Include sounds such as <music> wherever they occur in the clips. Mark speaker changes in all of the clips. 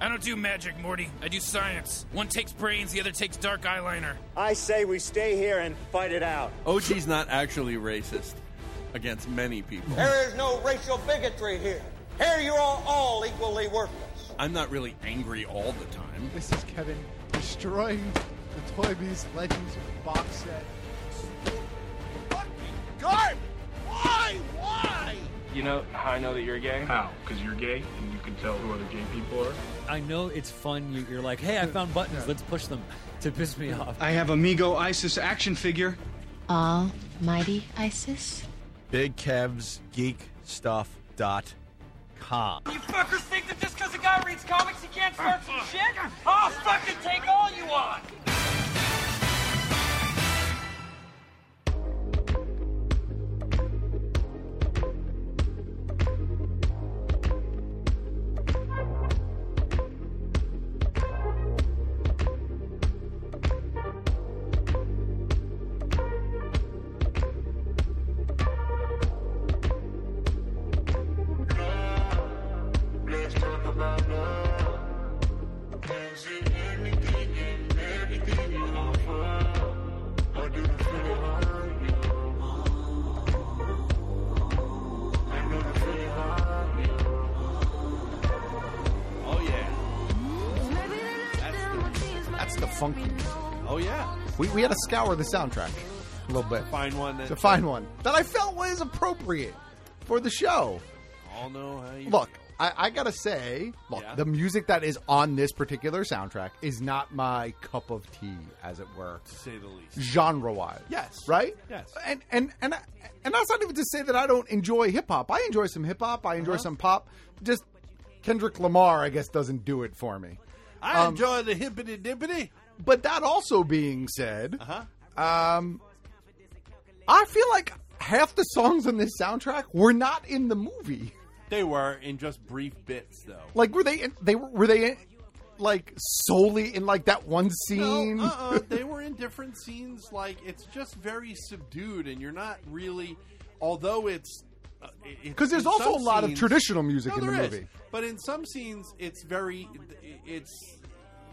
Speaker 1: I don't do magic, Morty. I do science. One takes brains, the other takes dark eyeliner.
Speaker 2: I say we stay here and fight it out.
Speaker 3: OG's not actually racist against many people.
Speaker 4: There is no racial bigotry here. Here you are all equally worthless.
Speaker 3: I'm not really angry all the time.
Speaker 5: This is Kevin destroying the Toy Biz Legends box set.
Speaker 6: Fucking garbage! Why? Why?
Speaker 7: You know how I know that you're gay?
Speaker 8: How? Because you're gay and you can tell who other gay people are?
Speaker 9: I know it's fun. You- You're like, hey, I found buttons. Let's push them <laughs> to piss me off.
Speaker 10: I have Amigo ISIS action figure.
Speaker 11: Almighty ISIS?
Speaker 3: Big Kev's Geek Stuff dot com.
Speaker 12: You fuckers think that just because a guy reads comics he can't start some shit? I'll fucking take all you want!
Speaker 3: Oh, yeah.
Speaker 5: That's the funkiness.
Speaker 3: Oh, yeah.
Speaker 5: We, we had to scour the soundtrack a little bit.
Speaker 3: Find one that
Speaker 5: To find one that I felt was appropriate for the show.
Speaker 3: all know how you
Speaker 5: Look,
Speaker 3: feel.
Speaker 5: I, I gotta say, look,
Speaker 3: Yeah.
Speaker 5: the music that is on this particular soundtrack is not my cup of tea, as it were.
Speaker 3: to say the least.
Speaker 5: genre wise.
Speaker 3: Yes.
Speaker 5: Right?
Speaker 3: Yes.
Speaker 5: And and and I- and that's not even to say that I don't enjoy hip hop. I enjoy some hip hop. I
Speaker 3: Uh-huh.
Speaker 5: enjoy some pop. Just Kendrick Lamar, I guess, doesn't do it for me.
Speaker 3: I
Speaker 5: Um,
Speaker 3: enjoy the hippity dippity.
Speaker 5: But that also being said,
Speaker 3: Uh-huh.
Speaker 5: um, I feel like half the songs on this soundtrack were not in the movie.
Speaker 3: They were in just brief bits, though.
Speaker 5: Like, were they? In, they were. Were they in, like solely in like that one scene?
Speaker 3: No, uh-uh. they were in different scenes. Like it's just very subdued, and you're not really. Although it's
Speaker 5: Because there's also a lot of traditional music in the
Speaker 3: there is.
Speaker 5: movie.
Speaker 3: but in some scenes it's very it's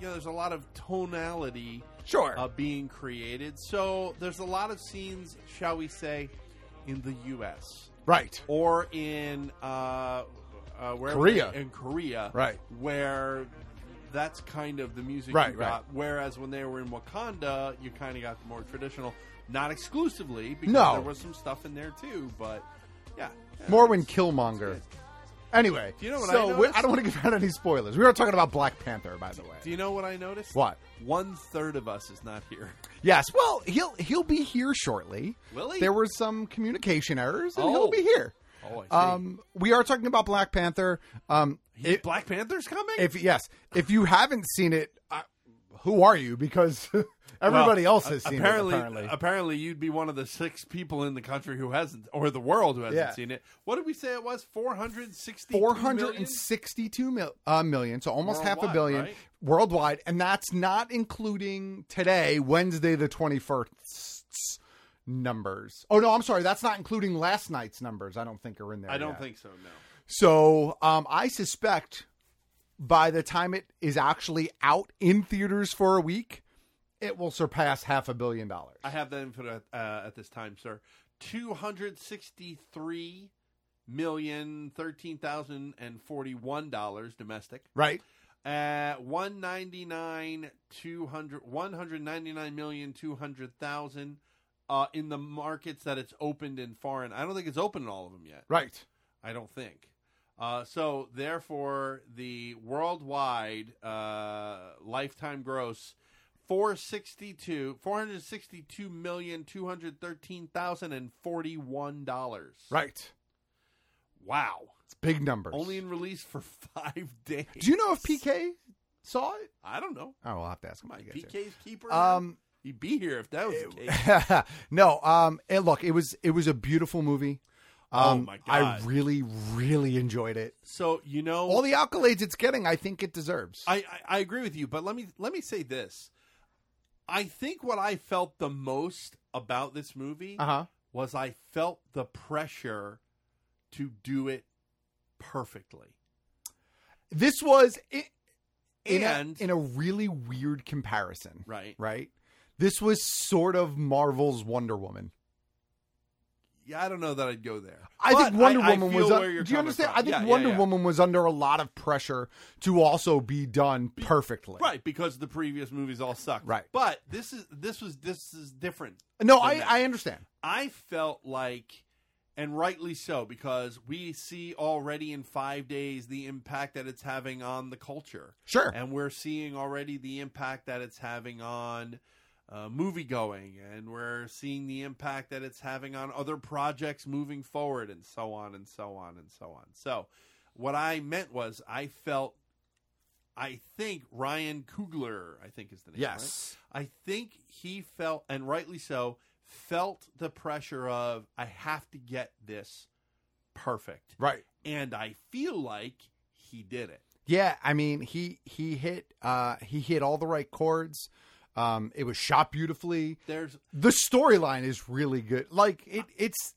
Speaker 3: you know there's a lot of tonality
Speaker 5: Sure.
Speaker 3: uh, being created. So there's a lot of scenes, shall we say, in the U.S.
Speaker 5: Right.
Speaker 3: or in uh, uh, where
Speaker 5: Korea.
Speaker 3: in Korea,
Speaker 5: Right.
Speaker 3: where that's kind of the music
Speaker 5: Right,
Speaker 3: you
Speaker 5: right.
Speaker 3: got. Whereas when they were in Wakanda, you kind of got the more traditional, not exclusively because
Speaker 5: No.
Speaker 3: there was some stuff in there too, but yeah, yeah.
Speaker 5: More when Killmonger. Anyway,
Speaker 3: Do you know what
Speaker 5: so
Speaker 3: I
Speaker 5: we-
Speaker 3: noticed?
Speaker 5: I don't want to give out any spoilers. We were talking about Black Panther, by the way.
Speaker 3: Do you know what I noticed?
Speaker 5: What?
Speaker 3: One third of us is not here.
Speaker 5: Yes. Well, he'll he'll be here shortly.
Speaker 3: Will he?
Speaker 5: There were some communication errors, and
Speaker 3: Oh.
Speaker 5: he'll be here.
Speaker 3: Oh, I see.
Speaker 5: Um, we are talking about Black Panther. Um,
Speaker 3: He-
Speaker 5: if,
Speaker 3: Black Panther's coming.
Speaker 5: if yes, if you haven't seen it, I, who are you? Because <laughs> everybody
Speaker 3: Well,
Speaker 5: else has
Speaker 3: a-
Speaker 5: seen
Speaker 3: apparently,
Speaker 5: it. Apparently,
Speaker 3: apparently, you'd be one of the six people in the country who hasn't, or the world who hasn't
Speaker 5: Yeah.
Speaker 3: seen it. What did we say it was? Four hundred sixty.
Speaker 5: four hundred and sixty-two mil, uh, million, so almost half a
Speaker 3: Worldwide,
Speaker 5: billion
Speaker 3: right?
Speaker 5: worldwide, and that's not including today, Wednesday the twenty-first numbers. Oh no, I'm sorry, that's not including last night's numbers. I don't think are in there.
Speaker 3: I don't
Speaker 5: yet.
Speaker 3: think so. No.
Speaker 5: so. Um, I suspect by the time it is actually out in theaters for a week, it will surpass half a billion dollars.
Speaker 3: I have that info at, uh, at this time, sir. Two hundred sixty-three million thirteen thousand and forty-one dollars domestic.
Speaker 5: right?
Speaker 3: Uh, one ninety-nine two hundred one hundred ninety-nine million two hundred thousand. Uh, in the markets that it's opened in foreign, I don't think it's open in all of them yet.
Speaker 5: Right.
Speaker 3: I don't think. Uh, so therefore, the worldwide uh, lifetime gross. 462 462 million dollars.
Speaker 5: Right.
Speaker 3: Wow.
Speaker 5: It's big numbers.
Speaker 3: <laughs> Only in release for 5 days.
Speaker 5: Do you know if PK Saw it?
Speaker 3: I don't know.
Speaker 5: Oh, I'll have to ask him.
Speaker 3: My
Speaker 5: when he gets here.
Speaker 3: PK's keeper.
Speaker 5: Um,
Speaker 3: he'd be here if that was the
Speaker 5: <laughs>
Speaker 3: case.
Speaker 5: no, um, and look, it was it was a beautiful movie.
Speaker 3: Oh,
Speaker 5: Um,
Speaker 3: my
Speaker 5: I
Speaker 3: God.
Speaker 5: really, really enjoyed it.
Speaker 3: So you know
Speaker 5: All the accolades it's getting, I think it deserves.
Speaker 3: I, I I agree with you, but let me let me say this. I think what I felt the most about this movie
Speaker 5: Uh-huh.
Speaker 3: was I felt the pressure to do it perfectly.
Speaker 5: This was in, in,
Speaker 3: And-
Speaker 5: a, in a really weird comparison,
Speaker 3: Right.
Speaker 5: Right. This was sort of Marvel's Wonder Woman.
Speaker 3: Yeah, I don't know that I'd go there.
Speaker 5: I
Speaker 3: But
Speaker 5: think Wonder
Speaker 3: I
Speaker 5: Woman
Speaker 3: feel
Speaker 5: was.
Speaker 3: where
Speaker 5: Un-
Speaker 3: you're
Speaker 5: do you
Speaker 3: coming
Speaker 5: understand?
Speaker 3: from.
Speaker 5: I think
Speaker 3: Yeah, yeah,
Speaker 5: Wonder
Speaker 3: yeah.
Speaker 5: Woman was under a lot of pressure to also be done perfectly.
Speaker 3: Right, because the previous movies all sucked.
Speaker 5: Right.
Speaker 3: But this is this was this is different.
Speaker 5: No,
Speaker 3: than
Speaker 5: I,
Speaker 3: that.
Speaker 5: I understand.
Speaker 3: I felt like, and rightly so, because we see already in five days the impact that it's having on the culture.
Speaker 5: <laughs> Sure.
Speaker 3: And we're seeing already the impact that it's having on uh, movie going, and we're seeing the impact that it's having on other projects moving forward, and so on and so on and so on. So, what I meant was, I felt. I think Ryan Coogler, I think is the name.
Speaker 5: Yes.
Speaker 3: right? I think he felt, and rightly so, felt the pressure of I have to get this perfect.
Speaker 5: Right.
Speaker 3: And I feel like he did it.
Speaker 5: Yeah, I mean he he hit uh he hit all the right chords. Um it was shot beautifully.
Speaker 3: There's
Speaker 5: The storyline is really good. Like it it's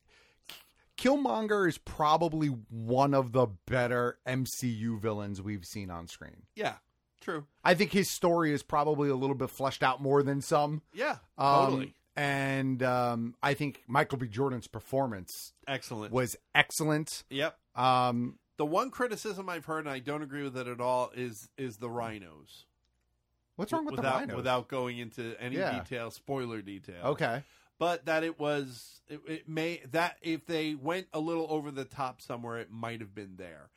Speaker 5: Killmonger is probably one of the better MCU villains we've seen on screen.
Speaker 3: yeah, true.
Speaker 5: I think his story is probably a little bit fleshed out more than some.
Speaker 3: Yeah,
Speaker 5: Um,
Speaker 3: totally.
Speaker 5: And um I think Michael B. Jordan's performance
Speaker 3: Excellent.
Speaker 5: was excellent.
Speaker 3: Yep.
Speaker 5: Um
Speaker 3: The one criticism I've heard, and I don't agree with it at all, is is the rhinos.
Speaker 5: what's wrong with
Speaker 3: without,
Speaker 5: the rhinos?
Speaker 3: Without going into any
Speaker 5: Yeah.
Speaker 3: detail, spoiler detail.
Speaker 5: Okay.
Speaker 3: But that it was, it, it may, that if they went a little over the top somewhere, it might have been there.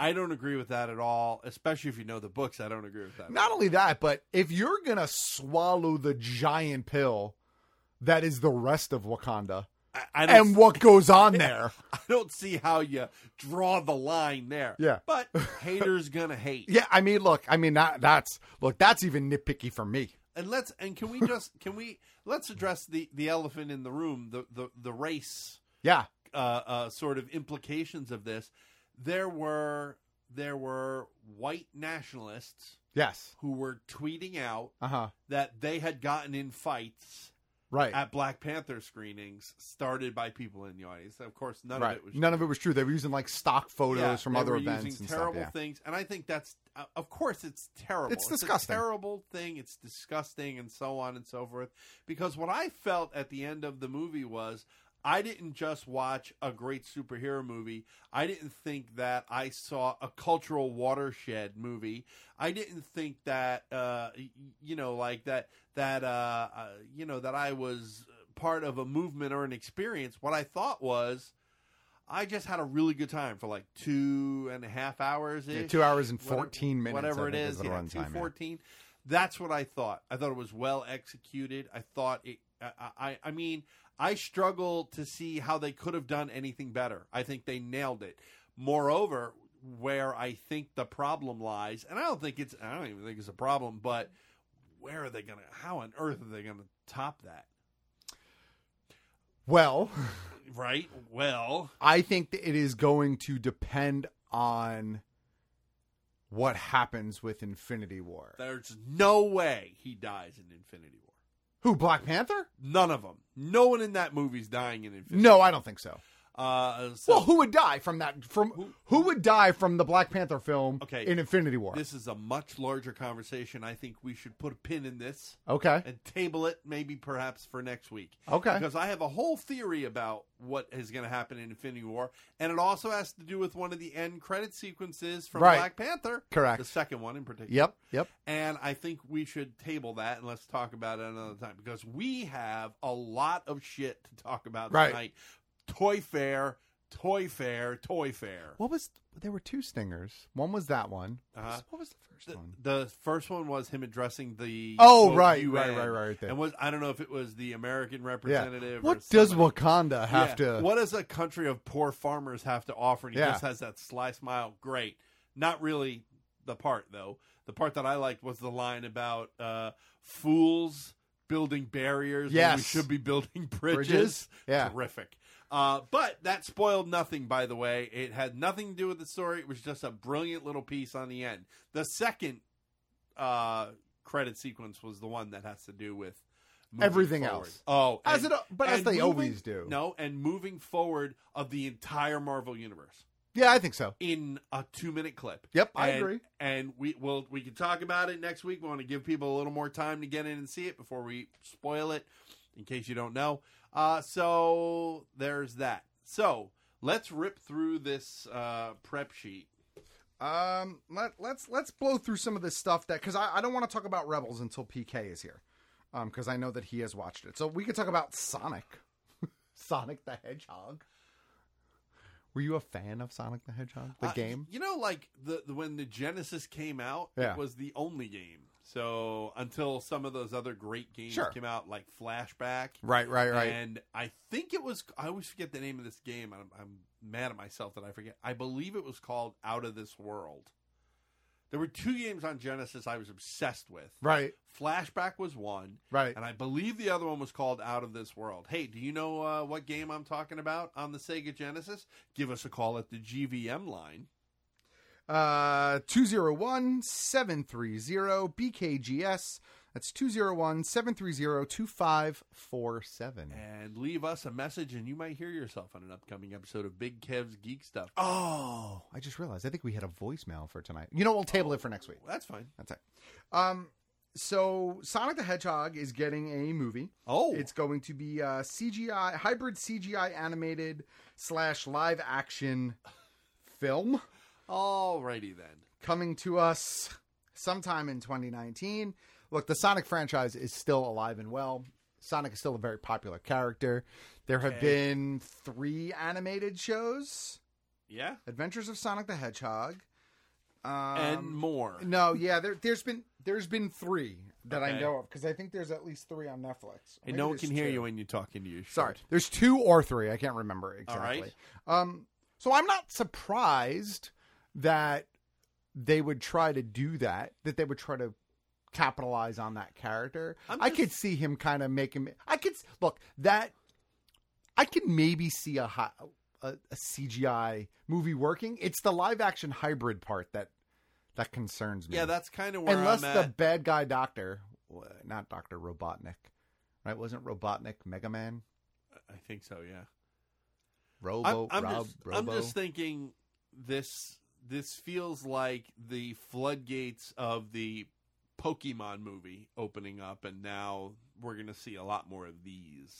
Speaker 3: I don't agree with that at all, especially if you know the books. I don't agree with that.
Speaker 5: Not only that, but if you're gonna swallow the giant pill that is the rest of Wakanda
Speaker 3: I don't
Speaker 5: and what goes on there.
Speaker 3: <laughs> I don't see how you draw the line there.
Speaker 5: Yeah. <laughs>
Speaker 3: But haters gonna hate.
Speaker 5: Yeah, I mean, look, I mean that that's look, that's even nitpicky for me.
Speaker 3: And let's
Speaker 5: <laughs>
Speaker 3: and can we just can we let's address the the elephant in the room, the the the race
Speaker 5: Yeah.
Speaker 3: uh uh sort of implications of this. There were there were white nationalists
Speaker 5: Yes.
Speaker 3: who were tweeting out
Speaker 5: Uh-huh.
Speaker 3: that they had gotten in fights
Speaker 5: Right.
Speaker 3: at Black Panther screenings started by people in the audience. Of course, none
Speaker 5: right.
Speaker 3: of it was
Speaker 5: None of it was true. They were using like stock photos
Speaker 3: Yeah,
Speaker 5: from
Speaker 3: they
Speaker 5: other
Speaker 3: were
Speaker 5: events
Speaker 3: using
Speaker 5: and
Speaker 3: terrible
Speaker 5: stuff. Yeah.
Speaker 3: things and i think that's uh, of course it's terrible
Speaker 5: It's
Speaker 3: a
Speaker 5: disgusting.
Speaker 3: terrible thing it's disgusting and so on and so forth because what i felt at the end of the movie was i didn't just watch a great superhero movie i didn't think that i saw a cultural watershed movie i didn't think that uh y- you know like that that uh, uh you know that i was part of a movement or an experience what i thought was I just had a really good time for like two and a half hours.
Speaker 5: Yeah, two hours and 14 minutes,
Speaker 3: Whatever
Speaker 5: I
Speaker 3: it
Speaker 5: think,
Speaker 3: is,
Speaker 5: is the
Speaker 3: yeah,
Speaker 5: runtime, yeah.
Speaker 3: 214. That's what I thought. I thought it was well executed. I thought it. I, I, I mean, I struggle to see how they could have done anything better. I think they nailed it. Moreover, where I think the problem lies, and I don't think it's. I don't even think it's a problem, but where are they going to? How on earth are they going to top that?
Speaker 5: Well,
Speaker 3: Right. Well.
Speaker 5: I think that it is going to depend on what happens with Infinity War.
Speaker 3: There's no way he dies in Infinity War.
Speaker 5: Who, Black Panther?
Speaker 3: None of them. No one in that movie's dying in Infinity.
Speaker 5: No, I don't think so.
Speaker 3: Uh, so
Speaker 5: Well, who would die from that? From who, would die from the Black Panther film?
Speaker 3: Okay.
Speaker 5: in Infinity War.
Speaker 3: this is a much larger conversation. I think we should put a pin in this.
Speaker 5: Okay.
Speaker 3: And table it maybe perhaps for next week.
Speaker 5: Okay.
Speaker 3: Because I have a whole theory about what is going to happen in Infinity War, and it also has to do with one of the end credit sequences from
Speaker 5: Right.
Speaker 3: Black Panther.
Speaker 5: Correct.
Speaker 3: The second one in particular.
Speaker 5: Yep, yep.
Speaker 3: And I think we should table that and let's talk about it another time because we have a lot of shit to talk about
Speaker 5: Right.
Speaker 3: tonight. Toy fair, toy fair, toy fair.
Speaker 5: What was? There were two stingers. One was that one.
Speaker 3: Uh-huh.
Speaker 5: What was the first one?
Speaker 3: The first one was him addressing the
Speaker 5: Oh,
Speaker 3: quote,
Speaker 5: right,
Speaker 3: UN,
Speaker 5: right, right, right there.
Speaker 3: And was I don't know if it was the American
Speaker 5: Yeah.
Speaker 3: representative. or
Speaker 5: What does
Speaker 3: somebody.
Speaker 5: Wakanda have
Speaker 3: Yeah.
Speaker 5: to?
Speaker 3: What does a country of poor farmers have to offer? And he
Speaker 5: Yeah.
Speaker 3: just has that sly smile. Great. Not really the part though. The part that I liked was the line about uh, fools building barriers. when
Speaker 5: Yes.
Speaker 3: we should be building <laughs> bridges.
Speaker 5: Bridges? Yeah.
Speaker 3: terrific. Uh, but that spoiled nothing, by the way. It had nothing to do with the story. It was just a brilliant little piece on the end. The second uh, credit sequence was the one that has to do with moving
Speaker 5: Everything
Speaker 3: forward.
Speaker 5: else.
Speaker 3: Oh,
Speaker 5: As it- but as
Speaker 3: and
Speaker 5: they always do.
Speaker 3: No, and moving forward of the entire Marvel universe
Speaker 5: Yeah, I think so.
Speaker 3: in a two-minute clip.
Speaker 5: Yep, I
Speaker 3: And-
Speaker 5: agree.
Speaker 3: And we will we can talk about it next week. We want to give people a little more time to get in and see it before we spoil it, in case you don't know. Uh, so there's that. So let's rip through this uh, prep sheet.
Speaker 5: Um, let, let's let's blow through some of this stuff that because I, I don't want to talk about Rebels until PK is here, um, because I know that he has watched it. So we could talk about Sonic, <laughs> Sonic the Hedgehog. Were you a fan of Sonic the Hedgehog, the
Speaker 3: Uh,
Speaker 5: game?
Speaker 3: you know, like the, the when the Genesis came out,
Speaker 5: Yeah.
Speaker 3: it was the only game. So until some of those other great games
Speaker 5: Sure.
Speaker 3: came out, like Flashback,
Speaker 5: Right, right, right.
Speaker 3: and I think it was I always forget the name of this game. I'm, I'm mad at myself that I forget. I believe it was called Out of This World. There were two games on Genesis I was obsessed with.
Speaker 5: Right.
Speaker 3: Flashback was one.
Speaker 5: Right.
Speaker 3: And I believe the other one was called Out of This World. Hey, do you know uh, what game I'm talking about on the Sega Genesis? Give us a call at the GVM line.
Speaker 5: Uh, 201-730-BKGS. That's 201-730-2547.
Speaker 3: and leave us a message, and you might hear yourself on an upcoming episode of Big Kev's Geek Stuff.
Speaker 5: Oh, I just realized. I think we had a voicemail for tonight. You know, we'll table it for next week.
Speaker 3: that's fine.
Speaker 5: That's it. Um, so Sonic the Hedgehog is getting a movie.
Speaker 3: Oh,
Speaker 5: it's going to be uh, a CGI hybrid CGI animated slash live action film
Speaker 3: Alrighty then.
Speaker 5: coming to us sometime in 2019. Look, the Sonic franchise is still alive and well. Sonic is still a very popular character. There have
Speaker 3: Okay.
Speaker 5: been three animated shows.
Speaker 3: Yeah,
Speaker 5: Adventures of Sonic the Hedgehog, um,
Speaker 3: and more.
Speaker 5: No, yeah, there, there's been there's been three that I
Speaker 3: Okay.
Speaker 5: know of because I think there's at least three on Netflix.
Speaker 3: Hey,
Speaker 5: Maybe
Speaker 3: no one
Speaker 5: there's
Speaker 3: can hear
Speaker 5: two.
Speaker 3: you when you talk into your shirt.
Speaker 5: Sorry, there's two or three. I can't remember
Speaker 3: All
Speaker 5: exactly.
Speaker 3: right.
Speaker 5: Um, so I'm not surprised that they would try to do that. That they would try to capitalize on that character.
Speaker 3: I'm
Speaker 5: I
Speaker 3: just-
Speaker 5: could see him kind of making. I could s- look that. I could maybe see a, hi- a a CGI movie working. It's the live action hybrid part that that concerns me.
Speaker 3: Yeah, that's kind of where
Speaker 5: unless
Speaker 3: I'm at.
Speaker 5: the bad guy doctor, w- not Doctor Robotnik, right? Wasn't Robotnik Mega Man?
Speaker 3: I think so. Yeah.
Speaker 5: Robo,
Speaker 3: I'm, I'm
Speaker 5: Rob,
Speaker 3: just,
Speaker 5: Robo.
Speaker 3: I'm just thinking this. This feels like the floodgates of the Pokemon movie opening up, and now we're going to see a lot more of these.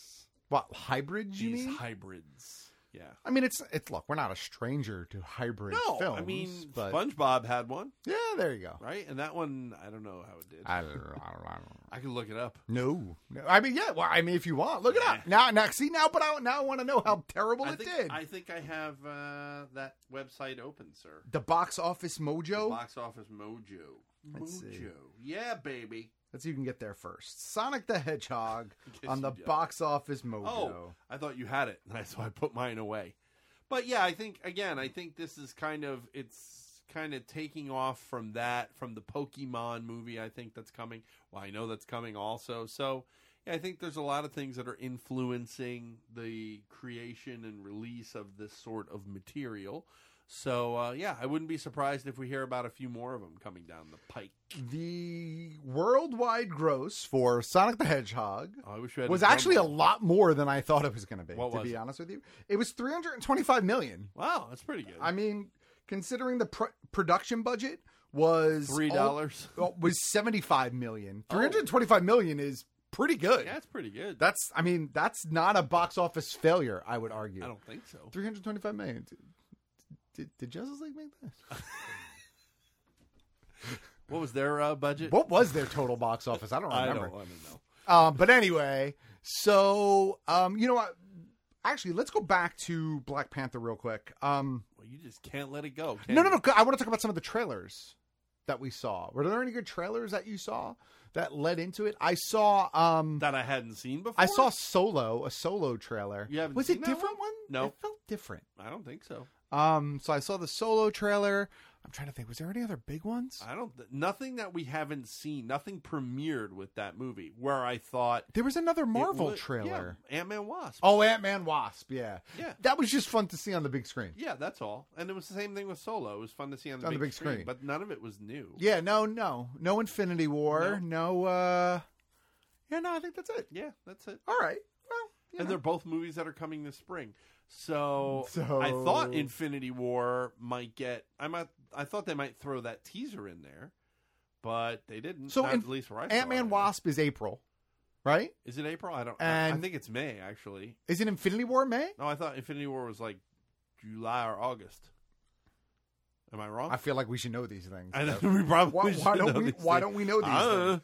Speaker 5: what hybrids? You
Speaker 3: these
Speaker 5: mean?
Speaker 3: hybrids. Yeah.
Speaker 5: I mean, it's it's look, we're not a stranger to hybrid
Speaker 3: No,
Speaker 5: films.
Speaker 3: I mean
Speaker 5: but
Speaker 3: SpongeBob had one,
Speaker 5: yeah, there you go.
Speaker 3: right? And that one, I don't know how it did.
Speaker 5: I don't, know, I don't, I don't know.
Speaker 3: I could look it up.
Speaker 5: No, no, I mean, yeah. Well, I mean, if you want, look it up now. Now, see now, but I now I want to know how terrible
Speaker 3: I
Speaker 5: it
Speaker 3: think,
Speaker 5: did.
Speaker 3: I think I have uh, that website open, sir.
Speaker 5: The box office mojo.
Speaker 3: Box Office Mojo.
Speaker 5: Let's see.
Speaker 3: mojo. Yeah, baby.
Speaker 5: Let's see who can get there first. Sonic the
Speaker 3: <laughs>
Speaker 5: Hedgehog
Speaker 3: guess
Speaker 5: on the
Speaker 3: you don't.
Speaker 5: box office mojo.
Speaker 3: Oh, I thought you had it, <laughs> and so I put mine away. But yeah, I think again, I think this is kind of it's kind of taking off from that from the Pokemon movie. I think that's coming. Well, I know that's coming also. So yeah, I think there's a lot of things that are influencing the creation and release of this sort of material. So uh, yeah, I wouldn't be surprised if we hear about a few more of them coming down the pike.
Speaker 5: The worldwide gross for Sonic the Hedgehog
Speaker 3: Oh, I wish we had
Speaker 5: was
Speaker 3: drum
Speaker 5: actually a
Speaker 3: roll.
Speaker 5: lot more than I thought it was going to be.
Speaker 3: What
Speaker 5: to
Speaker 3: was
Speaker 5: be
Speaker 3: it?
Speaker 5: honest with you, it was 325 million.
Speaker 3: Wow, that's pretty good.
Speaker 5: I mean, considering the pr- production budget was
Speaker 3: Three
Speaker 5: al- <laughs>
Speaker 3: dollars. Oh.
Speaker 5: well, was 75 million. 325 million is pretty good.
Speaker 3: Yeah, that's pretty good.
Speaker 5: That's I mean, that's not a box office failure, I would argue.
Speaker 3: I don't think so.
Speaker 5: 325 million. Did, did, did Justice League make
Speaker 3: <laughs>
Speaker 5: that?
Speaker 3: What was their uh, budget?
Speaker 5: what was their total box office? I don't
Speaker 3: I
Speaker 5: remember.
Speaker 3: don't want to know.
Speaker 5: Um, but anyway, so um, you know what? Actually, let's go back to Black Panther real quick. Um,
Speaker 3: Well, you just can't let it go. can
Speaker 5: no, no,
Speaker 3: you?
Speaker 5: no. I want to talk about some of the trailers that we saw. Were there any good trailers that you saw that led into it? I saw. Um,
Speaker 3: That I hadn't seen before.
Speaker 5: I saw Solo, a Solo trailer.
Speaker 3: You haven't
Speaker 5: was
Speaker 3: seen
Speaker 5: it
Speaker 3: that
Speaker 5: different one?
Speaker 3: No.
Speaker 5: it felt different.
Speaker 3: I don't think so.
Speaker 5: Um, so I saw the Solo trailer. I'm trying to think. Was there any other big ones?
Speaker 3: I don't. th- Nothing that we haven't seen. Nothing premiered with that movie where I thought
Speaker 5: There was another Marvel
Speaker 3: would-
Speaker 5: trailer.
Speaker 3: Yeah, Ant Man Wasp.
Speaker 5: Oh, Ant Man Wasp. Yeah.
Speaker 3: Yeah.
Speaker 5: That was just fun to see on the big screen.
Speaker 3: Yeah, that's all. And it was the same thing with Solo. It was fun to see on the,
Speaker 5: On the
Speaker 3: big,
Speaker 5: big
Speaker 3: screen,
Speaker 5: screen.
Speaker 3: but none of it was new.
Speaker 5: Yeah, no, no. No Infinity War. No, uh Yeah, no, I think that's it.
Speaker 3: Yeah, that's it.
Speaker 5: All right. Well, you
Speaker 3: and
Speaker 5: know.
Speaker 3: they're both movies that are coming this spring. So,
Speaker 5: So-
Speaker 3: I thought Infinity War might get. I might. I thought they might throw that teaser in there, but they didn't.
Speaker 5: So
Speaker 3: Not
Speaker 5: in-
Speaker 3: at least where I saw
Speaker 5: Ant-Man
Speaker 3: it.
Speaker 5: Wasp is April. Right?
Speaker 3: Is it April? I don't. I- I
Speaker 5: And-
Speaker 3: think it's May actually.
Speaker 5: Is it Infinity War May?
Speaker 3: No, I thought Infinity War was like July or August. Am I wrong?
Speaker 5: I feel like we should know these things.
Speaker 3: I know
Speaker 5: though.
Speaker 3: <laughs> we probably
Speaker 5: why, why
Speaker 3: should
Speaker 5: don't
Speaker 3: know
Speaker 5: we
Speaker 3: these
Speaker 5: why
Speaker 3: things.
Speaker 5: don't we know these
Speaker 3: I don't
Speaker 5: things?
Speaker 3: know.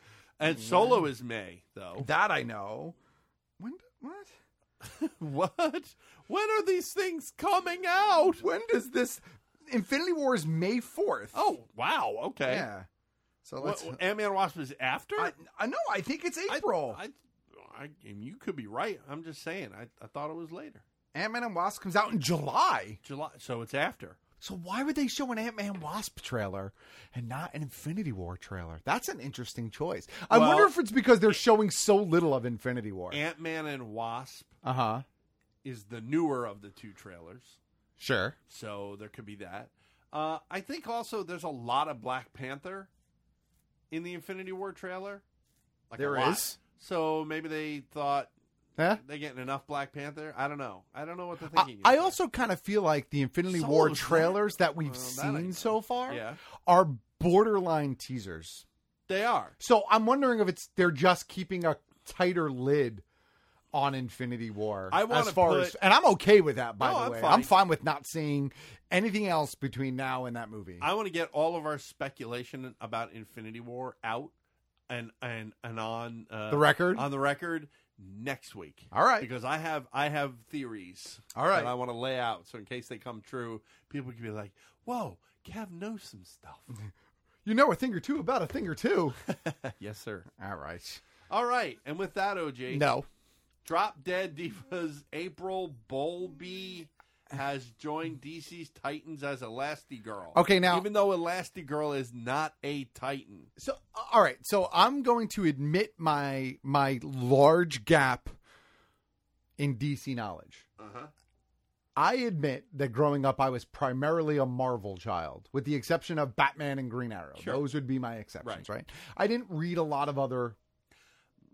Speaker 3: And Solo is May <laughs> though.
Speaker 5: That I know. When d- what?
Speaker 3: what? When are these things coming out?
Speaker 5: When does this Infinity War is May 4th.
Speaker 3: Oh wow. Okay.
Speaker 5: Yeah. So
Speaker 3: What,
Speaker 5: let's
Speaker 3: Ant Man Wasp is after.
Speaker 5: I, I know, I think it's April.
Speaker 3: I, I, and you could be right. I'm just saying. I, I thought it was later.
Speaker 5: Ant-Man and Wasp comes out in July.
Speaker 3: July. So it's after.
Speaker 5: So why would they show an Ant-Man Wasp trailer and not an Infinity War trailer? That's an interesting choice. I
Speaker 3: Well-
Speaker 5: wonder if it's because they're showing so little of Infinity War.
Speaker 3: Ant Man and Wasp
Speaker 5: Uh-huh.
Speaker 3: is the newer of the two trailers.
Speaker 5: Sure.
Speaker 3: So there could be that. Uh, I think also there's a lot of Black Panther in the Infinity War trailer. Like
Speaker 5: There
Speaker 3: a lot.
Speaker 5: is?
Speaker 3: So maybe they thought
Speaker 5: Yeah.
Speaker 3: they're getting enough Black Panther. I don't know. I don't know what they're
Speaker 5: I,
Speaker 3: thinking.
Speaker 5: I
Speaker 3: is.
Speaker 5: also kind of feel like the Infinity
Speaker 3: Some
Speaker 5: War
Speaker 3: of that-
Speaker 5: trailers that we've
Speaker 3: well, that I know.
Speaker 5: seen so far
Speaker 3: Yeah.
Speaker 5: are borderline teasers.
Speaker 3: they are.
Speaker 5: So I'm wondering if it's they're just keeping a tighter lid on Infinity War.
Speaker 3: I wanna
Speaker 5: as far
Speaker 3: put-
Speaker 5: as and I'm okay with that by
Speaker 3: No,
Speaker 5: the
Speaker 3: I'm
Speaker 5: way.
Speaker 3: fine.
Speaker 5: I'm fine with not seeing anything else between now and that movie.
Speaker 3: I want to get all of our speculation about Infinity War out and and and on uh,
Speaker 5: The record?
Speaker 3: on the record next week.
Speaker 5: All right.
Speaker 3: because I have I have theories.
Speaker 5: All right.
Speaker 3: that I want to lay out so in case they come true, people can be like, "Whoa, Kev knows some stuff." <laughs>
Speaker 5: You know a thing or two about a thing or two.
Speaker 3: yes, sir.
Speaker 5: All right.
Speaker 3: <laughs> All right, and with that, OJ,
Speaker 5: No.
Speaker 3: Drop Dead Divas April Bowlby has joined DC's Titans as Elastigirl.
Speaker 5: Okay, now-
Speaker 3: even though Elastigirl is not a Titan,
Speaker 5: So all right, so I'm going to admit my my large gap in DC knowledge.
Speaker 3: Uh-huh.
Speaker 5: I admit that growing up I was primarily a Marvel child, with the exception of Batman and Green Arrow.
Speaker 3: Sure.
Speaker 5: Those would be my exceptions, right? I didn't read a lot of other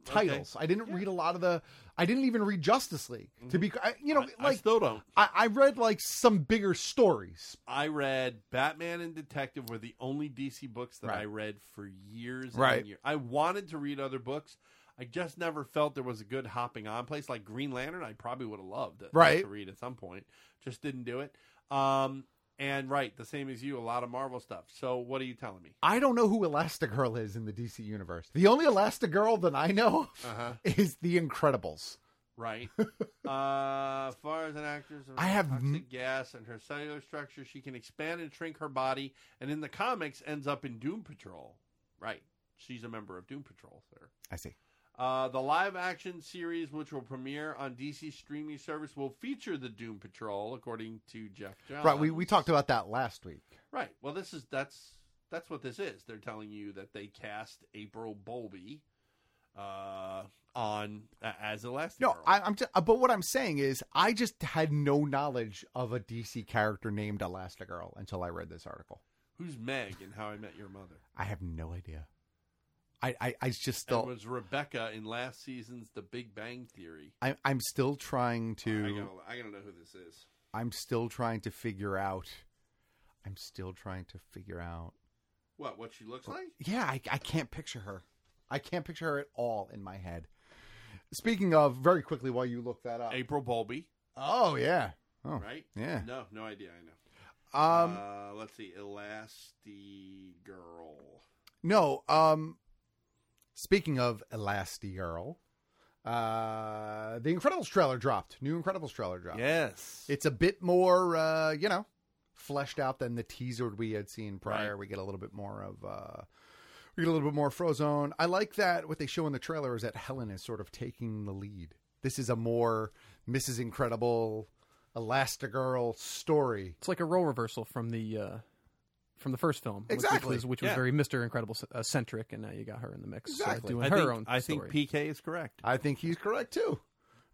Speaker 3: Okay.
Speaker 5: titles. I didn't read a lot of the I didn't even read Justice League to be I, you know
Speaker 3: Mm-hmm. I- I
Speaker 5: like
Speaker 3: still don't.
Speaker 5: I, I read like some bigger stories.
Speaker 3: I read Batman and Detective were the only DC books that
Speaker 5: Right.
Speaker 3: I read for years
Speaker 5: Right.
Speaker 3: and years. I wanted to read other books. I just never felt there was a good hopping on place like Green Lantern. I probably would have loved it,
Speaker 5: Right.
Speaker 3: to read at some point. Just didn't do it. Um, and right, the same as you, a lot of Marvel stuff. So what are you telling me?
Speaker 5: I don't know who Elastigirl is in the DC universe. The only Elastigirl that I know
Speaker 3: Uh-huh.
Speaker 5: is the Incredibles. <laughs>
Speaker 3: Right. uh, as far as an actress, of
Speaker 5: I have
Speaker 3: toxic
Speaker 5: n-
Speaker 3: gas and her cellular structure. She can expand and shrink her body, and in the comics, ends up in Doom Patrol. Right. She's a member of Doom Patrol, sir.
Speaker 5: I see.
Speaker 3: Uh, the live action series, which will premiere on DC streaming service, will feature the Doom Patrol, according to Jeff Johns.
Speaker 5: Right, we, we talked about that last week.
Speaker 3: Right. Well, this is that's that's what this is. They're telling you that they cast April Bowlby uh, on uh, as Elastigirl.
Speaker 5: No, I, I'm just, uh, but what I'm saying is I just had no knowledge of a DC character named Elastigirl until I read this article.
Speaker 3: who's Meg and How I Met
Speaker 5: <laughs>
Speaker 3: Your Mother.
Speaker 5: I have no idea. I, I, I just
Speaker 3: It
Speaker 5: still
Speaker 3: was Rebecca in last season's The Big Bang Theory.
Speaker 5: I, I'm still trying
Speaker 3: I
Speaker 5: to
Speaker 3: gotta, I gotta know who this is.
Speaker 5: I'm still trying to figure out I'm still trying to figure out
Speaker 3: What? What she looks like?
Speaker 5: Yeah, I, I can't picture her. I can't picture her at all in my head. Speaking of, very quickly while you look that up.
Speaker 3: April Bowlby,
Speaker 5: Oh yeah. Oh
Speaker 3: right?
Speaker 5: Yeah.
Speaker 3: No, no idea. I know.
Speaker 5: Um.
Speaker 3: uh, let's see, Elastigirl.
Speaker 5: no. Um. Speaking of Elastigirl, uh, the Incredibles trailer dropped. New Incredibles trailer dropped.
Speaker 3: Yes,
Speaker 5: It's a bit more, uh, you know, fleshed out than the teaser we had seen prior.
Speaker 3: Right.
Speaker 5: We get a little bit more of, uh, we get a little bit more Frozone. I like that what they show in the trailer is that Helen is sort of taking the lead. This is a more Mrs. Incredible, Elastigirl story.
Speaker 13: It's like a role reversal from the uh, from the first film, which-
Speaker 3: Exactly.
Speaker 13: which was, which was
Speaker 3: Yeah.
Speaker 13: very Mister Incredible uh, centric, and now you got her in the mix uh,
Speaker 5: Exactly.
Speaker 13: doing
Speaker 5: I
Speaker 13: her
Speaker 5: think-
Speaker 13: own.
Speaker 5: I
Speaker 3: think
Speaker 13: story.
Speaker 3: PK is correct.
Speaker 5: I think he's correct too.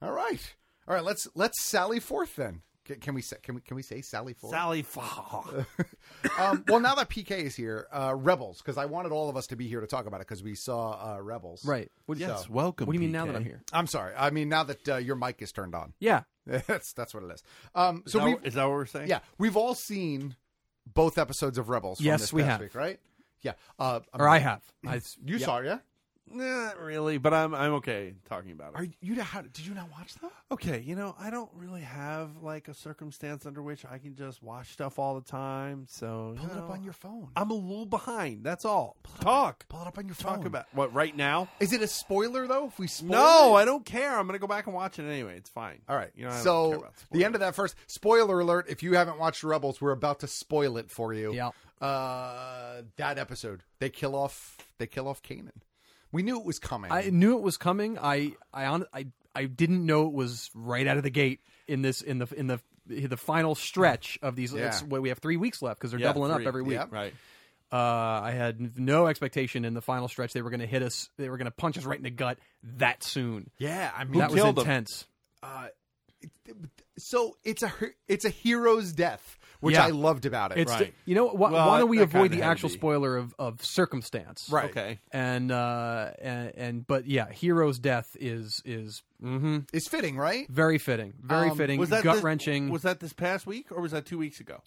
Speaker 5: All right, all right. Let's let's sally forth then. Can, can we say can we can we say sally forth?
Speaker 3: Sally forth.
Speaker 5: <laughs> um, well, now that PK is here, uh, Rebels, because I wanted all of us to be here to talk about it because we saw uh, Rebels.
Speaker 13: Right. What- Yes, welcome, What do you mean now that PK? I'm here?
Speaker 5: I'm sorry. I mean now that uh, your mic is turned on. <laughs>
Speaker 13: Yeah.
Speaker 5: that's that's what it is. Um,
Speaker 3: Is
Speaker 5: so
Speaker 3: that-
Speaker 5: we've-
Speaker 3: is that what we're saying?
Speaker 5: Yeah, we've all seen both episodes of Rebels. from
Speaker 13: Yes,
Speaker 5: this
Speaker 13: we
Speaker 5: past
Speaker 13: have.
Speaker 5: Week, right? Yeah. Uh,
Speaker 13: Or I have. I-
Speaker 5: you
Speaker 3: yeah.
Speaker 5: saw, it, yeah.
Speaker 3: Not really, but I'm I'm okay talking about it.
Speaker 5: Are you? How did you not watch that?
Speaker 3: Okay, you know, I don't really have like a circumstance under which I can just watch stuff all the time. So you
Speaker 5: Pull it up
Speaker 3: know,
Speaker 5: on your phone.
Speaker 3: I'm a little behind. That's all. Talk.
Speaker 5: Pull it up on your
Speaker 3: Talk
Speaker 5: phone.
Speaker 3: about what right now?
Speaker 5: Is it a spoiler though? If we spoil
Speaker 3: no,
Speaker 5: it?
Speaker 3: I don't care. I'm gonna go back and watch it anyway. It's fine. All right. You know, I don't care
Speaker 5: so
Speaker 3: about spoilers.
Speaker 5: the end of that first spoiler alert if you haven't watched rebels we're about to spoil it for you
Speaker 13: yeah
Speaker 5: uh that episode they kill off they kill off Kanan. we knew it was coming
Speaker 13: I knew it was coming. I I on, I I didn't know it was right out of the gate in this in the in the the final stretch of these.
Speaker 5: Yeah.
Speaker 13: It's, well, we have three weeks left because they're
Speaker 3: Yeah,
Speaker 13: doubling
Speaker 3: three.
Speaker 13: up every week.
Speaker 3: Yep. Right.
Speaker 13: Uh, I had no expectation in the final stretch they were going to hit us. They were going to punch us right in the gut that soon.
Speaker 5: Yeah, I mean-
Speaker 13: that
Speaker 5: Who
Speaker 13: was
Speaker 5: killed him?
Speaker 13: intense.
Speaker 5: uh so it's a her- it's a hero's death which
Speaker 13: Yeah.
Speaker 5: i loved about it
Speaker 13: It's you know wh-
Speaker 3: Well,
Speaker 13: why don't we
Speaker 3: that
Speaker 13: avoid
Speaker 3: kinda
Speaker 13: the
Speaker 3: had to
Speaker 13: actual
Speaker 3: be.
Speaker 13: spoiler of, of circumstance
Speaker 5: Right.
Speaker 3: Okay.
Speaker 13: and uh and, and but yeah hero's death is is mhm.
Speaker 5: it's fitting right
Speaker 13: very fitting very
Speaker 5: Um,
Speaker 13: fitting
Speaker 3: Was that this-
Speaker 13: gut wrenching
Speaker 3: Was that this past week or was that two weeks ago?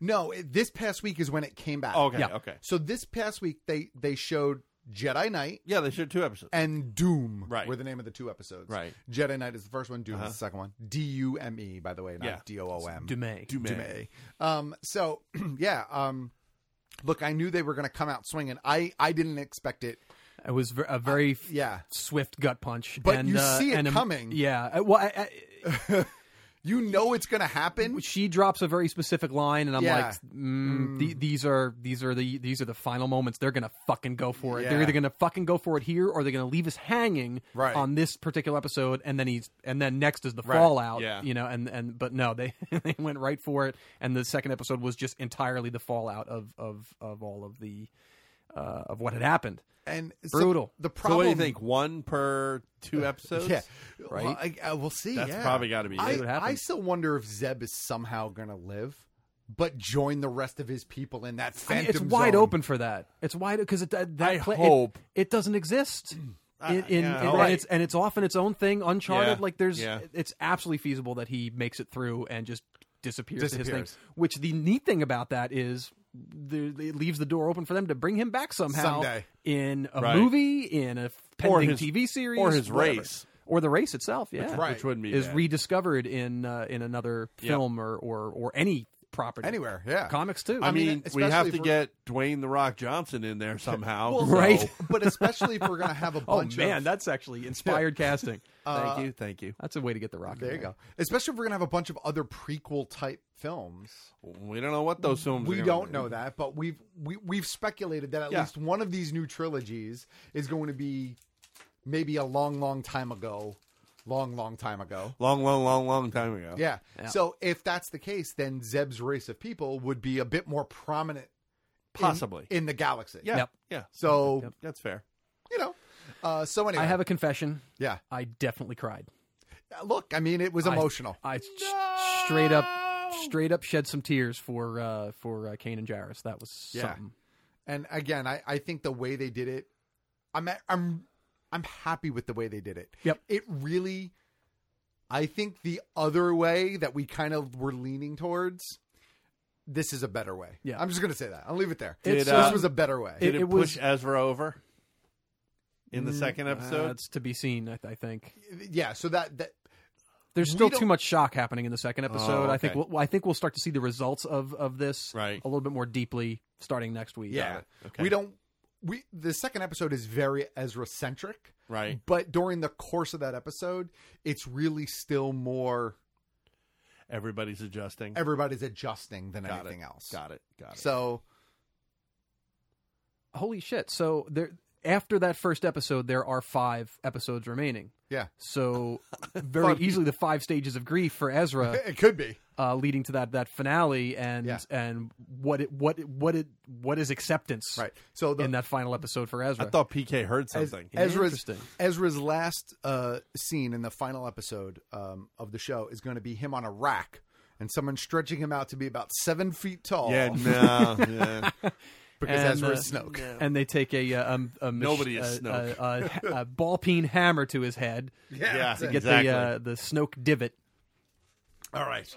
Speaker 5: no it, this past week is when it came back
Speaker 3: Okay, Yeah. okay.
Speaker 5: so this past week they they showed jedi knight
Speaker 3: Yeah, they showed two episodes.
Speaker 5: and Doom
Speaker 3: Right.
Speaker 5: were the name of the two episodes.
Speaker 3: Right.
Speaker 5: Jedi Knight is the first one, Doom
Speaker 3: Uh-huh.
Speaker 5: is the second one. D U M E, by the way, not
Speaker 3: Yeah.
Speaker 5: D O O M.
Speaker 13: Dume.
Speaker 3: Dume.
Speaker 5: Dume. Um, so, <clears throat> yeah. Um, look, I knew they were going to come out swinging. I, I didn't expect it.
Speaker 13: It was ver- a very f-
Speaker 5: yeah.
Speaker 13: swift gut punch,
Speaker 5: But
Speaker 13: and,
Speaker 5: you
Speaker 13: uh,
Speaker 5: see it
Speaker 13: and a-
Speaker 5: coming.
Speaker 13: yeah, I- well, I,
Speaker 5: You know it's going to happen.
Speaker 13: I, she drops a very specific line, and I'm
Speaker 5: Yeah.
Speaker 13: like, mm, the- these are these are the these are the final moments. They're gonna fucking go for it. They're
Speaker 5: Yeah.
Speaker 13: either gonna fucking go for it here, or they're gonna leave us hanging
Speaker 5: Right.
Speaker 13: on this particular episode, and then he's and then next is the
Speaker 5: Right.
Speaker 13: fallout.
Speaker 3: Yeah.
Speaker 13: you know, and and but no, they <laughs> they went right for it, and the second episode was just entirely the fallout of of of all of the uh, of what had happened.
Speaker 5: And so
Speaker 13: Brutal.
Speaker 5: the
Speaker 3: So
Speaker 5: problem.
Speaker 3: what do you think? One per two episodes?
Speaker 5: <laughs> Yeah.
Speaker 13: Right?
Speaker 5: Well, I, I, we'll see.
Speaker 3: That's
Speaker 5: yeah.
Speaker 3: probably gotta be
Speaker 5: I,
Speaker 3: it. What
Speaker 5: I
Speaker 13: happens.
Speaker 5: still wonder if Zeb is somehow going to live, but join the rest of his people in that
Speaker 13: I mean,
Speaker 5: phantom
Speaker 13: it's wide
Speaker 5: zone.
Speaker 13: open for that. It's wide because it that, that
Speaker 3: I
Speaker 13: pla- it-
Speaker 3: hope.
Speaker 13: it, doesn't
Speaker 3: <clears throat>
Speaker 13: exist. In, in,
Speaker 3: yeah,
Speaker 13: in-
Speaker 3: all
Speaker 13: and
Speaker 3: right.
Speaker 13: it's and it's often its own thing, uncharted.
Speaker 3: Yeah,
Speaker 13: like there's,
Speaker 3: yeah.
Speaker 13: it's absolutely feasible that he makes it through and just disappears, to his
Speaker 5: Disappears.
Speaker 13: thing. Which the neat thing about that is, the, it leaves the door open for them to bring him back somehow
Speaker 5: Someday.
Speaker 13: in a
Speaker 3: Right.
Speaker 13: movie, in a
Speaker 3: Or
Speaker 13: pending
Speaker 3: his-
Speaker 13: TV series,
Speaker 3: or his
Speaker 13: whatever.
Speaker 3: race.
Speaker 13: or the race itself. Yeah,
Speaker 5: right.
Speaker 3: Which wouldn't be
Speaker 13: is
Speaker 3: bad.
Speaker 13: rediscovered in uh, in another
Speaker 3: Yep.
Speaker 13: film or, or or any property
Speaker 5: Anywhere, yeah.
Speaker 13: comics too.
Speaker 3: I mean, we
Speaker 5: especially
Speaker 3: have
Speaker 5: if
Speaker 3: to
Speaker 5: we're-
Speaker 3: get Dwayne the Rock Johnson in there somehow.
Speaker 5: Well,
Speaker 3: so-
Speaker 13: Right.
Speaker 5: but especially if we're going to have a
Speaker 13: Oh
Speaker 5: bunch
Speaker 13: man,
Speaker 5: of Uh, <laughs>
Speaker 13: that's actually inspired casting.
Speaker 3: Thank you, thank you.
Speaker 13: That's a way to get the rock. in
Speaker 5: there you go. Especially if we're going to have a bunch of other prequel type films.
Speaker 3: We don't know what those films.
Speaker 5: We
Speaker 3: are
Speaker 5: don't know that, but we've we, we've speculated that at
Speaker 3: Yeah.
Speaker 5: least one of these new trilogies is going to be maybe a long, long time ago, long, long time ago.
Speaker 3: Long, long, long, long time ago.
Speaker 5: Yeah.
Speaker 13: Yeah.
Speaker 5: So if that's the case, then Zeb's race of people would be a bit more prominent, in-
Speaker 3: Possibly.
Speaker 5: in, the galaxy.
Speaker 3: Yeah.
Speaker 13: Yep.
Speaker 3: Yeah.
Speaker 5: So
Speaker 3: That's fair.
Speaker 5: you know. Uh, so anyway,
Speaker 13: I have a confession.
Speaker 5: yeah.
Speaker 13: I definitely cried.
Speaker 5: Look, I mean, it was
Speaker 13: I-
Speaker 5: emotional.
Speaker 13: I, s- straight up, straight up shed some tears for uh, for uh, Kane and Jairus. That was
Speaker 5: Yeah.
Speaker 13: something.
Speaker 5: And again, I, I think the way they did it, I'm I'm I'm happy with the way they did it.
Speaker 13: Yep.
Speaker 5: It really, I think the other way that we kind of were leaning towards, this is a better way.
Speaker 13: Yeah.
Speaker 5: I'm just gonna say that. I'll leave it there.
Speaker 13: It's,
Speaker 5: this
Speaker 13: uh,
Speaker 5: was a better way.
Speaker 13: It-
Speaker 3: Did it,
Speaker 13: it was-
Speaker 3: push Ezra over in the second
Speaker 13: Uh,
Speaker 3: episode?
Speaker 13: it's to be seen. I, I think
Speaker 5: yeah. So that that
Speaker 13: there's still
Speaker 5: don't- Oh,
Speaker 13: too much shock happening in the second episode. I think
Speaker 3: okay.
Speaker 13: we'll, I think we'll start to see the results of of this
Speaker 3: Right.
Speaker 13: a little bit more deeply starting next week.
Speaker 5: yeah.
Speaker 3: Okay.
Speaker 5: We don't. We the second episode is very Ezra centric.
Speaker 3: Right.
Speaker 5: But during the course of that episode, it's really still more
Speaker 3: Everybody's adjusting.
Speaker 5: everybody's adjusting than
Speaker 3: Got
Speaker 5: anything
Speaker 3: it.
Speaker 5: else.
Speaker 3: Got it. Got it.
Speaker 5: So
Speaker 13: holy shit so there after that first episode, there are five episodes remaining.
Speaker 5: Yeah.
Speaker 13: <laughs> So very
Speaker 5: Funny.
Speaker 13: easily the five stages of grief for Ezra. <laughs>
Speaker 5: It could be.
Speaker 13: uh, leading to that that finale and
Speaker 5: Yeah.
Speaker 13: and what it, what it, what it, what is acceptance right.
Speaker 5: So
Speaker 13: in that final episode for Ezra,
Speaker 3: I thought PK heard
Speaker 5: Ez-
Speaker 3: something.
Speaker 5: Ezra's,
Speaker 13: Interesting.
Speaker 5: Ezra's last uh, scene in the final episode um, of the show is going to be him on a rack and someone stretching him out to be about seven feet tall. <laughs>
Speaker 3: Yeah, no, yeah.
Speaker 5: because
Speaker 13: And,
Speaker 5: Ezra is
Speaker 13: uh,
Speaker 5: Snoke.
Speaker 13: and they take a, uh, um, a, mach-
Speaker 3: Nobody is
Speaker 13: a-
Speaker 3: Snoke.
Speaker 13: a, a, a ball peen hammer to his head.
Speaker 5: Yeah, Yeah,
Speaker 13: to get
Speaker 3: exactly.
Speaker 13: the uh, the Snoke divot.
Speaker 5: All right,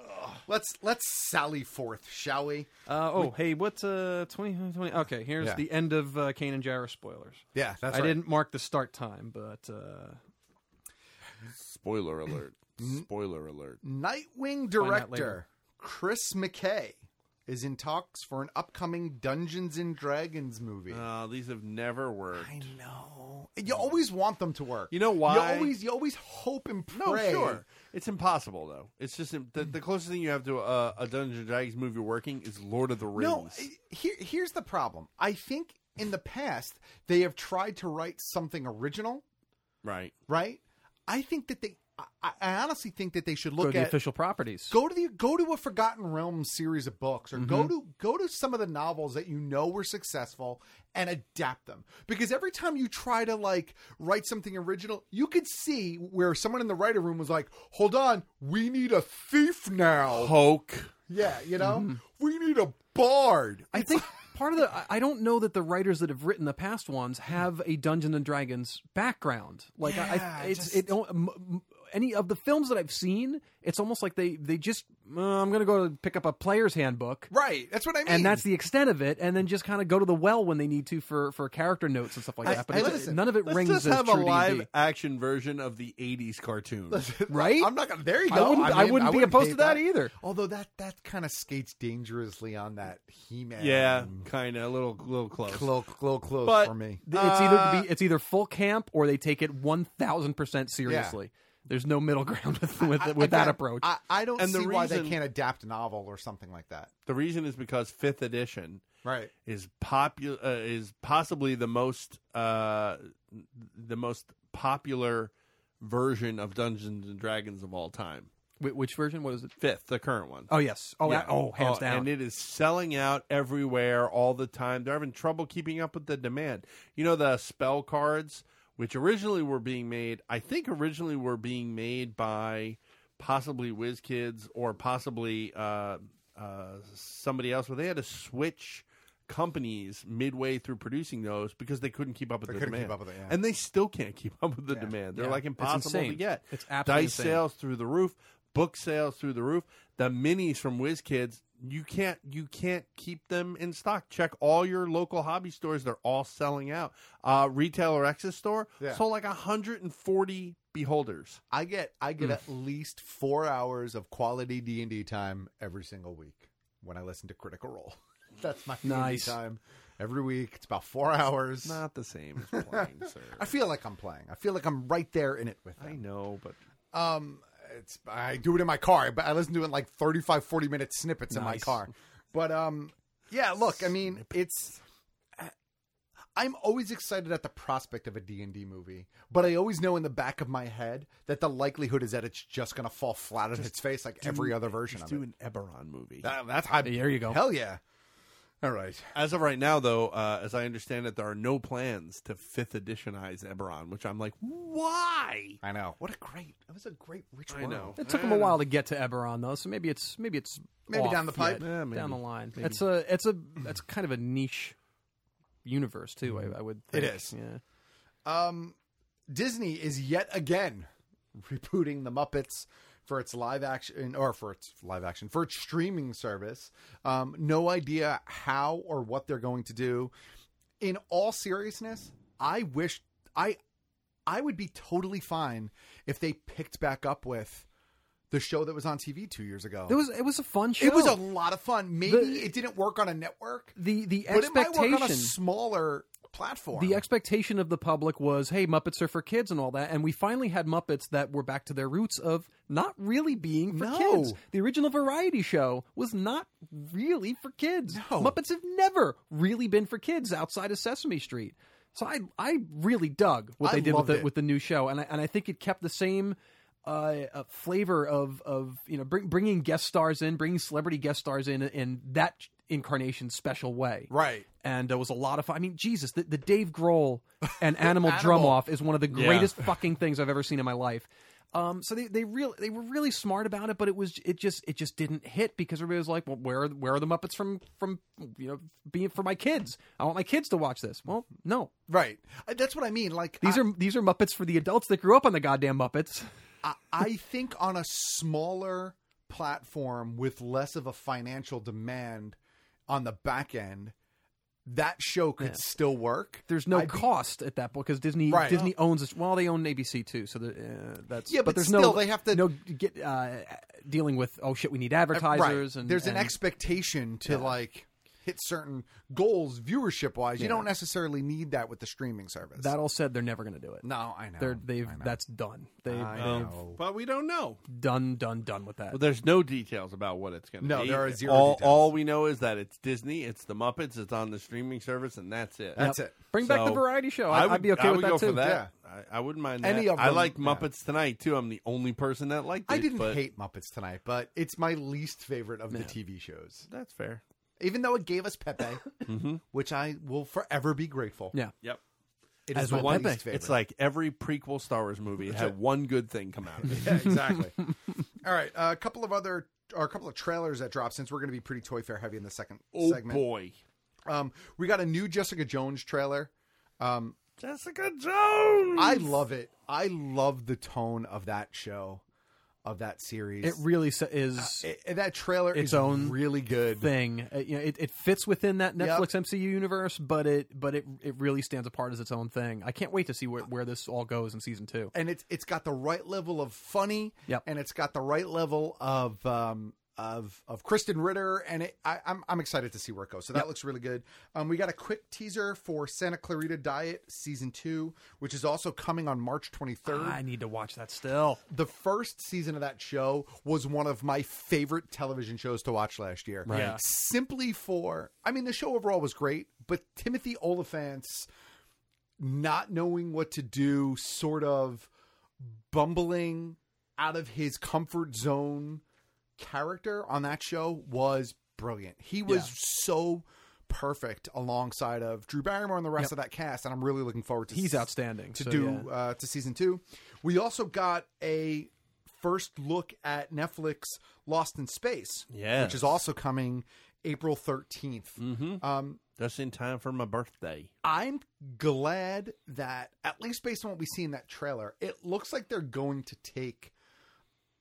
Speaker 5: let's let's sally forth, shall we?
Speaker 13: Uh, oh, hey, what's uh, 20, 20 Okay, here's
Speaker 5: Yeah.
Speaker 13: the end of uh, Kane and Jarrah spoilers.
Speaker 5: Yeah, that's
Speaker 13: I
Speaker 5: right.
Speaker 13: didn't mark the start time, but uh,
Speaker 14: Spoiler alert. Spoiler alert.
Speaker 5: Nightwing
Speaker 14: Find out
Speaker 5: director
Speaker 14: later.
Speaker 5: Chris McKay is in talks for an upcoming Dungeons and Dragons movie.
Speaker 3: Uh, these have never worked. I
Speaker 5: know. You always want them to work.
Speaker 3: You know why?
Speaker 5: You always you always hope and pray.
Speaker 3: No, sure. It's impossible though. It's just the, the closest thing you have to uh, a Dungeons and Dragons movie working is Lord of the Rings.
Speaker 5: No, eh, here, here's the problem. I think in the past they have tried to write something original,
Speaker 3: right?
Speaker 5: right? I think that they. I, I honestly think that they should look
Speaker 13: go to the
Speaker 5: at
Speaker 13: official properties.
Speaker 5: go to the go to a Forgotten Realms series of books, or go
Speaker 13: Mm-hmm.
Speaker 5: to go to some of the novels that you know were successful and adapt them. Because every time you try to like write something original, you could see where someone in the writer room was like, "Hold on, we need a thief now."
Speaker 3: Hoke.
Speaker 5: Yeah, you know,
Speaker 13: mm-hmm.
Speaker 5: we need a bard.
Speaker 13: I think part of the I- I don't know that the writers that have written the past ones have a Dungeons and Dragons background. Like I, I it's it don't m- m- any of the films that I've seen, it's almost like they they just uh, I'm going to go to pick up a player's handbook.
Speaker 5: Right, that's what I mean.
Speaker 13: And that's the extent of it, and then just kind of go to the well when they need to for, for character notes and stuff like
Speaker 3: I-
Speaker 13: that. But
Speaker 3: I-
Speaker 13: it's-
Speaker 3: listen,
Speaker 13: none of it
Speaker 3: let's
Speaker 13: rings
Speaker 3: just
Speaker 13: as
Speaker 3: have a
Speaker 13: true
Speaker 3: live
Speaker 13: D&D.
Speaker 3: action version of the '80s
Speaker 13: <laughs>
Speaker 3: cartoon,
Speaker 13: right?
Speaker 5: I'm not gonna. There you
Speaker 13: I
Speaker 5: go.
Speaker 13: wouldn't- I wouldn't be opposed
Speaker 5: hate
Speaker 13: to that either.
Speaker 5: Although that that kind of skates dangerously on that He-Man.
Speaker 3: Yeah, kind of a little, little close,
Speaker 5: little, little close
Speaker 3: But,
Speaker 5: for me.
Speaker 13: Th- It's either
Speaker 5: uh,
Speaker 13: be, it's either full camp or they take it one thousand percent seriously. There's no middle <laughs> ground with
Speaker 3: <laughs>
Speaker 13: with, with that
Speaker 5: Again,
Speaker 13: approach.
Speaker 5: I, I don't
Speaker 3: And
Speaker 5: see
Speaker 3: the
Speaker 5: why they
Speaker 3: reason-
Speaker 5: can't adapt a novel or something like that.
Speaker 3: The reason is because fifth edition,
Speaker 5: right,
Speaker 3: is popular uh, is possibly the most uh, the most popular version of Dungeons and Dragons of all time.
Speaker 13: Wh- Which version? What is it?
Speaker 3: Fifth, the current one.
Speaker 13: Oh yes. Oh that- oh, hands down.
Speaker 3: And it is selling out everywhere all the time. They're having trouble keeping up with the demand. You know the spell cards, which originally were being made, I think originally were being made by possibly WizKids or possibly uh, uh, somebody else, where they had to switch companies midway through producing those because they couldn't keep up with
Speaker 5: They
Speaker 3: the
Speaker 5: couldn't keep
Speaker 3: demand.
Speaker 5: up with it, yeah.
Speaker 3: And they still can't keep up with the demand. They're
Speaker 13: Yeah.
Speaker 3: like
Speaker 13: It's
Speaker 3: impossible to
Speaker 13: insane.
Speaker 3: get.
Speaker 13: It's absolutely
Speaker 3: dice
Speaker 13: insane.
Speaker 3: sales through the roof, book sales through the roof. The minis from WizKids, you can't you can't keep them in stock. Check all your local hobby stores; they're all selling out. Uh, retailer X's store
Speaker 5: Yeah.
Speaker 3: sold like hundred and forty beholders.
Speaker 5: I get I get
Speaker 3: Mm.
Speaker 5: at least four hours of quality D and D time every single week when I listen to Critical Role. <laughs> That's my
Speaker 13: Nice.
Speaker 5: D&D time every week. It's about four hours.
Speaker 3: Not the same <laughs> as playing, sir.
Speaker 5: I feel like I'm playing. I feel like I'm right there in it with them.
Speaker 3: I know, but
Speaker 5: um, it's I do it in my car, but I listen to it in like 35, 40 minute snippets in my
Speaker 13: Nice.
Speaker 5: car. But um, yeah, look, I mean, it's I'm always excited at the prospect of a D&D movie, but I always know in the back of my head that the likelihood is that it's just going to fall flat on its face like every other version
Speaker 3: just
Speaker 5: of
Speaker 3: do
Speaker 5: it.
Speaker 3: an Eberron movie.
Speaker 5: That- that's high.
Speaker 13: There you go.
Speaker 5: Hell yeah. All right.
Speaker 3: Uh, As of right now, though, uh, as I understand it, there are no plans to fifth editionize Eberron, which I'm like, why?
Speaker 5: I know. What a great. That was a great rich
Speaker 3: I
Speaker 5: world.
Speaker 3: know.
Speaker 13: It took them a while to get to Eberron though, so maybe it's maybe it's
Speaker 5: Maybe
Speaker 13: off
Speaker 5: down the pipe.
Speaker 13: yet,
Speaker 3: Yeah, maybe.
Speaker 13: down the line.
Speaker 3: Maybe.
Speaker 13: It's a it's a it's kind of a niche universe too. I, I would.
Speaker 5: It
Speaker 13: Think.
Speaker 5: is.
Speaker 13: Yeah.
Speaker 5: Um, Disney is yet again rebooting the Muppets for its live action or for its live action for its streaming service. Um, no idea how or what they're going to do. In all seriousness, I wish I I would be totally fine if they picked back up with the show that was on TV two years ago.
Speaker 13: It was it was a fun show.
Speaker 5: It was a lot of fun. Maybe
Speaker 13: The-
Speaker 5: it didn't work on a network,
Speaker 13: the the
Speaker 5: but it might work on a
Speaker 13: expectation.
Speaker 5: smaller platform.
Speaker 13: The expectation of the public was, hey, Muppets are for kids and all that. And we finally had Muppets that were back to their roots of not really being for
Speaker 5: No.
Speaker 13: kids. The original variety show was not really for kids. Muppets have never really been for kids outside of Sesame Street. So I I really dug what
Speaker 3: I
Speaker 13: they did with
Speaker 3: loved
Speaker 13: the,
Speaker 3: it.
Speaker 13: with the new show, and I, and I think it kept the same uh, uh, flavor of of you know bring, bringing guest stars in, bringing celebrity guest stars in in that incarnation special way,
Speaker 3: right?
Speaker 13: And it was a lot of fun. I mean, Jesus, the, the Dave Grohl and Animal, Drum Off is one of the
Speaker 3: Yeah.
Speaker 13: greatest fucking things I've ever seen in my life. Um, so they they real they were really smart about it, but it was it just it just didn't hit because everybody was like, well, where are, where are the Muppets from from you know being for my kids? I want my kids to watch this. Well, no,
Speaker 5: right. Uh, That's what I mean. Like
Speaker 13: these are these are Muppets for the adults that grew up on the goddamn Muppets. <laughs>
Speaker 5: I, I think on a smaller platform with less of a financial demand on the back end, that show could
Speaker 13: Yeah.
Speaker 5: still work. uh,
Speaker 13: There's no
Speaker 5: I'd be-
Speaker 13: cost at that point because Disney
Speaker 5: Right.
Speaker 13: Disney owns this. Well, they own ABC too, so the, uh, that's
Speaker 5: Yeah, but
Speaker 13: there's
Speaker 5: still,
Speaker 13: no
Speaker 5: they have to-
Speaker 13: no get uh, dealing with oh shit, we need advertisers
Speaker 5: Right.
Speaker 13: and
Speaker 5: there's an
Speaker 13: and-
Speaker 5: expectation to like hit certain goals viewership wise. You
Speaker 13: Yeah.
Speaker 5: don't necessarily need that with the streaming service.
Speaker 13: That all said, they're never going to do it.
Speaker 5: No, I know.
Speaker 13: They're, they've that's done. They,
Speaker 5: I
Speaker 13: have
Speaker 5: know.
Speaker 3: But we don't know.
Speaker 13: done, done, done with that.
Speaker 3: Well, there's no details about what it's going to
Speaker 5: No,
Speaker 3: be.
Speaker 5: there are zero
Speaker 3: all,
Speaker 5: details.
Speaker 3: All we know is that it's Disney, it's the Muppets, it's on the streaming service, and that's it.
Speaker 5: That's Yep. it.
Speaker 13: Bring back the variety show. I-
Speaker 3: would,
Speaker 13: I'd be okay
Speaker 3: I
Speaker 13: with
Speaker 3: would
Speaker 13: that
Speaker 3: go
Speaker 13: too.
Speaker 3: For that. I, I wouldn't mind
Speaker 5: Any
Speaker 3: that.
Speaker 5: of
Speaker 3: I
Speaker 5: them,
Speaker 3: like
Speaker 5: yeah.
Speaker 3: Muppets Tonight too. I'm the only person that liked it.
Speaker 5: I didn't
Speaker 3: but
Speaker 5: hate Muppets Tonight, but it's my least favorite of the TV shows.
Speaker 3: That's fair.
Speaker 5: Even though it gave us Pepe,
Speaker 13: <laughs>
Speaker 5: which I will forever be grateful.
Speaker 13: Mm-hmm. Yeah.
Speaker 3: Yep.
Speaker 5: It is
Speaker 3: As
Speaker 5: my
Speaker 3: one
Speaker 5: least
Speaker 3: thing,
Speaker 5: favorite.
Speaker 3: It's like every prequel Star Wars movie
Speaker 5: That's
Speaker 3: had
Speaker 5: it.
Speaker 3: one good thing come out of
Speaker 5: <laughs>
Speaker 3: it.
Speaker 5: Yeah, exactly.
Speaker 13: <laughs>
Speaker 5: All right, uh, a couple of other or a couple of trailers that dropped since we're going to be pretty Toy Fair heavy in the second
Speaker 3: Oh
Speaker 5: segment.
Speaker 3: boy,
Speaker 5: Um, we got a new Jessica Jones trailer. Um,
Speaker 3: Jessica Jones.
Speaker 5: I love it. I love the tone of that show, of that series.
Speaker 13: It really s- is
Speaker 5: Uh, It- that trailer
Speaker 13: its
Speaker 5: is
Speaker 13: own
Speaker 5: really good.
Speaker 13: thing. Uh, you know, it, it fits within that
Speaker 5: Yep.
Speaker 13: Netflix MCU universe, but it but it it really stands apart as its own thing. I can't wait to see where, where this all goes in season two.
Speaker 5: and it's it's got the right level of funny,
Speaker 13: Yep.
Speaker 5: and it's got the right level of um of of Kristen Ritter, and it, I, I'm I'm excited to see where it goes. So that looks really good. Um, we got a quick teaser for Santa Clarita Diet season two, which is also coming on March 23rd.
Speaker 13: I need to watch that still.
Speaker 5: the first season of that show was one of my favorite television shows to watch last year.
Speaker 13: Right. Yeah.
Speaker 5: Simply for, I mean, the show overall was great, but Timothy Oliphant's not knowing what to do, sort of bumbling out of his comfort zone character on that show was brilliant. He was
Speaker 13: Yeah.
Speaker 5: so perfect alongside of Drew Barrymore and the rest
Speaker 13: Yep.
Speaker 5: of that cast, and I'm really looking forward to
Speaker 13: He's
Speaker 5: s-
Speaker 13: outstanding,
Speaker 5: to
Speaker 13: so
Speaker 5: do
Speaker 13: yeah.
Speaker 5: uh, to season two. We also got a first look at Netflix Lost in Space,
Speaker 3: Yes.
Speaker 5: which is also coming April 13th.
Speaker 13: Mm.
Speaker 5: Mm-hmm. Um,
Speaker 3: Just in time for my birthday.
Speaker 5: I'm glad that, at least based on what we see in that trailer, it looks like they're going to take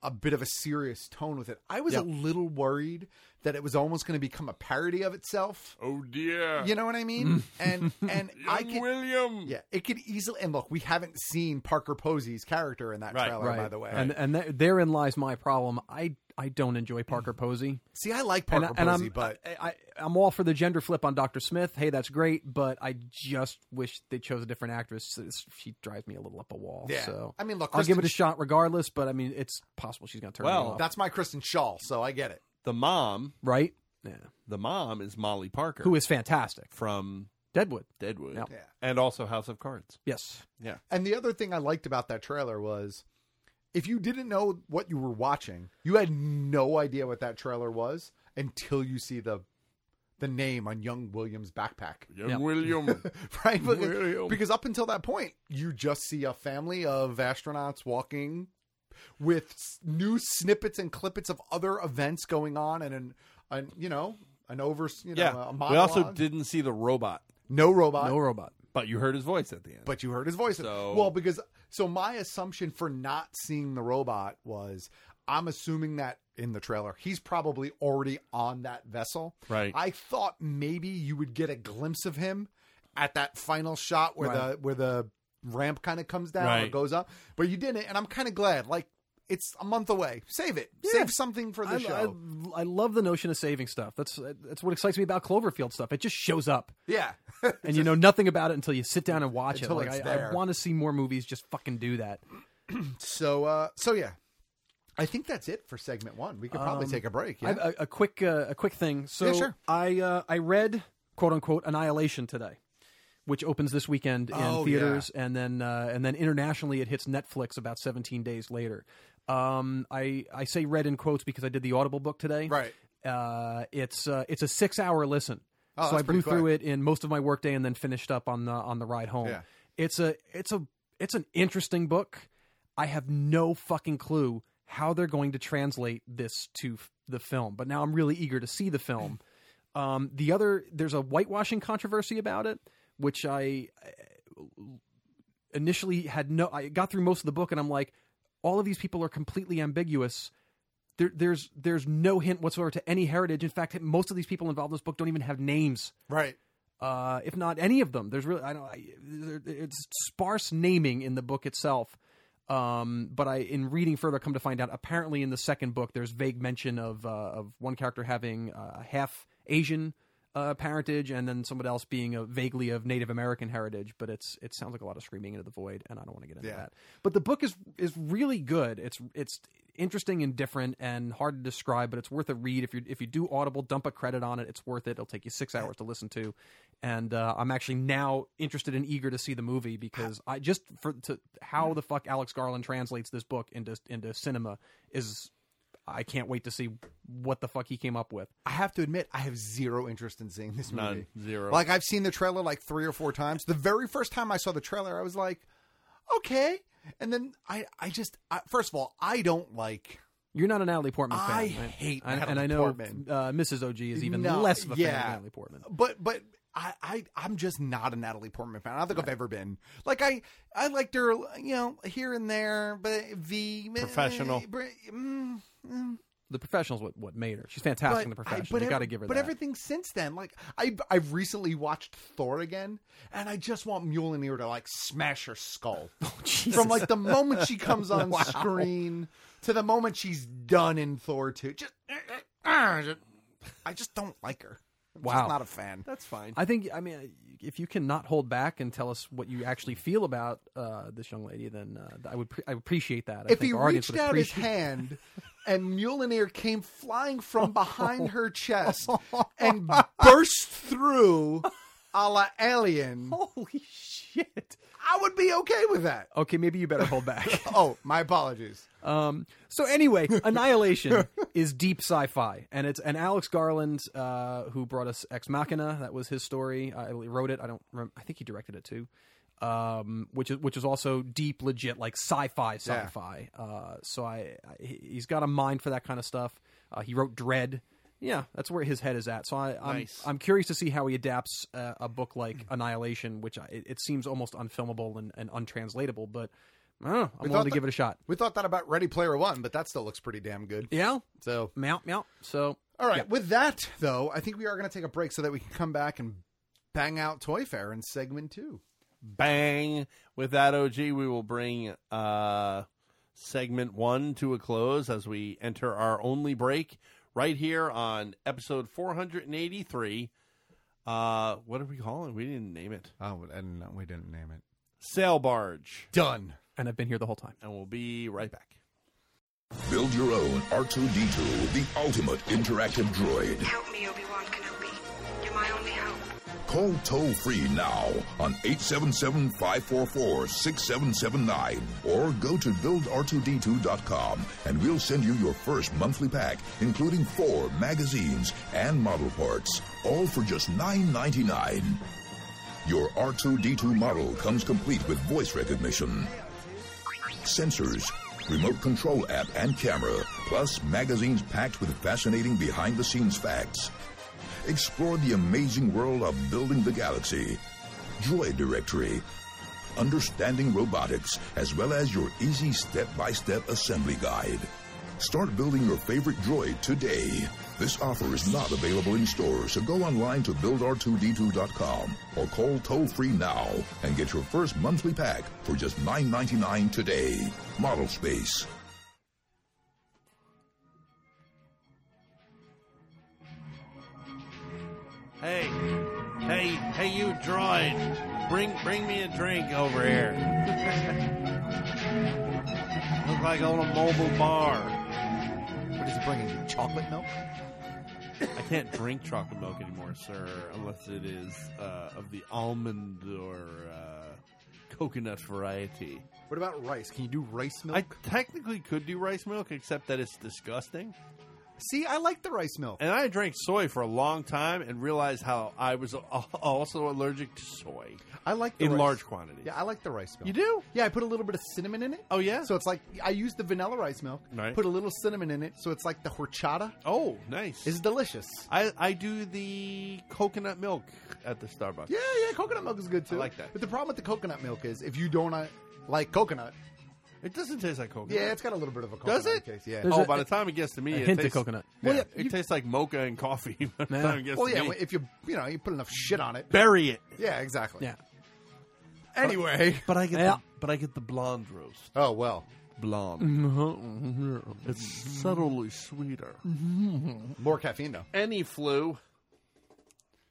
Speaker 5: a bit of a serious tone with it. I was a little worried that it was almost going to become a parody of itself.
Speaker 3: Oh dear.
Speaker 5: You know what I
Speaker 13: Mm.
Speaker 5: mean? and
Speaker 13: <laughs>
Speaker 5: and I
Speaker 3: Young
Speaker 5: can
Speaker 3: William.
Speaker 5: yeah, it could easily and look, we haven't seen Parker Posey's character in that
Speaker 3: Right,
Speaker 5: trailer, by the way.
Speaker 13: and uh, and th- therein lies my problem. I I don't enjoy
Speaker 5: <clears throat>
Speaker 13: Parker Posey.
Speaker 5: See, I like
Speaker 13: And,
Speaker 5: Parker
Speaker 13: and
Speaker 5: Posey,
Speaker 13: I'm
Speaker 5: but
Speaker 13: I, I, I'm all for the gender flip on Doctor Smith. Hey, that's great, but I just wish they chose a different actress. It's- She drives me a little up a wall.
Speaker 5: Yeah.
Speaker 13: So
Speaker 5: I mean, look,
Speaker 13: I'll give
Speaker 5: Kristen
Speaker 13: it a
Speaker 5: Sch-
Speaker 13: shot regardless. But I mean, it's possible she's going to turn me
Speaker 3: Well,
Speaker 13: off.
Speaker 5: that's my Kristen Shaw, so I get it.
Speaker 3: The mom,
Speaker 13: right? Yeah.
Speaker 3: the mom is Molly Parker,
Speaker 13: Who is fantastic?
Speaker 3: from
Speaker 13: Deadwood.
Speaker 3: Deadwood,
Speaker 13: Yeah.
Speaker 5: Yeah.
Speaker 3: and also House of Cards.
Speaker 13: Yes.
Speaker 3: Yeah,
Speaker 5: And the other thing I liked about that trailer was if you didn't know what you were watching, you had no idea what that trailer was until you see the the name on young William's backpack.
Speaker 3: young
Speaker 13: Yeah.
Speaker 5: <laughs>
Speaker 3: William.
Speaker 5: Right? Because,
Speaker 3: William.
Speaker 5: because up until that point, you just see a family of astronauts walking with s- new snippets and clippets of other events going on and an, an you know, an over, you know,
Speaker 3: yeah,
Speaker 5: a
Speaker 3: we also
Speaker 5: monologue.
Speaker 3: didn't see the robot,
Speaker 5: no robot.
Speaker 13: no robot.
Speaker 3: but you heard his voice at the end.
Speaker 5: but you heard his voice.
Speaker 3: So-
Speaker 5: Well, because so my assumption for not seeing the robot was I'm assuming that in the trailer he's probably already on that vessel.
Speaker 3: Right.
Speaker 5: I thought maybe you would get a glimpse of him at that final shot where the
Speaker 13: Right.
Speaker 5: where the ramp kind of comes down or
Speaker 3: Right.
Speaker 5: goes up, but you didn't, and I'm kind of glad. Like it's a month away. Save it. Save something for the
Speaker 13: I,
Speaker 5: show.
Speaker 13: I, I love the notion of saving stuff. That's that's what excites me about Cloverfield stuff. It just shows up,
Speaker 5: yeah. <laughs>
Speaker 13: and you know nothing about it until you sit down and watch it.
Speaker 5: Until
Speaker 13: Like
Speaker 5: it's
Speaker 13: I, I
Speaker 5: there.
Speaker 13: want to see more movies just fucking do that.
Speaker 5: so uh so yeah. I think that's it for segment one. We could probably
Speaker 13: Um,
Speaker 5: take a break.
Speaker 13: I
Speaker 5: Yeah?
Speaker 13: have a, a quick uh, a quick thing. So
Speaker 5: Yeah, sure.
Speaker 13: I uh, I read quote unquote Annihilation today, which opens this weekend in
Speaker 5: Oh,
Speaker 13: theaters, and then uh, and then internationally it hits Netflix about 17 days later. Um, I I say read in quotes because I did the Audible book today. Right. Uh, it's uh, it's a six hour listen.
Speaker 5: Oh,
Speaker 13: so I
Speaker 5: that's pretty
Speaker 13: blew through
Speaker 5: quick.
Speaker 13: it in most of my workday and then finished up on the on the ride home.
Speaker 5: Yeah.
Speaker 13: It's a it's a it's an interesting book. I have no fucking clue how they're going to translate this to f- the film, but now I'm really eager to see the
Speaker 5: <clears throat>
Speaker 13: film. Um, the other there's a whitewashing controversy about it, which I initially had no I got through most of the book and I'm like all of these people are completely ambiguous there, there's there's no hint whatsoever to any heritage in fact most of these people involved in this book don't even have names
Speaker 5: right
Speaker 13: uh, if not any of them there's really I don't I, there- it's sparse naming in the book itself um, but I in reading further come to find out apparently in the second book there's vague mention of uh, of one character having uh, half Asian uh, parentage and then someone else being a vaguely of Native American heritage but it's it sounds like a lot of screaming into the void and I don't want to get into
Speaker 5: Yeah.
Speaker 13: that but the book is is really good it's it's interesting and different and hard to describe but it's worth a read if you if you do audible dump a credit on it it's worth it it'll take you 6 hours to listen to and uh, I'm actually now interested and eager to see the movie because I just for to how the fuck Alex Garland translates this book into into cinema is I can't wait to see what the fuck he came up with.
Speaker 5: I have to admit, I have zero interest in seeing this
Speaker 3: None.
Speaker 5: movie.
Speaker 3: Zero.
Speaker 5: Like I've seen the trailer like three or four times. The very first time I saw the trailer, I was like, okay. And then I, I just, I, first of all, I don't like.
Speaker 13: You're not a Natalie Portman fan.
Speaker 5: I
Speaker 13: right?
Speaker 5: hate
Speaker 13: and,
Speaker 5: Natalie
Speaker 13: and I know
Speaker 5: Portman.
Speaker 13: Uh, Mrs. OG is even
Speaker 5: No,
Speaker 13: less of a fan
Speaker 5: yeah.
Speaker 13: of Natalie Portman.
Speaker 5: But but I, I I'm just not a Natalie Portman fan. I don't think I've ever been. Like I I liked her, you know, here and there, but V eh,
Speaker 3: Professional.
Speaker 5: Mm, mm.
Speaker 13: The professionals what what made her. She's fantastic in the
Speaker 5: But I-
Speaker 13: professionals.
Speaker 5: but
Speaker 13: you got to
Speaker 5: ev-
Speaker 13: give her
Speaker 5: But
Speaker 13: that.
Speaker 5: everything since then, like I, I've recently watched Thor again, and I just want Mjolnir to like smash her
Speaker 13: <laughs>
Speaker 5: skull
Speaker 13: Oh, Jesus.
Speaker 5: from like the moment she comes on
Speaker 13: <laughs> Wow.
Speaker 5: screen to the moment she's done in Thor two. Just, eh, ah, I just don't like her. I'm
Speaker 13: Wow.
Speaker 5: just not a fan. That's fine.
Speaker 13: I think I mean if you cannot hold back and tell us what you actually feel about uh, this young lady, then uh, I would pre- I would appreciate that. I
Speaker 5: if
Speaker 13: think
Speaker 5: he
Speaker 13: our audience
Speaker 5: reached
Speaker 13: would
Speaker 5: out his
Speaker 13: appreciate-
Speaker 5: hand and Mjolnir came flying from behind her
Speaker 13: <laughs>
Speaker 5: chest and burst through a la alien.
Speaker 13: Holy shit. Oh,
Speaker 5: I would be okay with that.
Speaker 13: Okay, maybe you better
Speaker 5: <laughs>
Speaker 13: hold back.
Speaker 5: Oh, my apologies.
Speaker 13: Um, so anyway,
Speaker 5: <laughs>
Speaker 13: Annihilation is deep sci-fi, and it's and Alex Garland, uh, who brought us Ex Machina, that was his story. I wrote it. I don't. Rem- I think he directed it too. Um, which is which is also deep, legit, like sci-fi,
Speaker 5: Yeah.
Speaker 13: sci-fi. Uh, so I, I, he- he's got a mind for that kind of stuff. Uh, he wrote Dread. Yeah, that's where his head is at. So I, I'm
Speaker 3: Nice.
Speaker 13: I'm curious to see how he adapts uh, a book like Annihilation, which I, it, it seems almost unfilmable and, and untranslatable. But I don't know. I'm willing
Speaker 5: thought
Speaker 13: to
Speaker 5: that-
Speaker 13: give it a shot.
Speaker 5: We thought that about Ready Player One, but that still looks pretty damn good.
Speaker 13: Yeah.
Speaker 5: So,
Speaker 13: Meow, meow. So,
Speaker 5: all right. With that, though, I think we are going to take a break so that we can come back and bang out Toy Fair in segment two.
Speaker 3: bang with that og we will bring uh segment one to a close as we enter our only break right here on episode 483 uh what are we calling we didn't name it
Speaker 5: Oh, and we didn't name it.
Speaker 3: sail barge
Speaker 5: Done.
Speaker 13: and I've been here the whole time.
Speaker 3: and we'll be right back
Speaker 15: Build your own R2D2, the ultimate interactive droid.
Speaker 16: Help me, Obi-Wan Kenobi. You're my only hope.
Speaker 15: Call toll free now on 877 544 6779 or go to buildr2d2.com and we'll send you your first monthly pack, including four magazines and model parts, all for just $9.99. Your R2D2 model comes complete with voice recognition, sensors, remote control app and camera, plus magazines packed with fascinating behind the scenes facts. Explore the amazing world of building the galaxy, Droid Directory, understanding robotics, as well as your easy step by step assembly guide. Start building your favorite droid today. This offer is not available in stores, so go online to buildr2d2.com or call toll free now and get your first monthly pack for just $9.99 today. Model Space.
Speaker 3: hey hey hey you droid bring bring me a drink over here <laughs> look like on a mobile bar
Speaker 5: What is it bringing? you? Chocolate milk?
Speaker 3: I can't drink chocolate milk anymore, sir, unless it is uh, of the almond or uh, coconut variety.
Speaker 5: What about rice? Can you do rice milk?
Speaker 3: I technically could do rice milk, except that it's disgusting.
Speaker 5: See, I like the rice milk.
Speaker 3: And I drank soy for a long time and realized how I was al- also allergic to soy.
Speaker 5: I like the
Speaker 3: in
Speaker 5: rice-
Speaker 3: large quantities.
Speaker 5: Yeah, I like the rice milk.
Speaker 3: You do?
Speaker 5: Yeah, I put a little bit of cinnamon in it.
Speaker 3: Oh yeah.
Speaker 5: So it's like I used the vanilla rice milk.
Speaker 3: Right.
Speaker 5: Put a little cinnamon in it, so it's like the horchata.
Speaker 3: Oh, nice.
Speaker 5: It's delicious.
Speaker 3: I, I do the coconut milk at the Starbucks.
Speaker 5: Yeah, yeah. Coconut milk is good too.
Speaker 3: I like that.
Speaker 5: But the problem with the coconut milk is if you don't uh, like coconut,
Speaker 3: it doesn't taste like coconut.
Speaker 5: Yeah, it's got a little bit of a coconut.
Speaker 3: Does it?
Speaker 5: Taste. Yeah.
Speaker 3: oh, by the time it gets to me,
Speaker 13: a
Speaker 3: it
Speaker 13: hint of
Speaker 3: tastes,
Speaker 13: coconut.
Speaker 3: Yeah,
Speaker 5: Well, yeah,
Speaker 3: it
Speaker 5: you-
Speaker 3: tastes like mocha and coffee. By the time it gets
Speaker 5: well,
Speaker 3: to
Speaker 5: yeah.
Speaker 3: me.
Speaker 5: If you you know you put enough shit on it,
Speaker 3: bury it.
Speaker 5: Yeah, exactly.
Speaker 13: Yeah.
Speaker 5: Anyway,
Speaker 3: but I get
Speaker 13: Yeah.
Speaker 3: the, but I get the blonde roast.
Speaker 5: Oh well,
Speaker 3: blonde. It's subtly sweeter.
Speaker 5: More caffeine though.
Speaker 3: Any flu.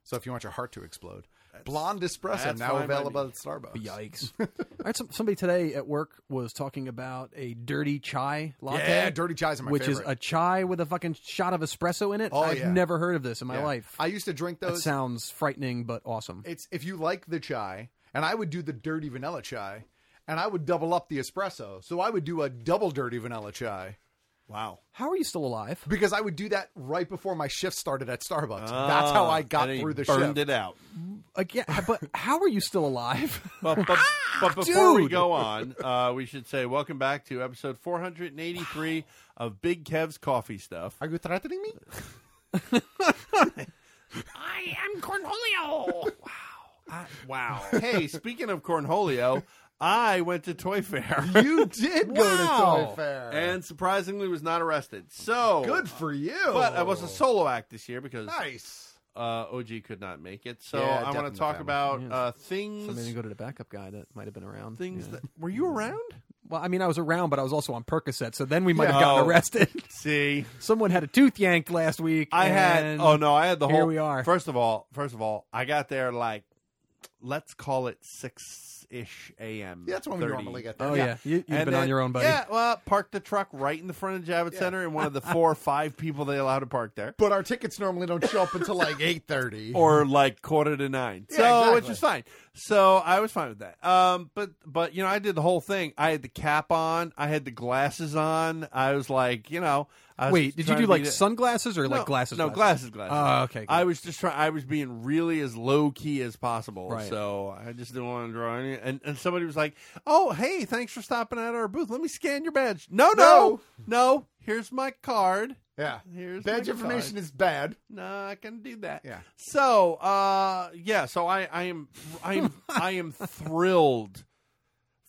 Speaker 5: So if you want your heart to explode, blonde espresso
Speaker 3: that's
Speaker 5: now
Speaker 3: fine by
Speaker 5: available
Speaker 3: me.
Speaker 5: at Starbucks. <laughs>
Speaker 13: Yikes! I had some, somebody today at work was talking about a dirty chai latte.
Speaker 5: Yeah, dirty chais are my
Speaker 13: which is
Speaker 5: favorite.
Speaker 13: a chai with a fucking shot of espresso in it.
Speaker 5: Oh,
Speaker 13: I've
Speaker 5: yeah.
Speaker 13: never heard of this in my
Speaker 5: Yeah.
Speaker 13: life.
Speaker 5: I used to drink
Speaker 13: That
Speaker 5: those.
Speaker 13: sounds frightening but awesome.
Speaker 5: it's if you like the chai, and I would do the dirty vanilla chai, and I would double up the espresso. So I would do a double dirty vanilla chai.
Speaker 3: Wow.
Speaker 13: How are you still alive?
Speaker 5: Because I would do that right before my shift started at Starbucks. That's how I got
Speaker 3: Ah, and he
Speaker 5: through the
Speaker 3: burned
Speaker 5: shift.
Speaker 3: it out.
Speaker 13: Again, but how are you still alive? <laughs>
Speaker 3: But, but, but before we
Speaker 13: Dude!
Speaker 3: go on, uh, we should say welcome back to episode 483 of Big Kev's Coffee Stuff.
Speaker 5: Are you threatening
Speaker 3: <laughs>
Speaker 5: me?
Speaker 1: I am Cornholio.
Speaker 3: Wow. hey, speaking of Cornholio, I went to Toy Fair.
Speaker 5: You did go to Toy
Speaker 3: Wow.
Speaker 5: Fair.
Speaker 3: And surprisingly was not arrested. So
Speaker 5: Good for you.
Speaker 3: But I was a solo act this year because
Speaker 5: nice.
Speaker 3: uh, OG could not make it. So
Speaker 5: Yeah,
Speaker 3: I
Speaker 5: death in
Speaker 3: want
Speaker 5: the
Speaker 3: to talk
Speaker 5: family.
Speaker 3: about
Speaker 13: Yeah.
Speaker 3: uh, things.
Speaker 13: Somebody didn't go to the backup guy that might have been around.
Speaker 3: things
Speaker 13: Yeah.
Speaker 3: that were you around?
Speaker 13: Well, I mean, I was around, but I was also on Percocet, so then we might have gotten
Speaker 3: Oh.
Speaker 13: arrested. <laughs>
Speaker 3: See,
Speaker 13: Someone had a tooth yanked last week.
Speaker 3: I had.
Speaker 13: and
Speaker 3: Oh no, I had the whole.
Speaker 13: here we are.
Speaker 3: First of all, first of all, I got there like, let's call it six ish a.m.
Speaker 5: Yeah, that's when we
Speaker 3: 30.
Speaker 5: normally get there.
Speaker 13: Oh yeah, You, you've
Speaker 3: And
Speaker 13: been on
Speaker 3: then-
Speaker 13: your own, buddy.
Speaker 3: Yeah, well, parked the truck right in the front of Javits
Speaker 5: Yeah.
Speaker 3: Center, and one
Speaker 13: <laughs>
Speaker 3: of the four or five people they allow to park there,
Speaker 5: But our tickets normally don't show up until like <laughs> eight thirty.
Speaker 3: or like quarter to nine.
Speaker 5: Yeah,
Speaker 3: so, which
Speaker 5: exactly.
Speaker 3: is fine. So I was fine with that. Um, but but you know, I did the whole thing. I had the cap on. I had the glasses on. I was like, you know, I was
Speaker 13: Wait, did you
Speaker 3: trying
Speaker 13: do
Speaker 3: to be
Speaker 13: like
Speaker 3: the-
Speaker 13: sunglasses or
Speaker 3: no,
Speaker 13: like glasses?
Speaker 3: No, glasses, glasses.
Speaker 13: Oh, okay.
Speaker 3: I was just trying. I was being really as low key as possible.
Speaker 13: Right.
Speaker 3: So I just didn't want to draw any. And, and somebody was like, "Oh, hey, thanks for stopping at our booth. Let me scan your badge." No, no, no. here's my card.
Speaker 5: Yeah.
Speaker 3: Here's
Speaker 5: Badge
Speaker 3: my
Speaker 5: information
Speaker 3: card.
Speaker 5: is bad.
Speaker 3: No, I can do that.
Speaker 5: Yeah.
Speaker 3: So, uh, yeah. So I, I am,
Speaker 13: <laughs>
Speaker 3: I am, I am thrilled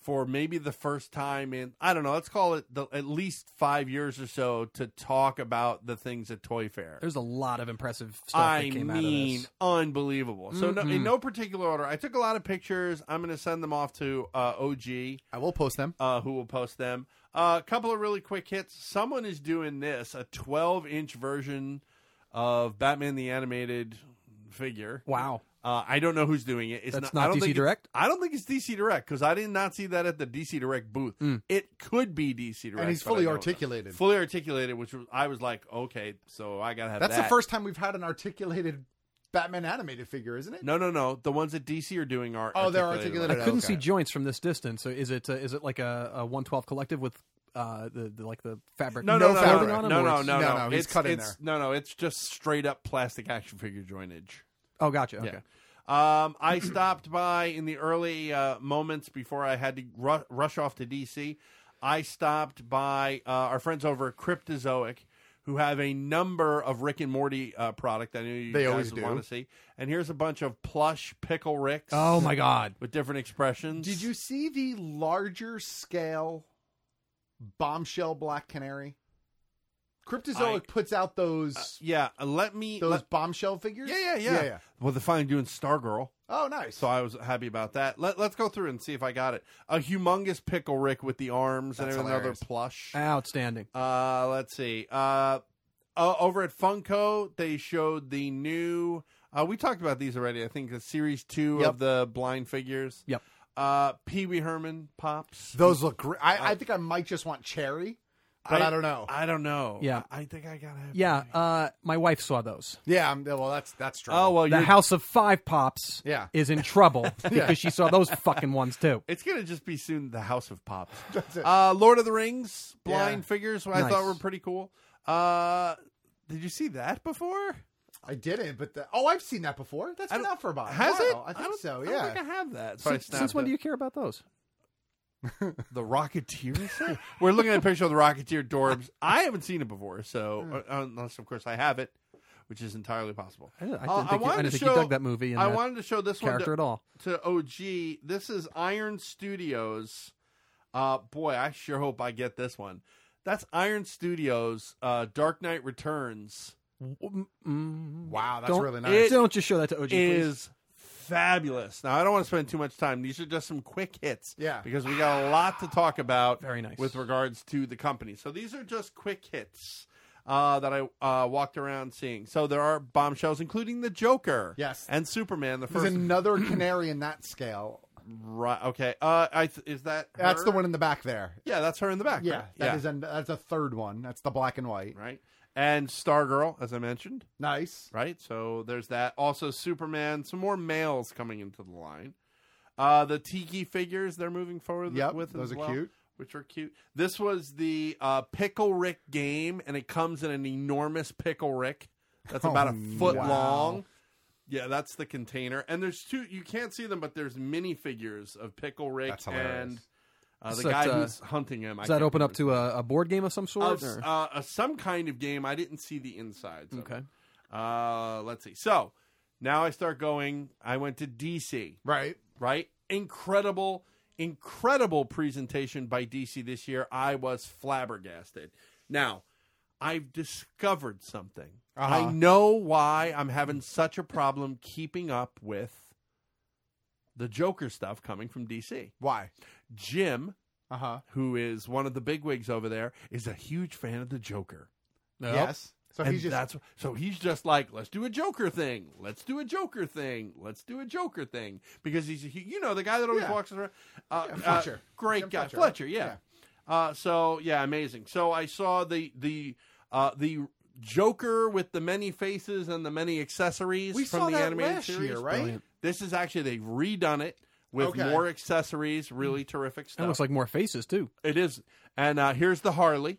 Speaker 3: for maybe the first time in I don't know. Let's call it the, at least five years or so to talk about the things at Toy Fair.
Speaker 13: There's a lot of impressive stuff
Speaker 3: I
Speaker 13: that came
Speaker 3: mean, unbelievable. So no, in
Speaker 13: Mhm.
Speaker 3: no particular order, I took a lot of pictures. I'm going to send them off to uh, OG,
Speaker 5: I will post them.
Speaker 3: uh, who will post them. Uh, a couple of really quick hits. Someone is doing this a 12 inch version of Batman the animated figure.
Speaker 13: Wow.
Speaker 3: Uh, I don't know who's doing it. It's
Speaker 13: That's
Speaker 3: I
Speaker 13: not
Speaker 3: don't
Speaker 13: DC
Speaker 3: think it-
Speaker 13: Direct?
Speaker 3: I don't think it's DC Direct because I did not see that at the DC Direct booth.
Speaker 13: Mm.
Speaker 3: It could be DC Direct,
Speaker 5: he's
Speaker 3: but I
Speaker 5: fully
Speaker 3: don't know.
Speaker 5: articulated.
Speaker 3: Fully articulated, which was, I was like, okay, so I gotta have
Speaker 5: That's
Speaker 3: that.
Speaker 5: the first time we've had an articulated Batman animated figure, isn't it?
Speaker 3: No, no, no. The ones that DC are doing are
Speaker 5: Oh, they're
Speaker 13: I
Speaker 5: articulated.
Speaker 3: ones.
Speaker 13: couldn't
Speaker 5: Okay.
Speaker 13: see joints from this distance. So is it uh, is it like a, a 112 collective with uh, the, the like the fabric?
Speaker 3: No, no,
Speaker 5: No
Speaker 3: no,
Speaker 5: fabric.
Speaker 3: no,
Speaker 13: on
Speaker 3: no,
Speaker 13: them,
Speaker 3: no,
Speaker 13: or
Speaker 3: no,
Speaker 13: it's-
Speaker 3: no,
Speaker 5: No, no, he's
Speaker 3: It's-
Speaker 5: cut in
Speaker 3: it's- No, no, it's just straight up plastic action figure joinage.
Speaker 13: Oh, gotcha. Okay.
Speaker 3: Yeah. Um, I stopped by in the early uh, moments before I had to ru- rush off to DC. I stopped by uh, our friends over at Cryptozoic, who have a number of Rick and Morty uh, product. I knew you
Speaker 5: They
Speaker 3: guys
Speaker 5: always
Speaker 3: would
Speaker 5: do.
Speaker 3: want to see. And here's a bunch of plush pickle Ricks.
Speaker 13: Oh my God.
Speaker 3: With different expressions.
Speaker 5: Did you see the larger scale bombshell Black Canary? Cryptozoic
Speaker 3: I-
Speaker 5: puts out those
Speaker 3: Yeah. uh, Let me.
Speaker 5: those
Speaker 3: let-
Speaker 5: bombshell figures.
Speaker 3: yeah, yeah, yeah, Well, they're finally doing Stargirl.
Speaker 5: Oh, nice.
Speaker 3: So I was happy about that. Let, let's go through and see if I got it. A humongous pickle Rick with the arms
Speaker 5: That's
Speaker 3: and another
Speaker 5: hilarious.
Speaker 3: plush.
Speaker 13: Outstanding.
Speaker 3: Uh, let's see. Uh, uh, over at Funko, they showed the new. Uh, we talked about these already. I think the series two
Speaker 5: Yep.
Speaker 3: of the blind figures.
Speaker 13: Yep.
Speaker 3: Uh, Pee Wee Herman pops.
Speaker 5: those look great. I, I think I might just want cherry but I, don't know.
Speaker 3: I don't know.
Speaker 13: Yeah.
Speaker 3: I think I gotta. Have
Speaker 13: Yeah, uh, my wife saw those.
Speaker 5: Yeah, I'm- well, that's that's true.
Speaker 3: Oh, um, well,
Speaker 13: the
Speaker 3: you're-
Speaker 13: House of Five Pops
Speaker 5: Yeah.
Speaker 13: is in
Speaker 3: <laughs>
Speaker 13: trouble
Speaker 5: Yeah.
Speaker 13: because she saw those fucking ones too.
Speaker 3: It's gonna just be soon the House
Speaker 5: <laughs>
Speaker 3: of Pops. Uh, Lord of the Rings, Blind
Speaker 5: Yeah.
Speaker 3: Figures, what I thought
Speaker 5: Nice.
Speaker 3: were pretty cool. Uh, did you see that before?
Speaker 5: I didn't, but the, oh, I've seen that before. That's
Speaker 3: I don't-
Speaker 5: been out for about a
Speaker 3: Has
Speaker 5: while.
Speaker 3: it?
Speaker 5: I think
Speaker 3: don't-
Speaker 5: so.
Speaker 3: I
Speaker 5: Yeah,
Speaker 3: don't think I have that. So I
Speaker 13: Since, since
Speaker 3: snapped
Speaker 13: when
Speaker 3: it.
Speaker 13: do you care about those?
Speaker 3: The Rocketeer. is it? <laughs> We're looking at a picture of the Rocketeer
Speaker 5: <laughs>
Speaker 3: Dorbs. I haven't seen it before, so
Speaker 5: Hmm.
Speaker 3: uh, unless of course I have it, which is entirely possible.
Speaker 13: I didn't
Speaker 3: Uh,
Speaker 13: think you- I
Speaker 3: wanted
Speaker 13: didn't
Speaker 3: to
Speaker 13: think you dug that movie and
Speaker 3: I
Speaker 13: that
Speaker 3: wanted to show this
Speaker 13: character
Speaker 3: one
Speaker 13: at
Speaker 3: to,
Speaker 13: all.
Speaker 3: to OG. This is Iron Studios. Uh, boy, I sure hope I get this one. That's Iron Studios. Uh, Dark Knight Returns.
Speaker 5: Wow, that's
Speaker 13: Don't-
Speaker 5: really
Speaker 3: It
Speaker 5: nice.
Speaker 3: is
Speaker 13: Don't just show that to OG, please.
Speaker 3: fabulous. Now I don't want to spend too much time. These are just some quick hits.
Speaker 5: Yeah.
Speaker 3: Because we got a lot to talk about
Speaker 13: Very nice.
Speaker 3: with regards to the company. So these are just quick hits uh, that I uh, walked around seeing. So there are bombshells including the Joker.
Speaker 5: Yes.
Speaker 3: And Superman the
Speaker 5: There's
Speaker 3: first
Speaker 5: another canary in that scale.
Speaker 3: right okay. Uh I th- is that her?
Speaker 5: That's the one in the back there.
Speaker 3: Yeah, that's her in the back.
Speaker 5: Yeah,
Speaker 3: right?
Speaker 5: that is an, that's a third one. That's the black and white.
Speaker 3: right? And Stargirl, as I mentioned.
Speaker 5: Nice.
Speaker 3: right? So there's that. Also, Superman, some more males coming into the line. Uh, the Tiki figures they're moving forward
Speaker 5: Yep,
Speaker 3: with
Speaker 5: those
Speaker 3: as
Speaker 5: are
Speaker 3: well,
Speaker 5: cute.
Speaker 3: which are cute. This was the uh, Pickle Rick game, and it comes in an enormous Pickle Rick that's
Speaker 5: Oh,
Speaker 3: about a foot
Speaker 5: wow.
Speaker 3: long. Yeah, that's the container. And there's two. You can't see them, but there's minifigures of Pickle Rick
Speaker 5: That's hilarious.
Speaker 3: and uh, the
Speaker 13: Is that,
Speaker 3: guy
Speaker 13: uh,
Speaker 3: who's hunting him. I
Speaker 13: Does that
Speaker 3: can't
Speaker 13: open
Speaker 3: remember
Speaker 13: up
Speaker 3: his
Speaker 13: to a, a board game of some sort?
Speaker 3: of
Speaker 13: or-
Speaker 3: uh, uh, some kind of game. I didn't see the insides. of
Speaker 13: Okay.
Speaker 3: it. Uh, let's see. So now I start going. I went to DC.
Speaker 5: Right.
Speaker 3: Right. Incredible, incredible presentation by DC this year. I was flabbergasted. Now, I've discovered something. I know why I'm having such a problem keeping up with the Joker stuff coming from DC.
Speaker 5: Why?
Speaker 3: Jim
Speaker 5: Uh huh.
Speaker 3: who is one of the bigwigs over there, is a huge fan of the Joker.
Speaker 5: Yes. So
Speaker 3: and
Speaker 5: he's just
Speaker 3: that's so he's just like, let's do a Joker thing, let's do a Joker thing, let's do a Joker thing because he's a, hu- you know the guy that always
Speaker 5: Yeah.
Speaker 3: walks around. Uh,
Speaker 5: Yeah,
Speaker 3: uh,
Speaker 5: Fletcher.
Speaker 3: great
Speaker 5: Jim
Speaker 3: guy,
Speaker 5: Fletcher,
Speaker 3: Fletcher.
Speaker 5: right?
Speaker 3: yeah. Uh, so yeah, amazing. So I saw the the uh, the Joker with the many faces and the many accessories
Speaker 5: We
Speaker 3: from
Speaker 5: saw
Speaker 3: the
Speaker 5: that
Speaker 3: animated
Speaker 5: last
Speaker 3: series,
Speaker 5: year, right? Brilliant.
Speaker 3: This is actually they've redone it with
Speaker 5: Okay. Mm.
Speaker 3: more accessories, really terrific stuff.
Speaker 13: That looks like more faces too.
Speaker 3: It is. And uh, here's the Harley.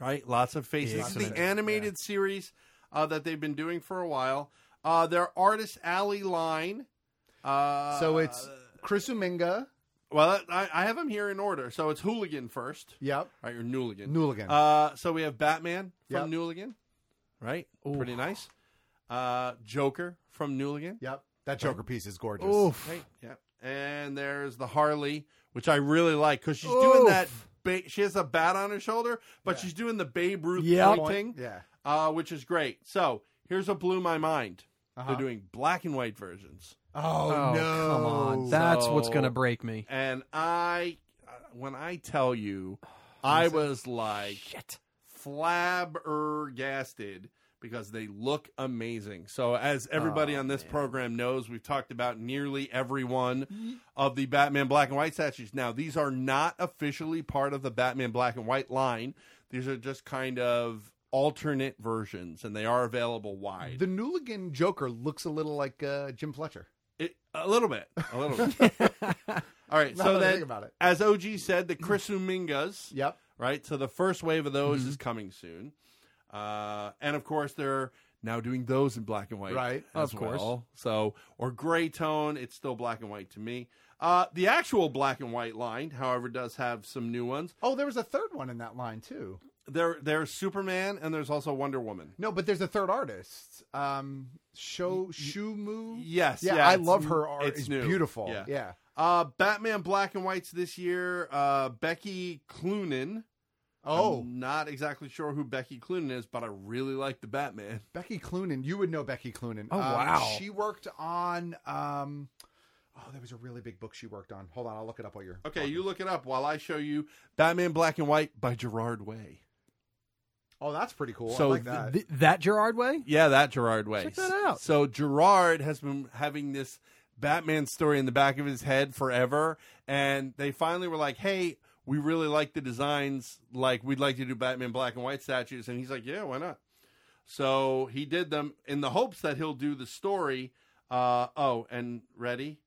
Speaker 3: Right? Lots of faces. This is the
Speaker 13: Excellent.
Speaker 3: animated series uh, that they've been doing for a while. Uh, their Artist Alley line. Uh,
Speaker 5: so it's Chris Uminga.
Speaker 3: Well, I, I have them here in order. So it's Hooligan first.
Speaker 5: Yep.
Speaker 3: Right? Or Newligan.
Speaker 5: Newligan.
Speaker 3: Uh, so we have Batman from
Speaker 5: Yep.
Speaker 3: Newligan. Right? Pretty nice. Uh, Joker from Newligan.
Speaker 5: Yep. That Joker piece is gorgeous.
Speaker 3: Right. Yep. And there's the Harley, which I really like because she's doing that. Ba- she has a bat on her shoulder, but she's doing the Babe Ruth
Speaker 13: Yep.
Speaker 3: pointing,
Speaker 5: Yeah.
Speaker 3: uh, which is great. So here's what blew my mind.
Speaker 5: Uh-huh.
Speaker 3: They're doing black and white versions,
Speaker 5: Oh, no!
Speaker 13: come on. That's what's
Speaker 3: So-
Speaker 13: going to break me.
Speaker 3: and I, uh, when I tell you, I was like flabbergasted because they look amazing. So as everybody on this program knows, we've talked about nearly every one of the Batman black and white statues. Now, these are not officially part of the Batman black and white line. These are just kind of alternate versions and they are available wide.
Speaker 5: The Newligan Joker looks a little like uh, Jim Fletcher.
Speaker 3: It, a little bit. A little bit.
Speaker 5: <laughs>
Speaker 3: All right,
Speaker 5: Now that
Speaker 3: so
Speaker 5: I
Speaker 3: then
Speaker 5: think about it.
Speaker 3: as OG said, the Chris Umingas
Speaker 5: Yep. Mm-hmm.
Speaker 3: right? So the first wave of those is coming soon, uh, and of course they're now doing those in black and white,
Speaker 5: Right,
Speaker 3: as
Speaker 13: of course.
Speaker 3: well. So or gray tone, it's still black and white to me. Uh, the actual black and white line, however, does have some new ones.
Speaker 5: Oh, there was a third one in that line too.
Speaker 3: There, there's Superman, and there's also Wonder Woman.
Speaker 5: No, but there's a third artist. Um, Show Shumu.
Speaker 3: Yes,
Speaker 5: yeah,
Speaker 3: yeah,
Speaker 5: I
Speaker 3: it's
Speaker 5: love
Speaker 3: n-
Speaker 5: her art.
Speaker 3: it's
Speaker 5: It's,
Speaker 3: new.
Speaker 5: beautiful.
Speaker 3: Yeah.
Speaker 5: Yeah.
Speaker 3: Uh, Batman Black and Whites this year. Uh, Becky Cloonan.
Speaker 5: Oh,
Speaker 3: I'm not exactly sure who Becky Cloonan is, but I really like the Batman.
Speaker 5: Becky Cloonan. You would know Becky Cloonan.
Speaker 13: Oh,
Speaker 5: Um,
Speaker 13: wow.
Speaker 5: She worked on. Um, oh, there was a really big book she worked on. Hold on, I'll look it up while you're.
Speaker 3: Okay, you look it up while I show you Batman Black and White by Gerard Way.
Speaker 5: Oh, that's pretty cool.
Speaker 3: So
Speaker 5: I like
Speaker 3: th-
Speaker 5: that.
Speaker 13: Th- that Gerard way?
Speaker 3: Yeah, that Gerard Way.
Speaker 13: Check that out.
Speaker 3: So Gerard has been having this Batman story in the back of his head forever, and they finally were like, "Hey, we really like the designs. Like, we'd like to do Batman black and white statues. And he's like, yeah, why not? So he did them in the hopes that he'll do the story. Uh, oh, and ready?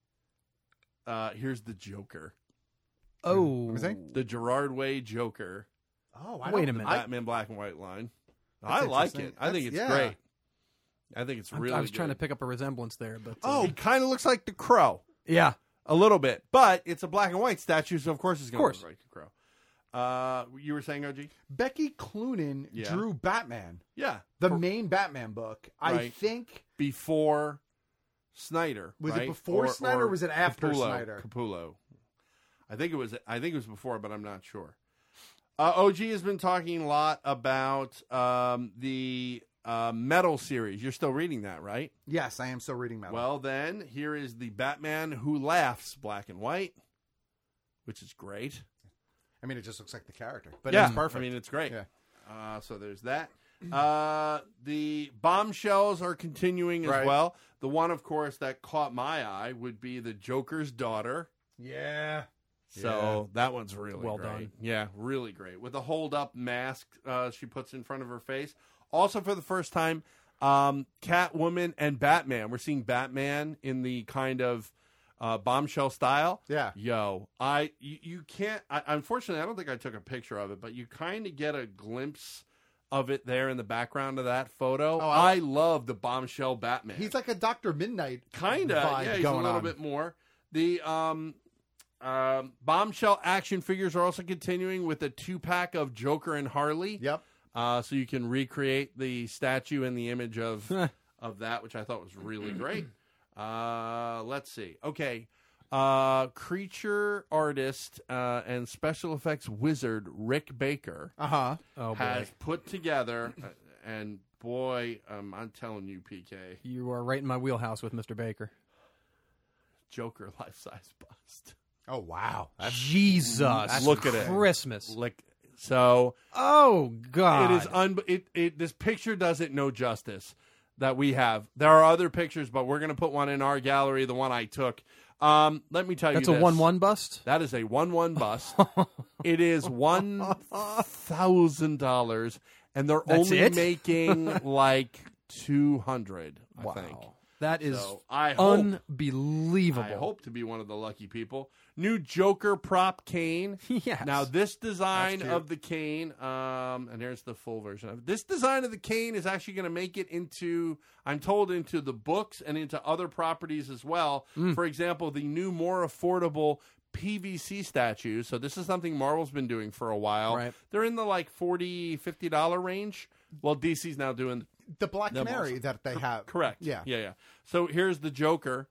Speaker 3: Uh, here's the Joker.
Speaker 13: Oh,
Speaker 3: the Gerard Way Joker.
Speaker 5: Oh, I
Speaker 13: wait
Speaker 5: don't-
Speaker 13: a minute.
Speaker 3: Batman black and white line.
Speaker 5: That's
Speaker 3: I like
Speaker 5: interesting.
Speaker 3: it. I
Speaker 5: That's-
Speaker 3: think it's
Speaker 5: yeah.
Speaker 3: great. I think it's
Speaker 13: I'm-
Speaker 3: really.
Speaker 13: I was
Speaker 3: good.
Speaker 13: trying to pick up a resemblance there, but uh,
Speaker 3: Oh, it kind of looks like the Crow.
Speaker 13: yeah,
Speaker 3: a little bit, but it's a black and white statue, so of course it's going to
Speaker 13: course.
Speaker 3: look like the Crow. Uh, you were saying, OG?
Speaker 5: Becky Cloonan
Speaker 3: Yeah.
Speaker 5: drew Batman,
Speaker 3: Yeah,
Speaker 5: the main Batman book. I
Speaker 3: Right.
Speaker 5: think
Speaker 3: before Snyder.
Speaker 5: Was it
Speaker 3: right?
Speaker 5: before Snyder or was it after
Speaker 3: Capullo-
Speaker 5: Snyder?
Speaker 3: Capullo. I think it was. I think it was before, but I'm not sure. Uh, OG has been talking a lot about um, the uh, Metal series. You're still reading that, right?
Speaker 5: yes, I am still reading Metal.
Speaker 3: Well, then here is the Batman Who Laughs, black and white, which is great.
Speaker 5: I mean, it just looks like the character, but
Speaker 3: yeah,
Speaker 5: it's perfect.
Speaker 3: I mean, it's great.
Speaker 5: Yeah.
Speaker 3: Uh, so there's that. Uh, the bombshells are continuing as
Speaker 5: Right.
Speaker 3: well. The one, of course, that caught my eye would be the Joker's daughter.
Speaker 5: yeah.
Speaker 3: So that one's really
Speaker 13: Well
Speaker 3: great.
Speaker 13: done.
Speaker 3: Yeah, really great with the hold up mask uh, she puts in front of her face. Also, for the first time, um, Catwoman and Batman. We're seeing Batman in the kind of uh, bombshell style.
Speaker 5: Yeah.
Speaker 3: Yo, I you, you can't. I, unfortunately, I don't think I took a picture of it, but you kind of get a glimpse of it there in the background of that photo.
Speaker 5: Oh, I-
Speaker 3: I, love the bombshell Batman.
Speaker 5: He's like a Doctor Midnight
Speaker 3: kind of
Speaker 5: vibe
Speaker 3: yeah, he's a
Speaker 5: going
Speaker 3: little
Speaker 5: on.
Speaker 3: bit more. The um, um, bombshell action figures are also continuing with a two pack of Joker and Harley.
Speaker 5: Yep.
Speaker 3: Uh, so you can recreate the statue and the
Speaker 5: <laughs>
Speaker 3: image of of that, which I thought was really great. Uh, let's see. Okay. Uh, creature artist uh, and special effects wizard Rick Baker
Speaker 5: Uh huh.
Speaker 13: Oh, boy.
Speaker 3: has put together, uh, and boy, um, I'm telling you, PK,
Speaker 13: you are right in my wheelhouse with Mr. Baker.
Speaker 3: Joker <laughs> life size bust.
Speaker 5: Oh wow.
Speaker 13: Jesus,
Speaker 3: Look at it.
Speaker 13: Christmas.
Speaker 3: Like so,
Speaker 13: Oh God,
Speaker 3: it is un. It, it this picture does it no justice that we have. There are other pictures, but we're gonna put one in our gallery. The one I took. Um, let me tell
Speaker 13: That's
Speaker 3: you,
Speaker 13: a
Speaker 3: this.
Speaker 13: one-one bust.
Speaker 3: That is a
Speaker 13: <laughs>
Speaker 3: one-one bust. it is one thousand dollars, and they're
Speaker 13: That's
Speaker 3: only
Speaker 13: it?
Speaker 3: making like two hundred.
Speaker 13: Wow.
Speaker 3: I think.
Speaker 13: That is
Speaker 3: So, I hope-
Speaker 13: unbelievable.
Speaker 3: I hope to be one of the lucky people. New Joker prop cane.
Speaker 13: <laughs> Yes.
Speaker 3: Now this design
Speaker 5: That's cute.
Speaker 3: of the cane, um, and here's the full version of it. This design of the cane is actually going to make it into, I'm told, into the books and into other properties as well.
Speaker 13: Mm.
Speaker 3: For example, the new, more affordable PVC statues. So this is something Marvel's been doing for a while.
Speaker 13: Right.
Speaker 3: They're in the like 40 $50 dollar range. Well, DC's now doing
Speaker 5: The Black
Speaker 3: Them
Speaker 5: Canary
Speaker 3: also.
Speaker 5: that they have.
Speaker 3: Correct.
Speaker 5: Yeah.
Speaker 3: Yeah. Yeah. So here's the Joker.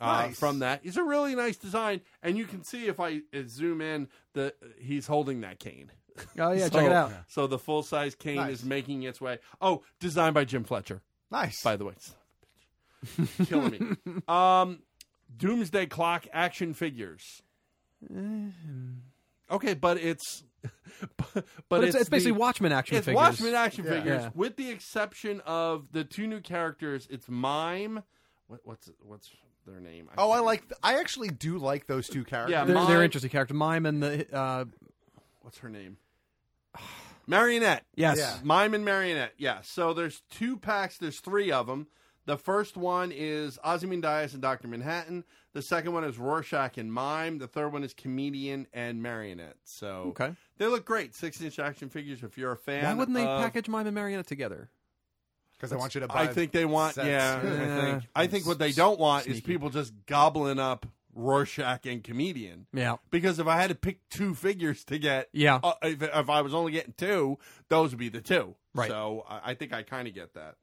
Speaker 3: Uh,
Speaker 5: Nice.
Speaker 3: From that, it's a really nice design, and you can see if I uh, zoom in, the he's holding that cane.
Speaker 13: Oh
Speaker 3: <laughs>
Speaker 13: yeah,
Speaker 3: So- uh,
Speaker 13: check it out.
Speaker 3: So the full size cane
Speaker 5: Nice.
Speaker 3: is making its way. Oh, designed by Jim Fletcher,
Speaker 5: Nice.
Speaker 3: by the way. Son of a bitch. Killing
Speaker 13: <laughs>
Speaker 3: me. Um, Doomsday Clock action figures.
Speaker 13: Eh,
Speaker 3: Okay, but it's <laughs> but,
Speaker 13: But it's, it's, basically
Speaker 3: the-
Speaker 13: Watchmen action
Speaker 3: it's
Speaker 13: figures.
Speaker 3: Watchmen action
Speaker 5: Yeah.
Speaker 3: figures,
Speaker 13: Yeah.
Speaker 3: with the exception of the two new characters. It's Mime. What, what's what's their name?
Speaker 5: oh, I
Speaker 3: can't-
Speaker 5: like. th- I actually do like those two characters.
Speaker 3: Yeah.
Speaker 13: They're, they're
Speaker 3: Mime-
Speaker 13: interesting character. Mime and the uh,
Speaker 3: what's her name? <sighs> Marionette.
Speaker 13: yes,
Speaker 5: Yeah.
Speaker 3: Mime and Marionette. Yeah. So there's two packs. There's three of them. The first one is Ozymandias and Doctor Manhattan. The second one is Rorschach and Mime. The third one is Comedian and Marionette. So
Speaker 13: Okay.
Speaker 3: they look great. Six inch action figures. If you're a fan,
Speaker 13: Why wouldn't they
Speaker 3: of-
Speaker 13: package Mime and Marionette together?
Speaker 5: Because I want you to buy.
Speaker 3: I think they want.
Speaker 5: sets. <laughs>
Speaker 3: Yeah,
Speaker 13: Yeah.
Speaker 3: I think. I think what they don't want is
Speaker 13: Sneaky.
Speaker 3: people just gobbling up Rorschach and comedian.
Speaker 13: Yeah.
Speaker 3: Because if I had to pick two figures to get,
Speaker 13: Yeah.
Speaker 3: uh, if, if I was only getting two, those would be the two.
Speaker 13: Right.
Speaker 3: So I, I think I kind of get that.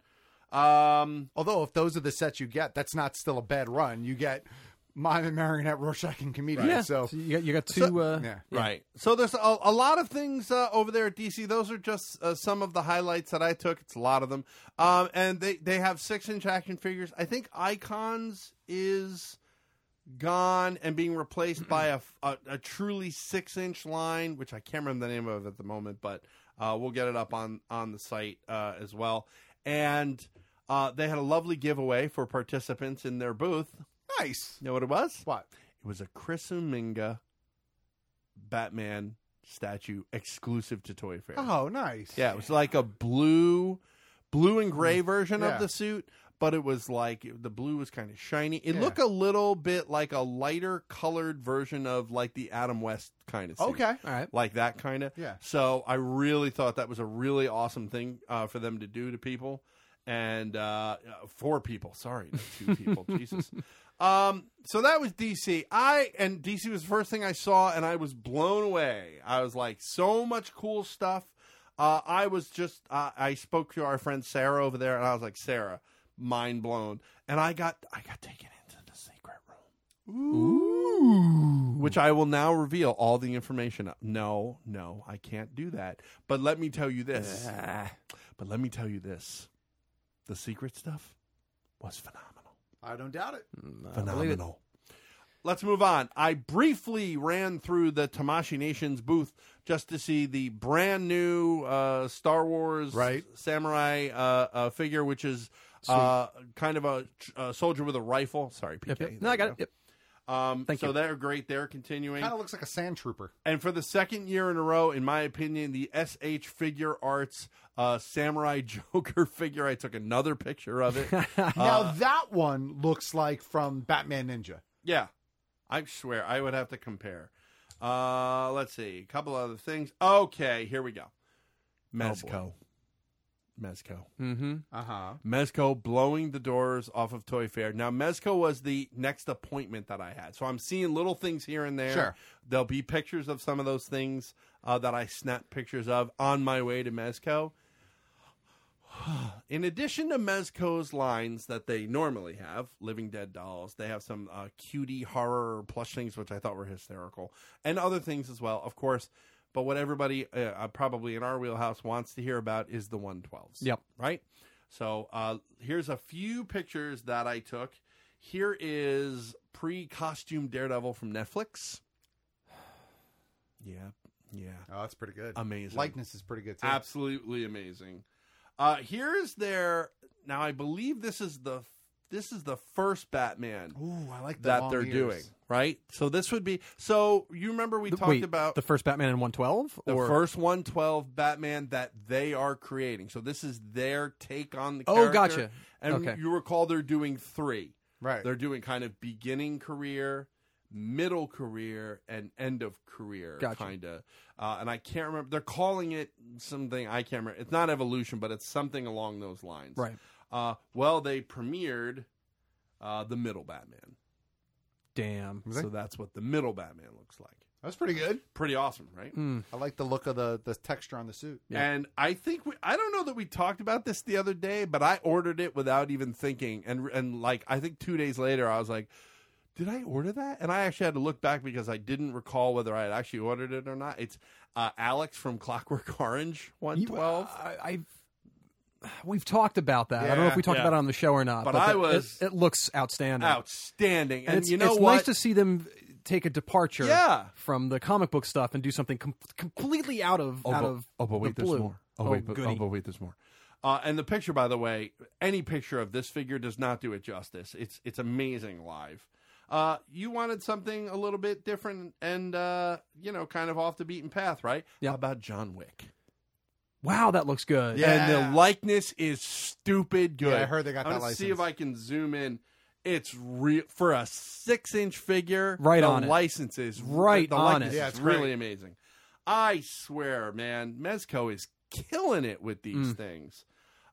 Speaker 3: Um,
Speaker 5: Although, if those are the sets you get, that's not still a bad run. You get Mime and Marionette, Rorschach, and Comedian.
Speaker 13: Yeah.
Speaker 5: So,
Speaker 13: you got you got two.
Speaker 3: So-
Speaker 13: uh,
Speaker 5: yeah.
Speaker 3: Right. So there's a, a lot of things uh, over there at DC. Those are just uh, some of the highlights that I took. It's a lot of them. Um, and they, they have six inch action figures. I think Icons is gone and being replaced by a, a, a truly six inch line, which I can't remember the name of at the moment, but uh, we'll get it up on, on the site uh, as well. And uh, they had a lovely giveaway for participants in their booth.
Speaker 5: nice.
Speaker 3: You know what it was?
Speaker 5: What?
Speaker 3: It was a Chris Uminga Batman statue exclusive to Toy Fair.
Speaker 5: Oh, nice.
Speaker 3: Yeah, it was like a blue, blue and gray version
Speaker 5: Yeah.
Speaker 3: of the suit, but it was like the blue was kind of shiny. It looked a little bit like a lighter colored version of like the Adam West kind of suit.
Speaker 5: Okay. All right.
Speaker 3: Like that kind of.
Speaker 5: Yeah.
Speaker 3: So I really thought that was a really awesome thing uh, for them to do to people and uh, uh, four people. Sorry, not two people. Jesus. Um, so that was DC. I and DC was the first thing I saw, and I was blown away. I was like, so much cool stuff. Uh, I was just, uh, I spoke to our friend Sarah over there, and I was like, Sarah, mind blown. And I got, I got taken into the secret room, which I will now reveal all the information. of. No, no, I can't do that. But let me tell you this.
Speaker 13: Ah.
Speaker 3: But let me tell you this: the secret stuff was phenomenal.
Speaker 5: I don't doubt it.
Speaker 3: Mm. Phenomenal. Let's move on. I briefly ran through the Tamashi Nation's booth just to see the brand new uh, Star Wars
Speaker 5: Right.
Speaker 3: samurai uh, uh, figure, which is uh, kind of a, a soldier with a rifle. Sorry, PK.
Speaker 13: yep. No, I got it. Yep.
Speaker 3: Um,
Speaker 13: Thank
Speaker 3: so
Speaker 13: you.
Speaker 3: they're great. They're continuing.
Speaker 5: Kind of looks like a sand trooper.
Speaker 3: And for the second year in a row, in my opinion, the SH Figure Arts uh, Samurai <laughs> Joker figure, I took another picture of it.
Speaker 5: now
Speaker 3: Uh,
Speaker 5: that one looks like from Batman Ninja.
Speaker 3: yeah, I swear I would have to compare. Uh, let's see, a couple other things. Okay, here we go.
Speaker 13: Oh,
Speaker 3: Mezco. Mezco.
Speaker 13: Mm-hmm.
Speaker 5: Uh huh.
Speaker 3: Mezco blowing the doors off of Toy Fair. Now, Mezco was the next appointment that I had. So I'm seeing little things here and there.
Speaker 5: Sure.
Speaker 3: There'll be pictures of some of those things uh, that I snapped pictures of on my way to Mezco. In addition to Mezco's lines that they normally have, Living Dead dolls, they have some uh, cutie horror plush things, which I thought were hysterical, and other things as well, of course. But what everybody uh, uh, probably in our wheelhouse wants to hear about is the 112s.
Speaker 13: Yep.
Speaker 3: Right? So uh, here's a few pictures that I took. Here is pre costume Daredevil from Netflix. <sighs> Yeah. Yeah.
Speaker 5: Oh, that's pretty good.
Speaker 3: Amazing.
Speaker 5: Likeness is pretty good too.
Speaker 3: Absolutely amazing. Uh, here's their now. I believe this is the this is the first Batman
Speaker 5: Ooh, I like the
Speaker 3: that
Speaker 5: long
Speaker 3: they're
Speaker 5: ears.
Speaker 3: doing right. So this would be so. You remember we
Speaker 13: The-
Speaker 3: talked
Speaker 13: wait,
Speaker 3: about
Speaker 13: the first Batman in 112
Speaker 3: the
Speaker 13: or
Speaker 3: first 112 Batman that they are creating. So this is their take on the
Speaker 13: Oh,
Speaker 3: character.
Speaker 13: gotcha.
Speaker 3: And
Speaker 13: Okay.
Speaker 3: you recall they're doing three.
Speaker 5: Right.
Speaker 3: They're doing kind of beginning career, middle career, and end of career
Speaker 13: Gotcha.
Speaker 3: kind of. Uh, and I can't remember. They're calling it something. I can't remember. It's not evolution, but it's something along those lines.
Speaker 13: Right.
Speaker 3: Uh, well, they premiered uh, the middle Batman.
Speaker 13: Damn.
Speaker 3: So that's what the middle Batman looks like.
Speaker 5: That's pretty good.
Speaker 3: Pretty awesome, right?
Speaker 13: Hmm.
Speaker 5: I like the look of the the texture on the suit.
Speaker 3: And I think we, I don't know that we talked about this the other day, but I ordered it without even thinking, and and like I think two days later I was like, did I order that? And I actually had to look back because I didn't recall whether I had actually ordered it or not. It's uh, Alex from Clockwork Orange one twelve.
Speaker 13: I, I've we've talked about that. I don't know if we talked
Speaker 3: Yeah.
Speaker 13: about it on the show or not,
Speaker 3: But
Speaker 13: but,
Speaker 3: I
Speaker 13: that- it-
Speaker 3: was-
Speaker 13: It, looks outstanding.
Speaker 3: Outstanding,
Speaker 13: And
Speaker 3: and,
Speaker 13: it's,
Speaker 3: you know
Speaker 13: it's
Speaker 3: what?
Speaker 13: nice to see them take a departure
Speaker 3: Yeah.
Speaker 13: from the comic book stuff and do something com- completely out of
Speaker 3: oh,
Speaker 13: out
Speaker 3: but,
Speaker 13: of
Speaker 3: oh, but wait,
Speaker 13: the
Speaker 3: there's
Speaker 13: blue.
Speaker 3: more. Oh, wait, but, oh,
Speaker 13: goody.
Speaker 3: but wait, there's more. Uh, and the picture, by the way, any picture of this figure does not do it justice. It's it's amazing live. Uh, you wanted something a little bit different and uh, you know, kind of off the beaten path, right? Yeah. How about John Wick?
Speaker 13: wow, that looks good.
Speaker 3: And the likeness is stupid good.
Speaker 5: Yeah, I heard they got
Speaker 3: I'm
Speaker 5: that
Speaker 3: gonna See
Speaker 5: license.
Speaker 3: if I can zoom in. It's real for a six inch figure.
Speaker 13: Right
Speaker 3: the
Speaker 13: on it.
Speaker 3: license is
Speaker 13: Right
Speaker 3: the
Speaker 13: on
Speaker 3: likeness
Speaker 13: it. Yeah,
Speaker 3: is
Speaker 13: it's
Speaker 3: really
Speaker 13: great.
Speaker 3: amazing. I swear, man, Mezco is killing it with these
Speaker 13: Mm.
Speaker 3: things.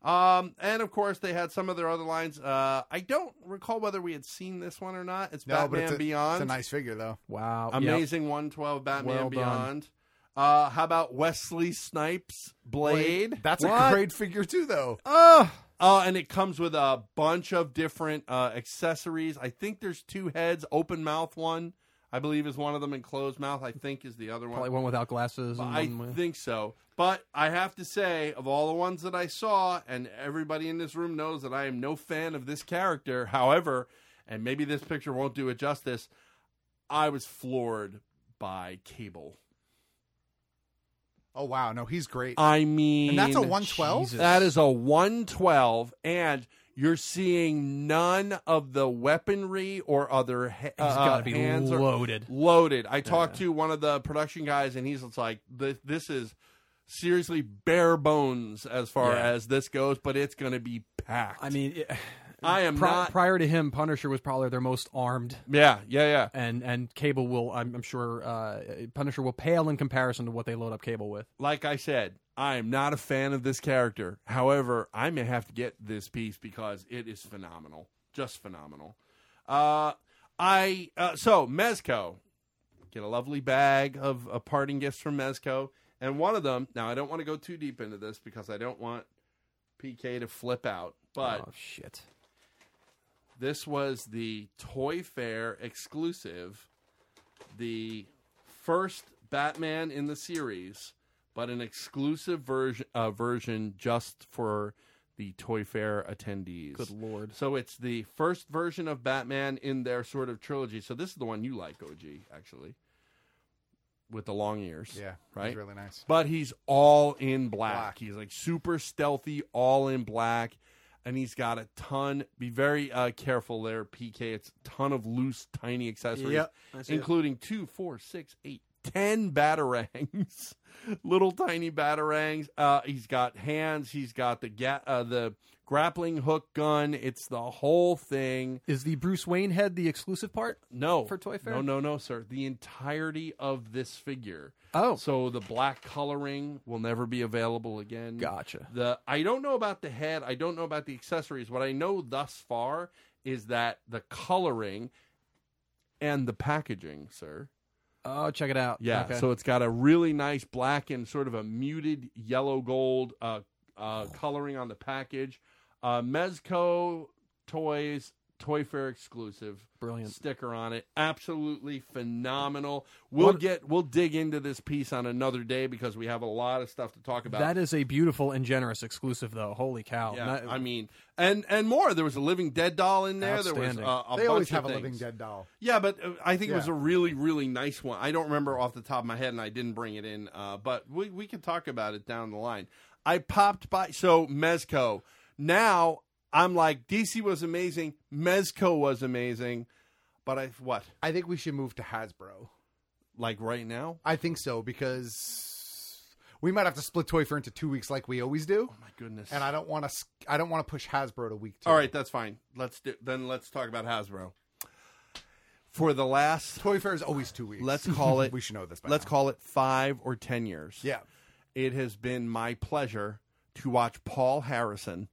Speaker 3: Um, and of course, they had some of their other lines. Uh, I don't recall whether we had seen this one or not. It's
Speaker 5: No, but
Speaker 3: Batman
Speaker 5: it's a,
Speaker 3: Beyond.
Speaker 5: It's a nice figure though.
Speaker 13: Wow,
Speaker 3: Amazing 112 Batman
Speaker 13: Well done.
Speaker 3: Beyond. Uh, how about Wesley Snipes Blade?
Speaker 5: That's
Speaker 3: What?
Speaker 5: a great figure too though.
Speaker 3: Oh, uh, and it comes with a bunch of different uh, accessories. I think there's two heads, open mouth one, I believe is one of them, and closed mouth, I think is the other one.
Speaker 13: Probably one without glasses. And
Speaker 3: I
Speaker 13: one with...
Speaker 3: think so. But I have to say, of all the ones that I saw, and everybody in this room knows that I am no fan of this character. However, and maybe this picture won't do it justice, I was floored by Cable.
Speaker 5: Oh wow, no, he's great.
Speaker 3: I mean,
Speaker 5: And that's a 112?
Speaker 3: That is a 112. And You're seeing none of the weaponry or other ha- uh,
Speaker 13: It's gotta be
Speaker 3: hands or-
Speaker 13: loaded.
Speaker 3: loaded. I talked to one of the production guys, and he's just like, "This, this is seriously bare bones as far
Speaker 13: Yeah.
Speaker 3: as this goes, but it's going to be packed."
Speaker 13: I mean, it-
Speaker 3: I
Speaker 13: <laughs>
Speaker 3: am
Speaker 13: pri-
Speaker 3: not.
Speaker 13: prior to him. Punisher was probably their most armed.
Speaker 3: Yeah, yeah, yeah.
Speaker 13: And and Cable will, I'm, I'm sure, uh, Punisher will pale in comparison to what they load up Cable with.
Speaker 3: like I said, I am not a fan of this character. However, I may have to get this piece because it is phenomenal, just phenomenal. Uh, I uh, so Mezco get a lovely bag of uh, parting gifts from Mezco, and one of them. Now I don't want to go too deep into this because I don't want PK to flip out. But
Speaker 13: oh shit,
Speaker 3: this was the Toy Fair exclusive, the first Batman in the series, but an exclusive version uh, version just for the Toy Fair attendees.
Speaker 13: Good lord.
Speaker 3: So it's the first version of Batman in their sort of trilogy. So this is the one you like, OG, actually. With the long ears.
Speaker 5: Yeah, he's
Speaker 3: Right?
Speaker 5: really nice.
Speaker 3: But he's all in black.
Speaker 5: Black.
Speaker 3: He's like super stealthy, all in black, and he's got a ton. Be very uh, careful there, PK. It's a ton of loose, tiny accessories,
Speaker 13: Yep, I see it.
Speaker 3: including two, four, six, eight, ten batarangs, <laughs> little tiny batarangs. Uh, he's got hands. He's got the ga- uh, the grappling hook gun. It's the whole thing.
Speaker 13: Is the Bruce Wayne head the exclusive part?
Speaker 3: No.
Speaker 13: For Toy Fair?
Speaker 3: No, no, no, sir. The entirety of this figure.
Speaker 13: Oh.
Speaker 3: So the black coloring will never be available again.
Speaker 13: Gotcha.
Speaker 3: The I don't know about the head. I don't know about the accessories. What I know thus far is that the coloring and the packaging, sir.
Speaker 13: Oh, check it out.
Speaker 3: Yeah.
Speaker 13: Okay.
Speaker 3: So it's got a really nice black and sort of a muted yellow gold uh, uh, coloring on the package. Uh, Mezco Toys Toy Fair exclusive.
Speaker 13: Brilliant.
Speaker 3: sticker on it. Absolutely phenomenal. We'll
Speaker 13: What-
Speaker 3: get we'll dig into this piece on another day because we have a lot of stuff to talk about.
Speaker 13: that is a beautiful and generous exclusive, though. Holy cow!
Speaker 3: Yeah,
Speaker 13: Not-
Speaker 3: I mean, and and more. There was a Living Dead doll in there. There was uh,
Speaker 13: Outstanding.
Speaker 3: a
Speaker 5: they always
Speaker 3: bunch
Speaker 5: have
Speaker 3: of
Speaker 5: a living
Speaker 3: things.
Speaker 5: dead doll.
Speaker 3: Yeah, but uh, I think it was
Speaker 5: Yeah.
Speaker 3: a really, really nice one. I don't remember off the top of my head, and I didn't bring it in. Uh, but we we can talk about it down the line. I popped by. So Mezco. Now I'm like DC was amazing. Mezco was amazing. But I what
Speaker 5: I think we should move to Hasbro.
Speaker 3: like right now?
Speaker 5: I think so because we might have to split Toy Fair into two weeks like we always do,
Speaker 3: Oh My goodness.
Speaker 5: and I don't want to. I don't want to push Hasbro to week two.
Speaker 3: All right, that's fine. Let's do. Then let's talk about Hasbro. For the last,
Speaker 5: Toy Fair is always two weeks.
Speaker 3: let's call
Speaker 5: <laughs>
Speaker 3: it.
Speaker 5: we should know this. By
Speaker 3: Let's
Speaker 5: now.
Speaker 3: call it five or ten years.
Speaker 5: Yeah.
Speaker 3: it has been my pleasure to watch Paul Harrison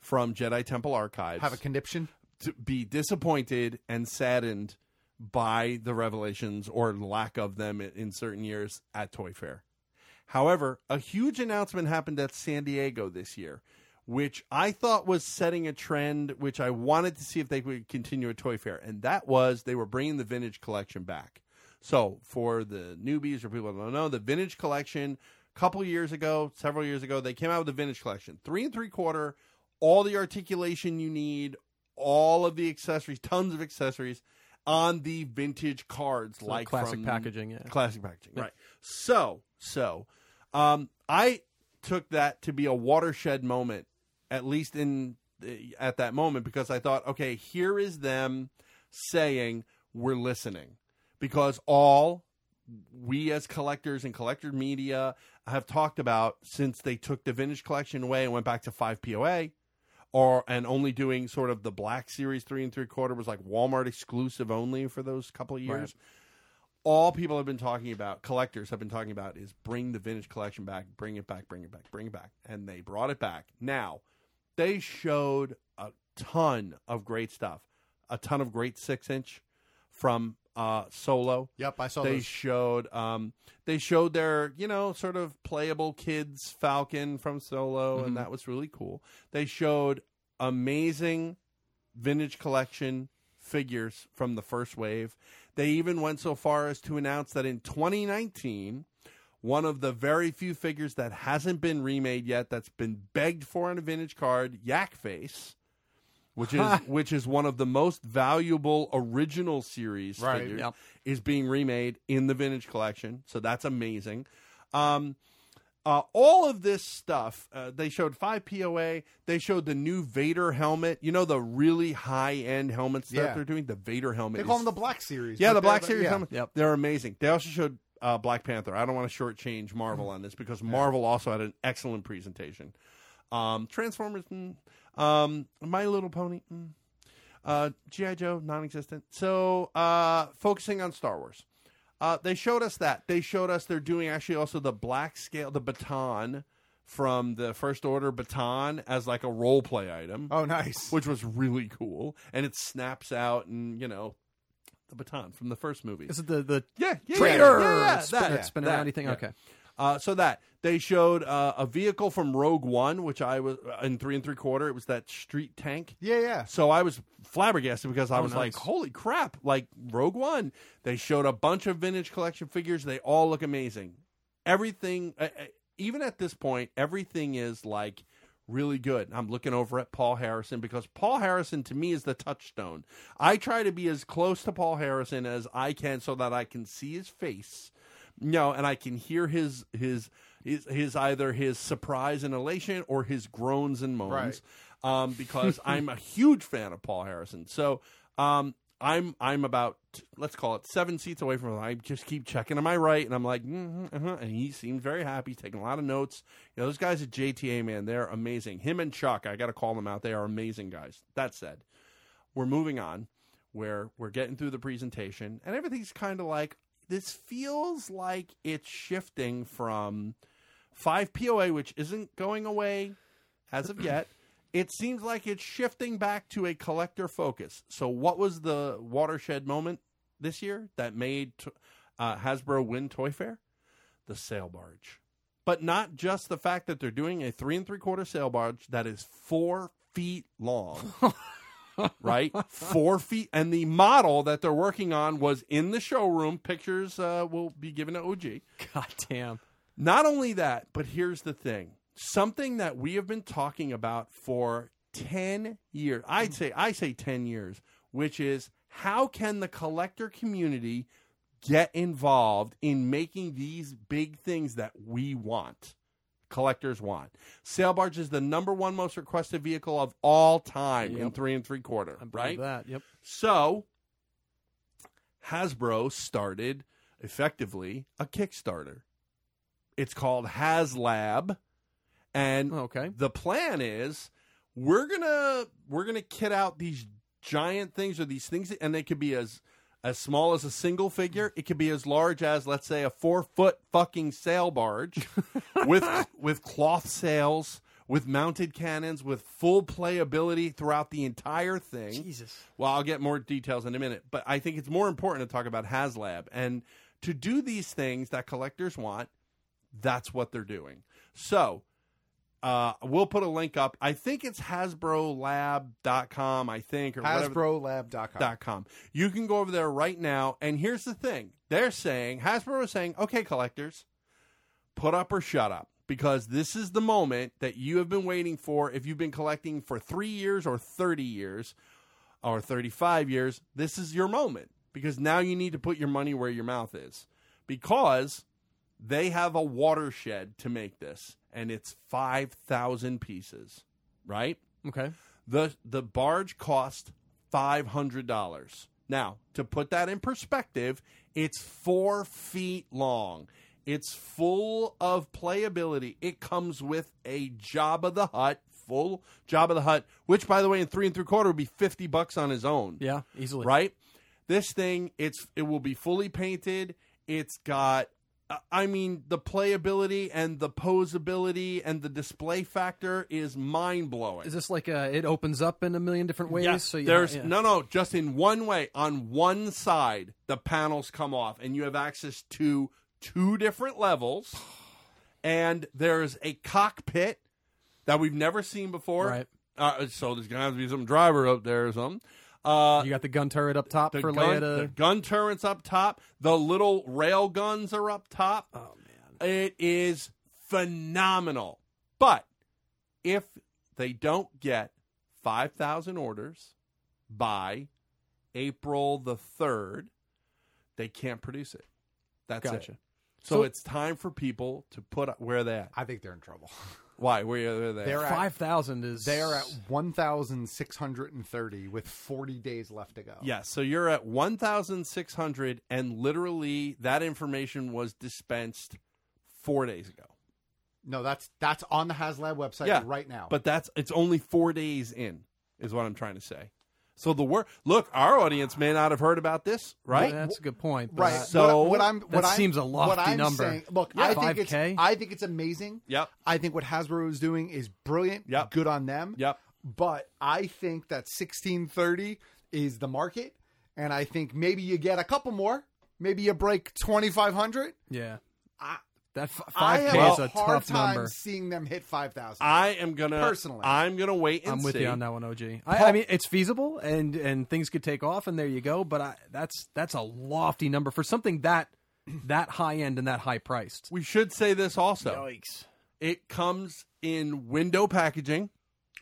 Speaker 3: from Jedi Temple Archives
Speaker 5: Have a conniption.
Speaker 3: to be disappointed and saddened by the revelations or lack of them in- in certain years at Toy Fair. However, a huge announcement happened at San Diego this year, which I thought was setting a trend, which I wanted to see if they would continue at Toy Fair. And that was they were bringing the vintage collection back. So, for the newbies or people that don't know, the vintage collection, a couple years ago, several years ago, they came out with the vintage collection three and three quarter, all the articulation you need, all of the accessories, tons of accessories on the vintage cards, like
Speaker 13: classic
Speaker 3: from-
Speaker 13: packaging, yeah.
Speaker 3: classic packaging, right? So, so, um, I took that to be a watershed moment, at least in eh, at that moment, because I thought, okay, here is them saying we're listening, because all we as collectors and collector media have talked about since they took the vintage collection away and went back to five POA or and only doing sort of the black series three and three quarter was like Walmart exclusive only for those couple of years. All people have been talking about, collectors have been talking about, is bring the vintage collection back, bring it back, bring it back, bring it back, and they brought it back. Now, they showed a ton of great stuff, a ton of great six inch from uh, Solo
Speaker 5: Yep, I saw
Speaker 3: they
Speaker 5: those.
Speaker 3: showed um they showed their you know sort of playable kids falcon from solo
Speaker 5: Mm-hmm.
Speaker 3: and that was really cool they showed amazing vintage collection figures from the first wave they even went so far as to announce that in 2019 one of the very few figures that hasn't been remade yet that's been begged for on a vintage card yak face
Speaker 5: <laughs>
Speaker 3: which is which is one of the most valuable original series
Speaker 5: Right,
Speaker 3: figures
Speaker 13: yep.
Speaker 3: is being remade in the vintage collection so that's amazing um Uh, all of this stuff, uh, they showed 5POA. They showed the new Vader helmet. You know, the really high end helmets
Speaker 5: Yeah.
Speaker 3: that they're doing? The Vader helmet.
Speaker 5: They call
Speaker 3: is-
Speaker 5: them the Black Series,
Speaker 3: Yeah,
Speaker 5: but
Speaker 3: the
Speaker 5: they're
Speaker 3: Black
Speaker 5: the-
Speaker 3: Series
Speaker 5: yeah.
Speaker 3: helmet. They're amazing. They also showed uh, Black Panther. I don't want to shortchange Marvel
Speaker 5: Mm-hmm.
Speaker 3: on this because Marvel also had an excellent presentation. Um, Transformers, mm, um, My Little Pony, mm, uh, G.I. Joe, non existent. So, uh, focusing on Star Wars. Uh, they showed us that. They showed us they're doing actually also the black scale, the baton from the First Order baton as like a role play item.
Speaker 5: Oh, nice.
Speaker 3: Which was really cool. And it snaps out and, you know, the baton from the first movie.
Speaker 13: Is it the the
Speaker 3: yeah, yeah,
Speaker 13: traitor
Speaker 3: Yeah, yeah, yeah,
Speaker 13: spin-
Speaker 3: that, yeah,
Speaker 13: spin
Speaker 3: that,
Speaker 13: around thing?
Speaker 3: yeah. <laughs>
Speaker 13: Okay.
Speaker 3: Uh, so that they showed uh, a vehicle from Rogue One, which I was uh, in three and three quarter. It was that street tank.
Speaker 5: Yeah, yeah.
Speaker 3: So I was flabbergasted because I
Speaker 13: Oh,
Speaker 3: was like,
Speaker 13: nice.
Speaker 3: "Holy crap!" Like Rogue One. They showed a bunch of vintage collection figures. They all look amazing. Everything, uh, uh, even at this point, everything is like really good. I'm looking over at Paul Harrison because Paul Harrison to me is the touchstone. I try to be as close to Paul Harrison as I can so that I can see his face. No, and I can hear his his his, his either his surprise and elation or his groans and moans, um, because I'm a huge fan of Paul Harrison. So um, I'm I'm about let's call it seven seats away from him. I just keep checking to my right, and I'm like, mm uh-huh, and he seems very happy. He's taking a lot of notes. You know, those guys at JTA man, they're amazing. Him and Chuck, I got to call them out. They are amazing guys. That said, we're moving on where we're getting through the presentation and everything's kind of like this feels like it's shifting from 5POA which isn't going away as of yet it seems like it's shifting back to a collector focus so what was the watershed moment this year that made t- uh, Hasbro win Toy Fair the sail barge but not just the fact that they're doing a three and three quarter sail barge that is four feet long
Speaker 13: <laughs>
Speaker 3: right? Four feet. And the model that they're working on was in the showroom. Pictures uh, will be given to OG.
Speaker 13: God damn.
Speaker 3: Not only that, but here's the thing something that we have been talking about for 10 years. I'd say, I say 10 years, which is how can the collector community get involved in making these big things that we want? collectors want. Sail barge is the number one most requested vehicle of all time in
Speaker 13: Yep.
Speaker 3: three and three quarter. right?
Speaker 13: that. Yep.
Speaker 3: So Hasbro started effectively a Kickstarter. It's called HasLab, and
Speaker 13: okay.
Speaker 3: the plan is we're gonna we're gonna kit out these giant things or these things, and they could be as as small as a single figure. It could be as large as let's say a four foot fucking sail barge with with cloth sails. With mounted cannons, with full playability throughout the entire thing.
Speaker 13: Jesus.
Speaker 3: Well, I'll get more details in a minute, but I think it's more important to talk about HasLab and to do these things that collectors want. That's what they're doing. So, uh, we'll put a link up. I think it's HasbroLab.com. I think or whatever-
Speaker 5: HasbroLab.com.
Speaker 3: dot com. You can go over there right now. And here's the thing: they're saying Hasbro is saying, "Okay, collectors, put up or shut up." Because this is the moment that you have been waiting for. If you've been collecting for three years or 30 years, or 35 years, this is your moment because now you need to put your money where your mouth is because they have a watershed to make this and it's 5,000 pieces, right?
Speaker 13: Okay.
Speaker 3: The the barge cost $500. Now, to put that in perspective, it's 4 feet long. It's full of playability. It comes with a Jabba the Hut full Jabba the Hut, which by the way in 3 and 3 quarter would be 50 bucks on his own.
Speaker 13: Yeah, easily.
Speaker 3: Right? This thing, it's it will be fully painted. It's got uh, I mean, the playability and the posability and the display factor is mind blowing.
Speaker 13: Is this like a, it opens up in a million different ways?
Speaker 3: Yeah,
Speaker 13: So you
Speaker 3: there's
Speaker 13: yeah.
Speaker 3: no, no, just in one way. On one side, the panels come off, and you have access to two different levels. And there's a cockpit that we've never seen before.
Speaker 13: Right.
Speaker 3: Uh, so there's gonna have to be some driver up there or something. Uh,
Speaker 13: You got the gun turret up top
Speaker 3: the
Speaker 13: for
Speaker 3: gun,
Speaker 13: Leia to.
Speaker 3: the gun turrets up top. The little rail guns are up top. Oh man, it is phenomenal. But if they don't get five thousand orders by April the third, they can't produce it. That's
Speaker 13: Gotcha.
Speaker 3: it. So, it's time for people to put up where they at.
Speaker 5: I think they're in trouble.
Speaker 3: Why? Where are they? at?
Speaker 5: They're at-
Speaker 13: 5,000 is.
Speaker 5: They're at 1,630 with 40 days left to go.
Speaker 3: Yeah, so you're at 1,600, and literally that information was dispensed four days ago.
Speaker 5: No, that's that's on the HasLab website
Speaker 3: yeah,
Speaker 5: right now.
Speaker 3: But that's it's only four days in, is what I'm trying to say. So the word, look, our audience may not have heard about this, right?
Speaker 13: Yeah, that's a good point. but
Speaker 5: Right.
Speaker 13: that-
Speaker 3: So-
Speaker 5: what, what I'm
Speaker 13: that
Speaker 5: what I'm-
Speaker 13: seems a lofty
Speaker 5: what I'm
Speaker 13: number.
Speaker 5: saying- look,
Speaker 13: Yeah.
Speaker 5: I think
Speaker 13: 5K?
Speaker 5: it's I think it's amazing.
Speaker 3: Yep.
Speaker 5: I think what Hasbro is doing is brilliant.
Speaker 3: Yep.
Speaker 5: Good on them.
Speaker 3: Yep.
Speaker 5: But I think that 1630 is the market, and I think maybe you get a couple more. Maybe you break 2500.
Speaker 13: Yeah.
Speaker 5: I-
Speaker 13: that f-
Speaker 5: I
Speaker 13: 5K
Speaker 5: have
Speaker 13: is
Speaker 5: a,
Speaker 13: a
Speaker 5: hard
Speaker 13: tough
Speaker 5: time
Speaker 13: number.
Speaker 5: seeing them hit 5000.
Speaker 3: I am gonna
Speaker 5: Personally.
Speaker 3: I'm gonna wait. And
Speaker 13: I'm with
Speaker 3: see.
Speaker 13: you on that one, OG. I, I mean, it's feasible, and and things could take off, and there you go. But I, that's that's a lofty number for something that that high end and that high priced.
Speaker 3: We should say this also.
Speaker 13: Yikes!
Speaker 3: It comes in window packaging,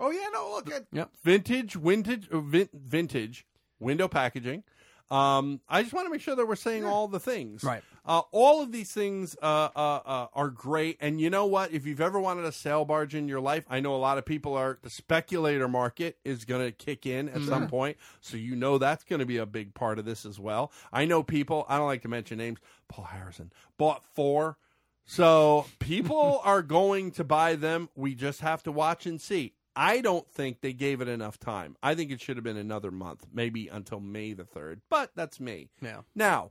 Speaker 5: Oh yeah, no, look at
Speaker 13: Yep.
Speaker 3: vintage, vintage, uh, vin- vintage window packaging. Um, I just want to make sure that we're saying all the things.
Speaker 13: Right.
Speaker 3: Uh, all of these things uh, uh, uh, are great, and you know what? If you've ever wanted a sale barge in your life, I know a lot of people are. The speculator market is going to kick in at some point, so you know that's going to be a big part of this as well. I know people. I don't like to mention names. Paul Harrison bought four. So
Speaker 5: <laughs>
Speaker 3: people are going to buy them. We just have to watch and see. I don't think they gave it enough time. I think it should have been another month, maybe until May the 3rd, but that's me.
Speaker 13: Yeah.
Speaker 3: Now,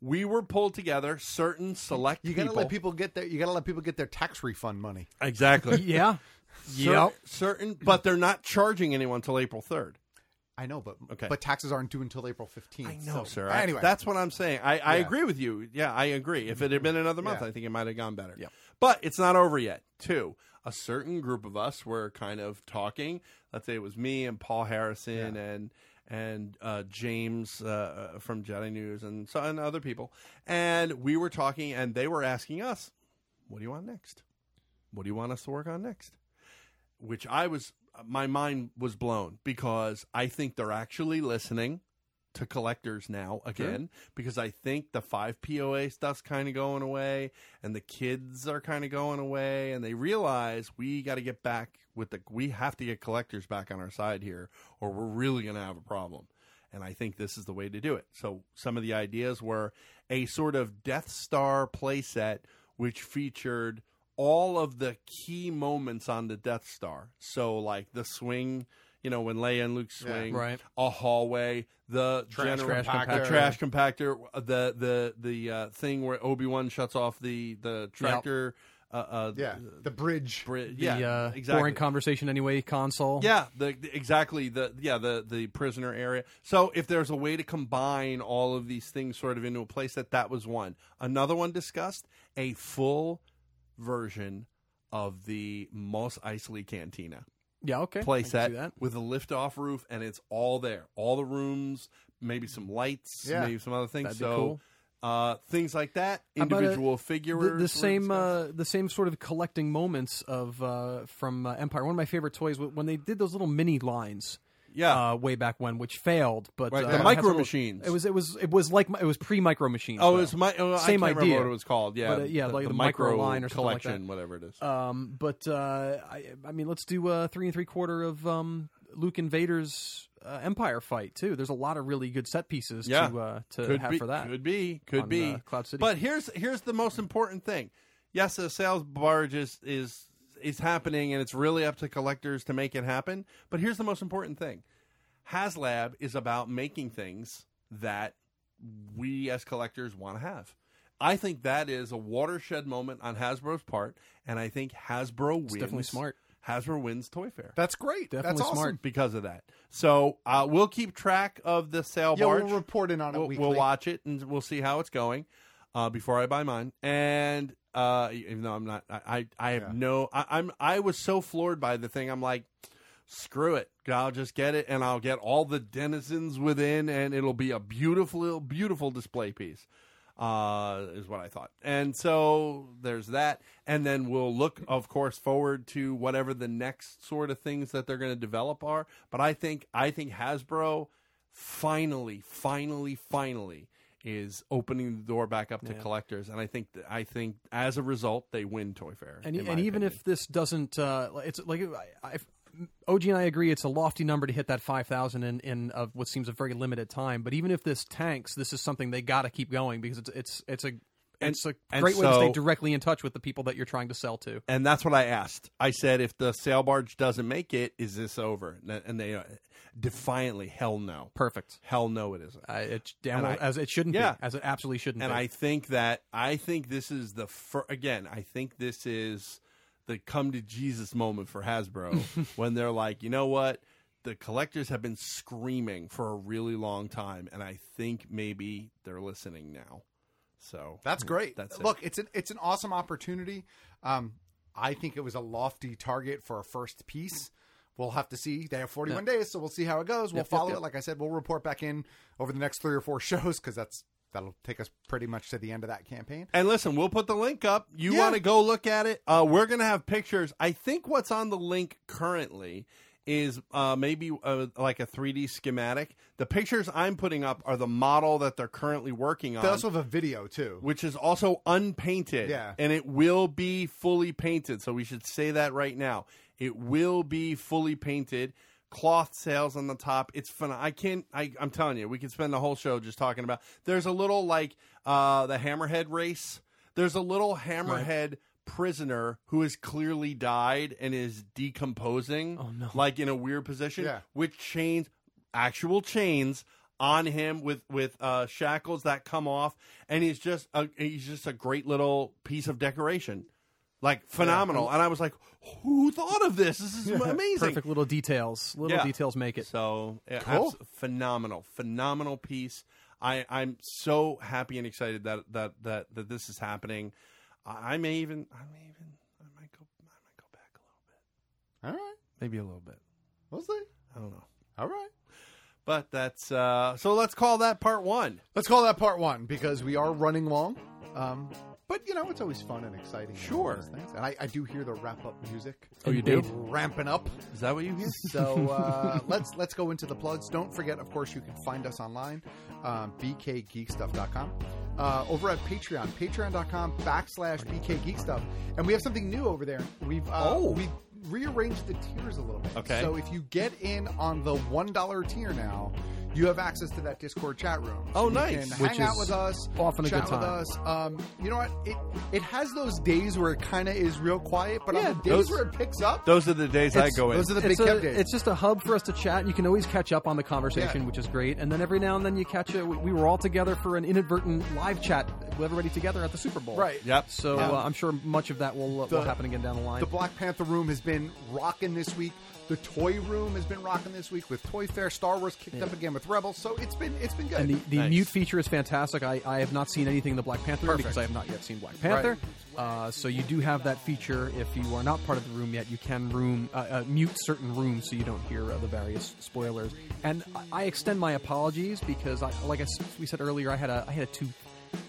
Speaker 3: we were pulled together, certain select
Speaker 5: You gotta
Speaker 3: people.
Speaker 5: let people get their you gotta let people get their tax refund money. <laughs>
Speaker 3: Exactly.
Speaker 13: Yeah.
Speaker 3: Cer- Certain, but they're not charging anyone till April 3rd.
Speaker 5: I know, but
Speaker 3: Okay.
Speaker 5: but taxes aren't due until April fifteenth.
Speaker 3: I
Speaker 5: so,
Speaker 3: know, sir. I-
Speaker 5: Anyway,
Speaker 3: that's what I'm saying. I, I
Speaker 5: Yeah.
Speaker 3: agree with you. Yeah, I agree. If it had been another month,
Speaker 5: Yeah.
Speaker 3: I think it might have gone better. But it's not over yet. Two, a certain group of us were kind of talking. Let's say it was me and Paul Harrison and and uh, James uh, from Jedi News and so and other people, and we were talking, and they were asking us, "What do you want next? What do you want us to work on next?" Which I was, my mind was blown because I think they're actually listening to collectors now again because I think the five POA stuff's kind of going away and the kids are kind of going away and they realize we got to get back with the we have to get collectors back on our side here or we're really going to have a problem. And I think this is the way to do it. So some of the ideas were a sort of Death Star playset which featured all of the key moments on the Death Star. So like the swing, you know, when Leia and Luke swing,
Speaker 13: Right.
Speaker 3: a hallway, the
Speaker 5: Trash
Speaker 3: general-
Speaker 5: compactor.
Speaker 3: the trash compactor, the the the uh, thing where Obi Wan shuts off the the tractor, uh, uh,
Speaker 5: yeah, the bridge.
Speaker 3: bri-
Speaker 13: The,
Speaker 3: <laughs> yeah,
Speaker 13: uh,
Speaker 3: exactly.
Speaker 13: Boring conversation anyway. Console.
Speaker 3: Yeah, the, the- exactly the yeah the the prisoner area. So if there's a way to combine all of these things sort of into a place that that was one. Another one discussed a full version of the Mos Eisley Cantina
Speaker 13: Yeah. Okay. I
Speaker 3: play
Speaker 13: can
Speaker 3: set
Speaker 13: see that.
Speaker 3: with a lift off roof, and it's all there, all the rooms, maybe some lights,
Speaker 5: Yeah.
Speaker 3: maybe some other things.
Speaker 13: That'd be
Speaker 3: so.
Speaker 13: cool.
Speaker 3: Uh, things like that,
Speaker 13: How about, uh,
Speaker 3: individual
Speaker 13: The-
Speaker 3: figures,
Speaker 13: The,
Speaker 3: were
Speaker 13: same,
Speaker 3: discussed.
Speaker 13: uh, the same sort of collecting moments of uh, from uh, Empire. One of my favorite toys wa- when they did those little mini lines.
Speaker 3: Yeah.
Speaker 13: uh, way back when, which failed, but
Speaker 3: Right,
Speaker 13: uh,
Speaker 3: the
Speaker 13: it has
Speaker 3: micro
Speaker 13: little-
Speaker 3: machines.
Speaker 13: It was, it was, it was like mi- it was pre micro machines.
Speaker 3: oh,
Speaker 13: though.
Speaker 3: it's my oh,
Speaker 13: same
Speaker 3: I can't
Speaker 13: idea.
Speaker 3: remember what it was called. Yeah,
Speaker 13: But, uh, yeah, like the micro line or something like
Speaker 3: collection,
Speaker 13: that.
Speaker 3: whatever it is.
Speaker 13: Um, but uh, I, I mean, let's do a three and three quarter of um, Luke and Vader's uh, Empire fight too. There's a lot of really good set pieces
Speaker 3: yeah,
Speaker 13: to uh, to
Speaker 3: could
Speaker 13: have
Speaker 3: be,
Speaker 13: for that.
Speaker 3: Could be, could
Speaker 13: on,
Speaker 3: be
Speaker 13: uh, Cloud City.
Speaker 3: But here's here's the most important thing. Yes, the sales barge is is is happening, and it's really up to collectors to make it happen. But here's the most important thing: HasLab is about making things that we as collectors want to have. I think that is a watershed moment on Hasbro's part, and I think Hasbro wins.
Speaker 13: definitely smart.
Speaker 3: Hasbro wins Toy Fair
Speaker 5: That's great.
Speaker 13: Definitely
Speaker 5: that's awesome.
Speaker 13: smart.
Speaker 3: because of that. So uh, we'll keep track of the sale
Speaker 5: Yeah,
Speaker 3: barge.
Speaker 5: we'll report in on it
Speaker 3: We'll,
Speaker 5: weekly.
Speaker 3: we'll watch it and we'll see how it's going uh, before I buy mine. And uh, even though I'm not, I I, I have
Speaker 5: Yeah.
Speaker 3: no, I, I'm I was so floored by the thing. I'm like, screw it, I'll just get it and I'll get all the denizens within, and it'll be a beautiful, beautiful display piece. Uh, is what I thought, and so there's that, and then we'll look, of course, forward to whatever the next sort of things that they're going to develop are. But I think I think Hasbro finally, finally, finally is opening the door back up to collectors, and I think th- I think as a result they win Toy Fair.
Speaker 13: And, e,
Speaker 3: in
Speaker 13: and
Speaker 3: my
Speaker 13: even
Speaker 3: opinion.
Speaker 13: if this doesn't, uh, it's like I, I, OG and I agree, it's a lofty number to hit that five thousand in, in of what seems a very limited time. But even if this tanks, this is something they got to keep going because it's it's it's a it's a
Speaker 3: and
Speaker 13: great way to stay
Speaker 3: so-
Speaker 13: directly in touch with the people that you're trying to sell to.
Speaker 3: and that's what I asked. I said, if the sail barge doesn't make it, is this over? And- And they uh, defiantly, hell no.
Speaker 13: Perfect.
Speaker 3: Hell no, it isn't.
Speaker 13: Uh, it's damn well- as it shouldn't be, as it absolutely shouldn't
Speaker 3: And
Speaker 13: be.
Speaker 3: I think that I think this is the fir- again. I think this is the come to Jesus moment for Hasbro when they're like, you know what. The collectors have been screaming for a really long time, and I think maybe they're listening now. So
Speaker 5: That's great.
Speaker 3: That's it.
Speaker 5: Look, it's an it's an awesome opportunity. Um, I think it was a lofty target for a first piece. We'll have to see. They have 41 days, so we'll see how it goes. We'll
Speaker 13: Yep, yep,
Speaker 5: follow
Speaker 13: yep.
Speaker 5: it. Like I said, we'll report back in over the next three or four <laughs> shows because that's that'll take us pretty much to the end of that campaign.
Speaker 3: And listen, we'll put the link up. You
Speaker 5: Yeah.
Speaker 3: want to go look at it? Uh, we're going to have pictures. I think what's on the link currently is uh, maybe uh, like a 3D schematic. The pictures I'm putting up are the model that they're currently working on.
Speaker 5: They also have a video too.
Speaker 3: which is also unpainted.
Speaker 5: Yeah.
Speaker 3: And it will be fully painted. So we should say that right now. It will be fully painted. Cloth sails on the top. It's fun. I can't. I, I'm telling you, we could spend the whole show just talking about. There's a little like uh, the hammerhead race. There's a little hammerhead prisoner who has clearly died and is decomposing, oh, no. like in a weird position,
Speaker 5: Yeah.
Speaker 3: with chains, actual chains on him with with uh, shackles that come off, and he's just a, he's just a great little piece of decoration, like phenomenal. And I was like, who thought of this? This is
Speaker 13: <laughs>
Speaker 3: amazing.
Speaker 13: Perfect little details. Little
Speaker 3: Yeah.
Speaker 13: details make it.
Speaker 3: So yeah,
Speaker 13: Cool.
Speaker 3: abs- phenomenal, phenomenal piece. I, I'm so happy and excited that that that that this is happening. I, I may even I may even I might go I might go back a little bit,
Speaker 5: All right,
Speaker 3: maybe a little bit.
Speaker 5: we'll see.
Speaker 3: I don't know.
Speaker 5: All right.
Speaker 3: But that's uh so let's call that part one.
Speaker 5: Let's call that part one because we are running long. Um, but you know, it's always fun and exciting. and all
Speaker 3: Sure.
Speaker 5: those things. And I, I do hear the wrap up music.
Speaker 3: Oh, you do?
Speaker 5: We're Ramping up.
Speaker 3: Is that what you hear?
Speaker 5: <laughs>
Speaker 13: <laughs>
Speaker 5: So uh, let's let's go into the plugs. Don't forget, of course, you can find us online, um, bkgeekstuff.com. Uh, over at Patreon, patreon.com backslash bkgeekstuff. And we have something new over there. We've uh,
Speaker 3: Oh.
Speaker 5: we've rearranged the tiers a little bit.
Speaker 3: Okay.
Speaker 5: So if you get in on the $1 tier now, you have access to that Discord chat room. So
Speaker 3: Oh,
Speaker 5: you
Speaker 3: nice.
Speaker 5: can
Speaker 3: Which
Speaker 5: hang out
Speaker 3: is
Speaker 5: with us.
Speaker 13: often a
Speaker 5: chat
Speaker 13: good
Speaker 5: with
Speaker 13: time.
Speaker 5: us. Um, you know what? It it has those days where it kind of is real quiet, but on the days
Speaker 3: those-
Speaker 5: where it picks up,
Speaker 3: Those are the days I
Speaker 13: It's-
Speaker 3: go in.
Speaker 5: those are the big
Speaker 13: it's, a-
Speaker 5: kev days.
Speaker 13: it's just a hub for us to chat. You can always catch up on the conversation,
Speaker 5: Yeah.
Speaker 13: which is great. And then every now and then you catch it. We, we were all together for an inadvertent live chat with everybody together at the Super Bowl.
Speaker 5: Right.
Speaker 3: Yep.
Speaker 13: So
Speaker 5: Yeah.
Speaker 13: uh, I'm sure much of that will, uh,
Speaker 5: The-
Speaker 13: will happen again down the line.
Speaker 5: The Black Panther room has been rocking this week. The toy room has been rocking this week with Toy Fair. Star Wars kicked up again with Rebels, so it's been it's been good.
Speaker 13: and the, the
Speaker 3: Nice.
Speaker 13: mute feature is fantastic. I, I have not seen anything in the Black Panther room
Speaker 5: Perfect.
Speaker 13: because I have not yet seen Black Panther. Uh, so you do have that feature. If you are not part of the room yet, you can room uh, uh, mute certain rooms so you don't hear uh, the various spoilers. And I, I extend my apologies because, I, like I s- we said earlier, I had a I had a tooth.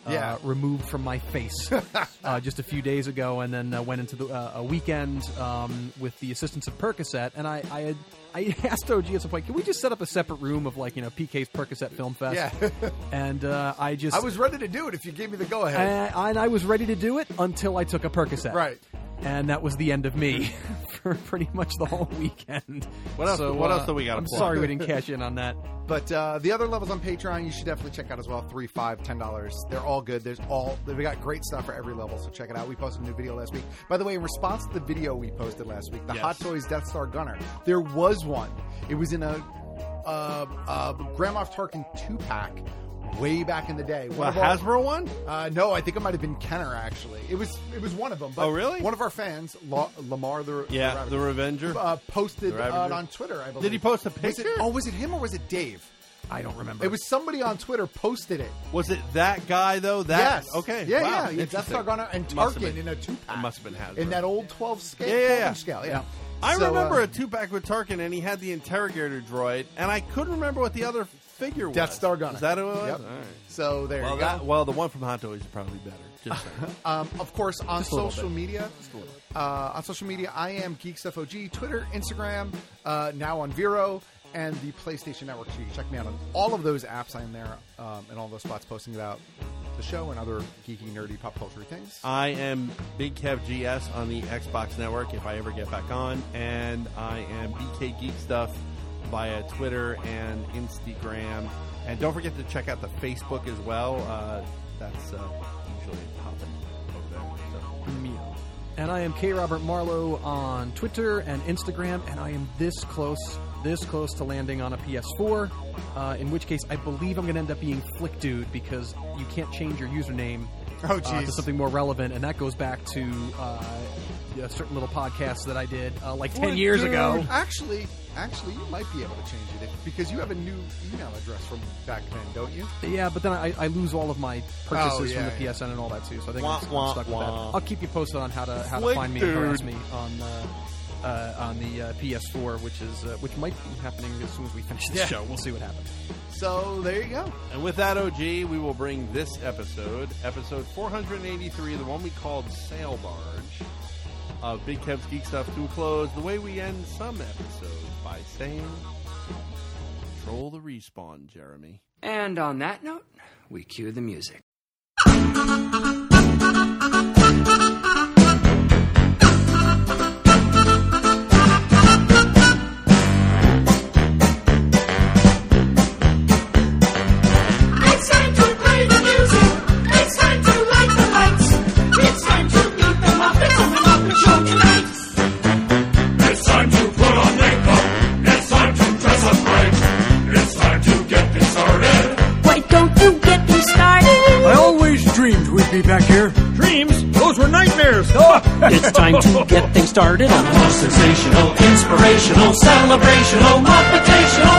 Speaker 13: Uh,
Speaker 5: Yeah.
Speaker 13: removed from my
Speaker 5: <laughs>
Speaker 13: face uh, just a few days ago, and then uh, went into the, uh, a weekend um, with the assistance of Percocet. And I, I had I <laughs> asked OG at some point, can we just set up a separate room of like you know PK's Percocet Film Fest?
Speaker 5: yeah,
Speaker 13: <laughs> and uh, I just
Speaker 5: I was ready to do it if you gave me the go ahead.
Speaker 13: and, and I was ready to do it until I took a Percocet,
Speaker 5: Right.
Speaker 13: And that was the end of me <laughs> for pretty much the whole weekend.
Speaker 3: What else-
Speaker 13: So,
Speaker 3: what
Speaker 13: uh,
Speaker 3: else do we gotta
Speaker 13: I'm
Speaker 3: plug? <laughs>
Speaker 13: sorry we didn't cash in on that.
Speaker 5: But uh, the other levels on Patreon, you should definitely check out as well. Three, five, ten dollars. They're all good. There's all we got great stuff for every level, so check it out. We posted a new video last week. By the way, in response to the video we posted last week, the
Speaker 3: Yes.
Speaker 5: Hot Toys Death Star Gunner, there was one. It was in a uh, uh, Grand Moff Tarkin two pack. Way back in the day, One
Speaker 3: Well,
Speaker 5: of our-
Speaker 3: Hasbro one?
Speaker 5: Uh, no, I think it might have been Kenner. Actually, it was it was one of them. But
Speaker 3: Oh, really?
Speaker 5: One of our fans, La- Lamar the
Speaker 3: Yeah,
Speaker 5: the
Speaker 3: the Revenger.
Speaker 5: uh, posted
Speaker 3: The
Speaker 5: uh,
Speaker 3: Ravager.
Speaker 5: on Twitter. I believe.
Speaker 3: Did he post a
Speaker 5: Was it,
Speaker 3: picture?
Speaker 5: oh, was it him or was it Dave?
Speaker 13: I don't remember.
Speaker 5: It was somebody on Twitter posted it.
Speaker 3: Was it that guy though? That
Speaker 5: yes.
Speaker 3: okay.
Speaker 5: Yeah,
Speaker 3: wow,
Speaker 5: yeah. yeah. Death
Speaker 3: interesting.
Speaker 5: Star Gunner and
Speaker 3: Must have
Speaker 5: Tarkin
Speaker 3: been-
Speaker 5: in a two pack.
Speaker 3: It must have been Hasbro.
Speaker 5: in that old twelve scale.
Speaker 3: Yeah, yeah,
Speaker 5: 12
Speaker 3: yeah.
Speaker 5: inch scale. Yeah.
Speaker 3: I
Speaker 5: So,
Speaker 3: remember
Speaker 5: uh,
Speaker 3: a two pack with Tarkin, and he had the interrogator droid, and I couldn't remember what the other figure was.
Speaker 5: Death Star Gunner.
Speaker 3: Is that who it was?
Speaker 5: Yep.
Speaker 3: All right.
Speaker 5: So there
Speaker 3: Well,
Speaker 5: you go.
Speaker 3: that, well, the one from Hot Toys is probably better. Just
Speaker 5: <laughs>
Speaker 3: saying.
Speaker 5: Um, of course, on
Speaker 13: Just a little
Speaker 5: social
Speaker 13: bit.
Speaker 5: media, uh, on social media, I am GeeksFOG, Twitter, Instagram, uh, now on Vero, and the PlayStation Network. So you can check me out on all of those apps. I'm there um, in all those spots posting about the show and other geeky, nerdy, pop culture things.
Speaker 13: Uh,
Speaker 3: I am Big Kev GS on the Xbox Network if I ever get back on, and I am BK Geek Stuff via Twitter and Instagram. And don't forget to check out the Facebook as well. Uh, that's uh, usually popping over there. So.
Speaker 13: And I am K. Robert Marlowe on Twitter and Instagram, and I am this close, this close to landing on a PS4. Uh, in which case, I believe I'm going to end up being Flick Dude because you can't change your username
Speaker 5: Oh,
Speaker 13: uh, to
Speaker 5: jeez.
Speaker 13: something more relevant, and that goes back to uh, a certain little podcast that I did uh, like ten
Speaker 5: Well,
Speaker 13: years
Speaker 5: dude,
Speaker 13: <laughs> ago.
Speaker 5: Actually, actually, you might be able to change it if- because you have a new email address from back then, don't you?
Speaker 13: Yeah, but then I, I lose all of my purchases
Speaker 5: Oh, yeah,
Speaker 13: from the
Speaker 5: yeah.
Speaker 13: PSN and all that too. So I think
Speaker 5: Wah,
Speaker 13: I'm, just- I'm
Speaker 5: wah,
Speaker 13: stuck with
Speaker 5: wah.
Speaker 13: that. I'll keep you posted on how to how to
Speaker 5: Slick
Speaker 13: find me and harass
Speaker 5: dude.
Speaker 13: me on uh, uh, on the uh, PS4, which is uh, which might be happening as soon as we finish this
Speaker 3: Yeah.
Speaker 13: show. We'll see what happens.
Speaker 1: Oh,
Speaker 3: So there you go. And with that, OG, we will bring this episode, episode 483, the one we called Sail Barge, of Big Kev's Geek Stuff to a close. The way we end some episodes by saying, Control the respawn, Jeremy.
Speaker 1: And on that note, we cue the music.
Speaker 6: It's time to play the music. It's time to light the lights. It's time to beat them up. It's on the Muppet Show tonight. It's time to put on makeup. It's time to dress up right. It's time to get things started.
Speaker 17: Why don't you get me started? I always dreamed we'd be back here. Dreams? Those were nightmares. it's time to get things started on the most sensational, inspirational, celebrational, motivational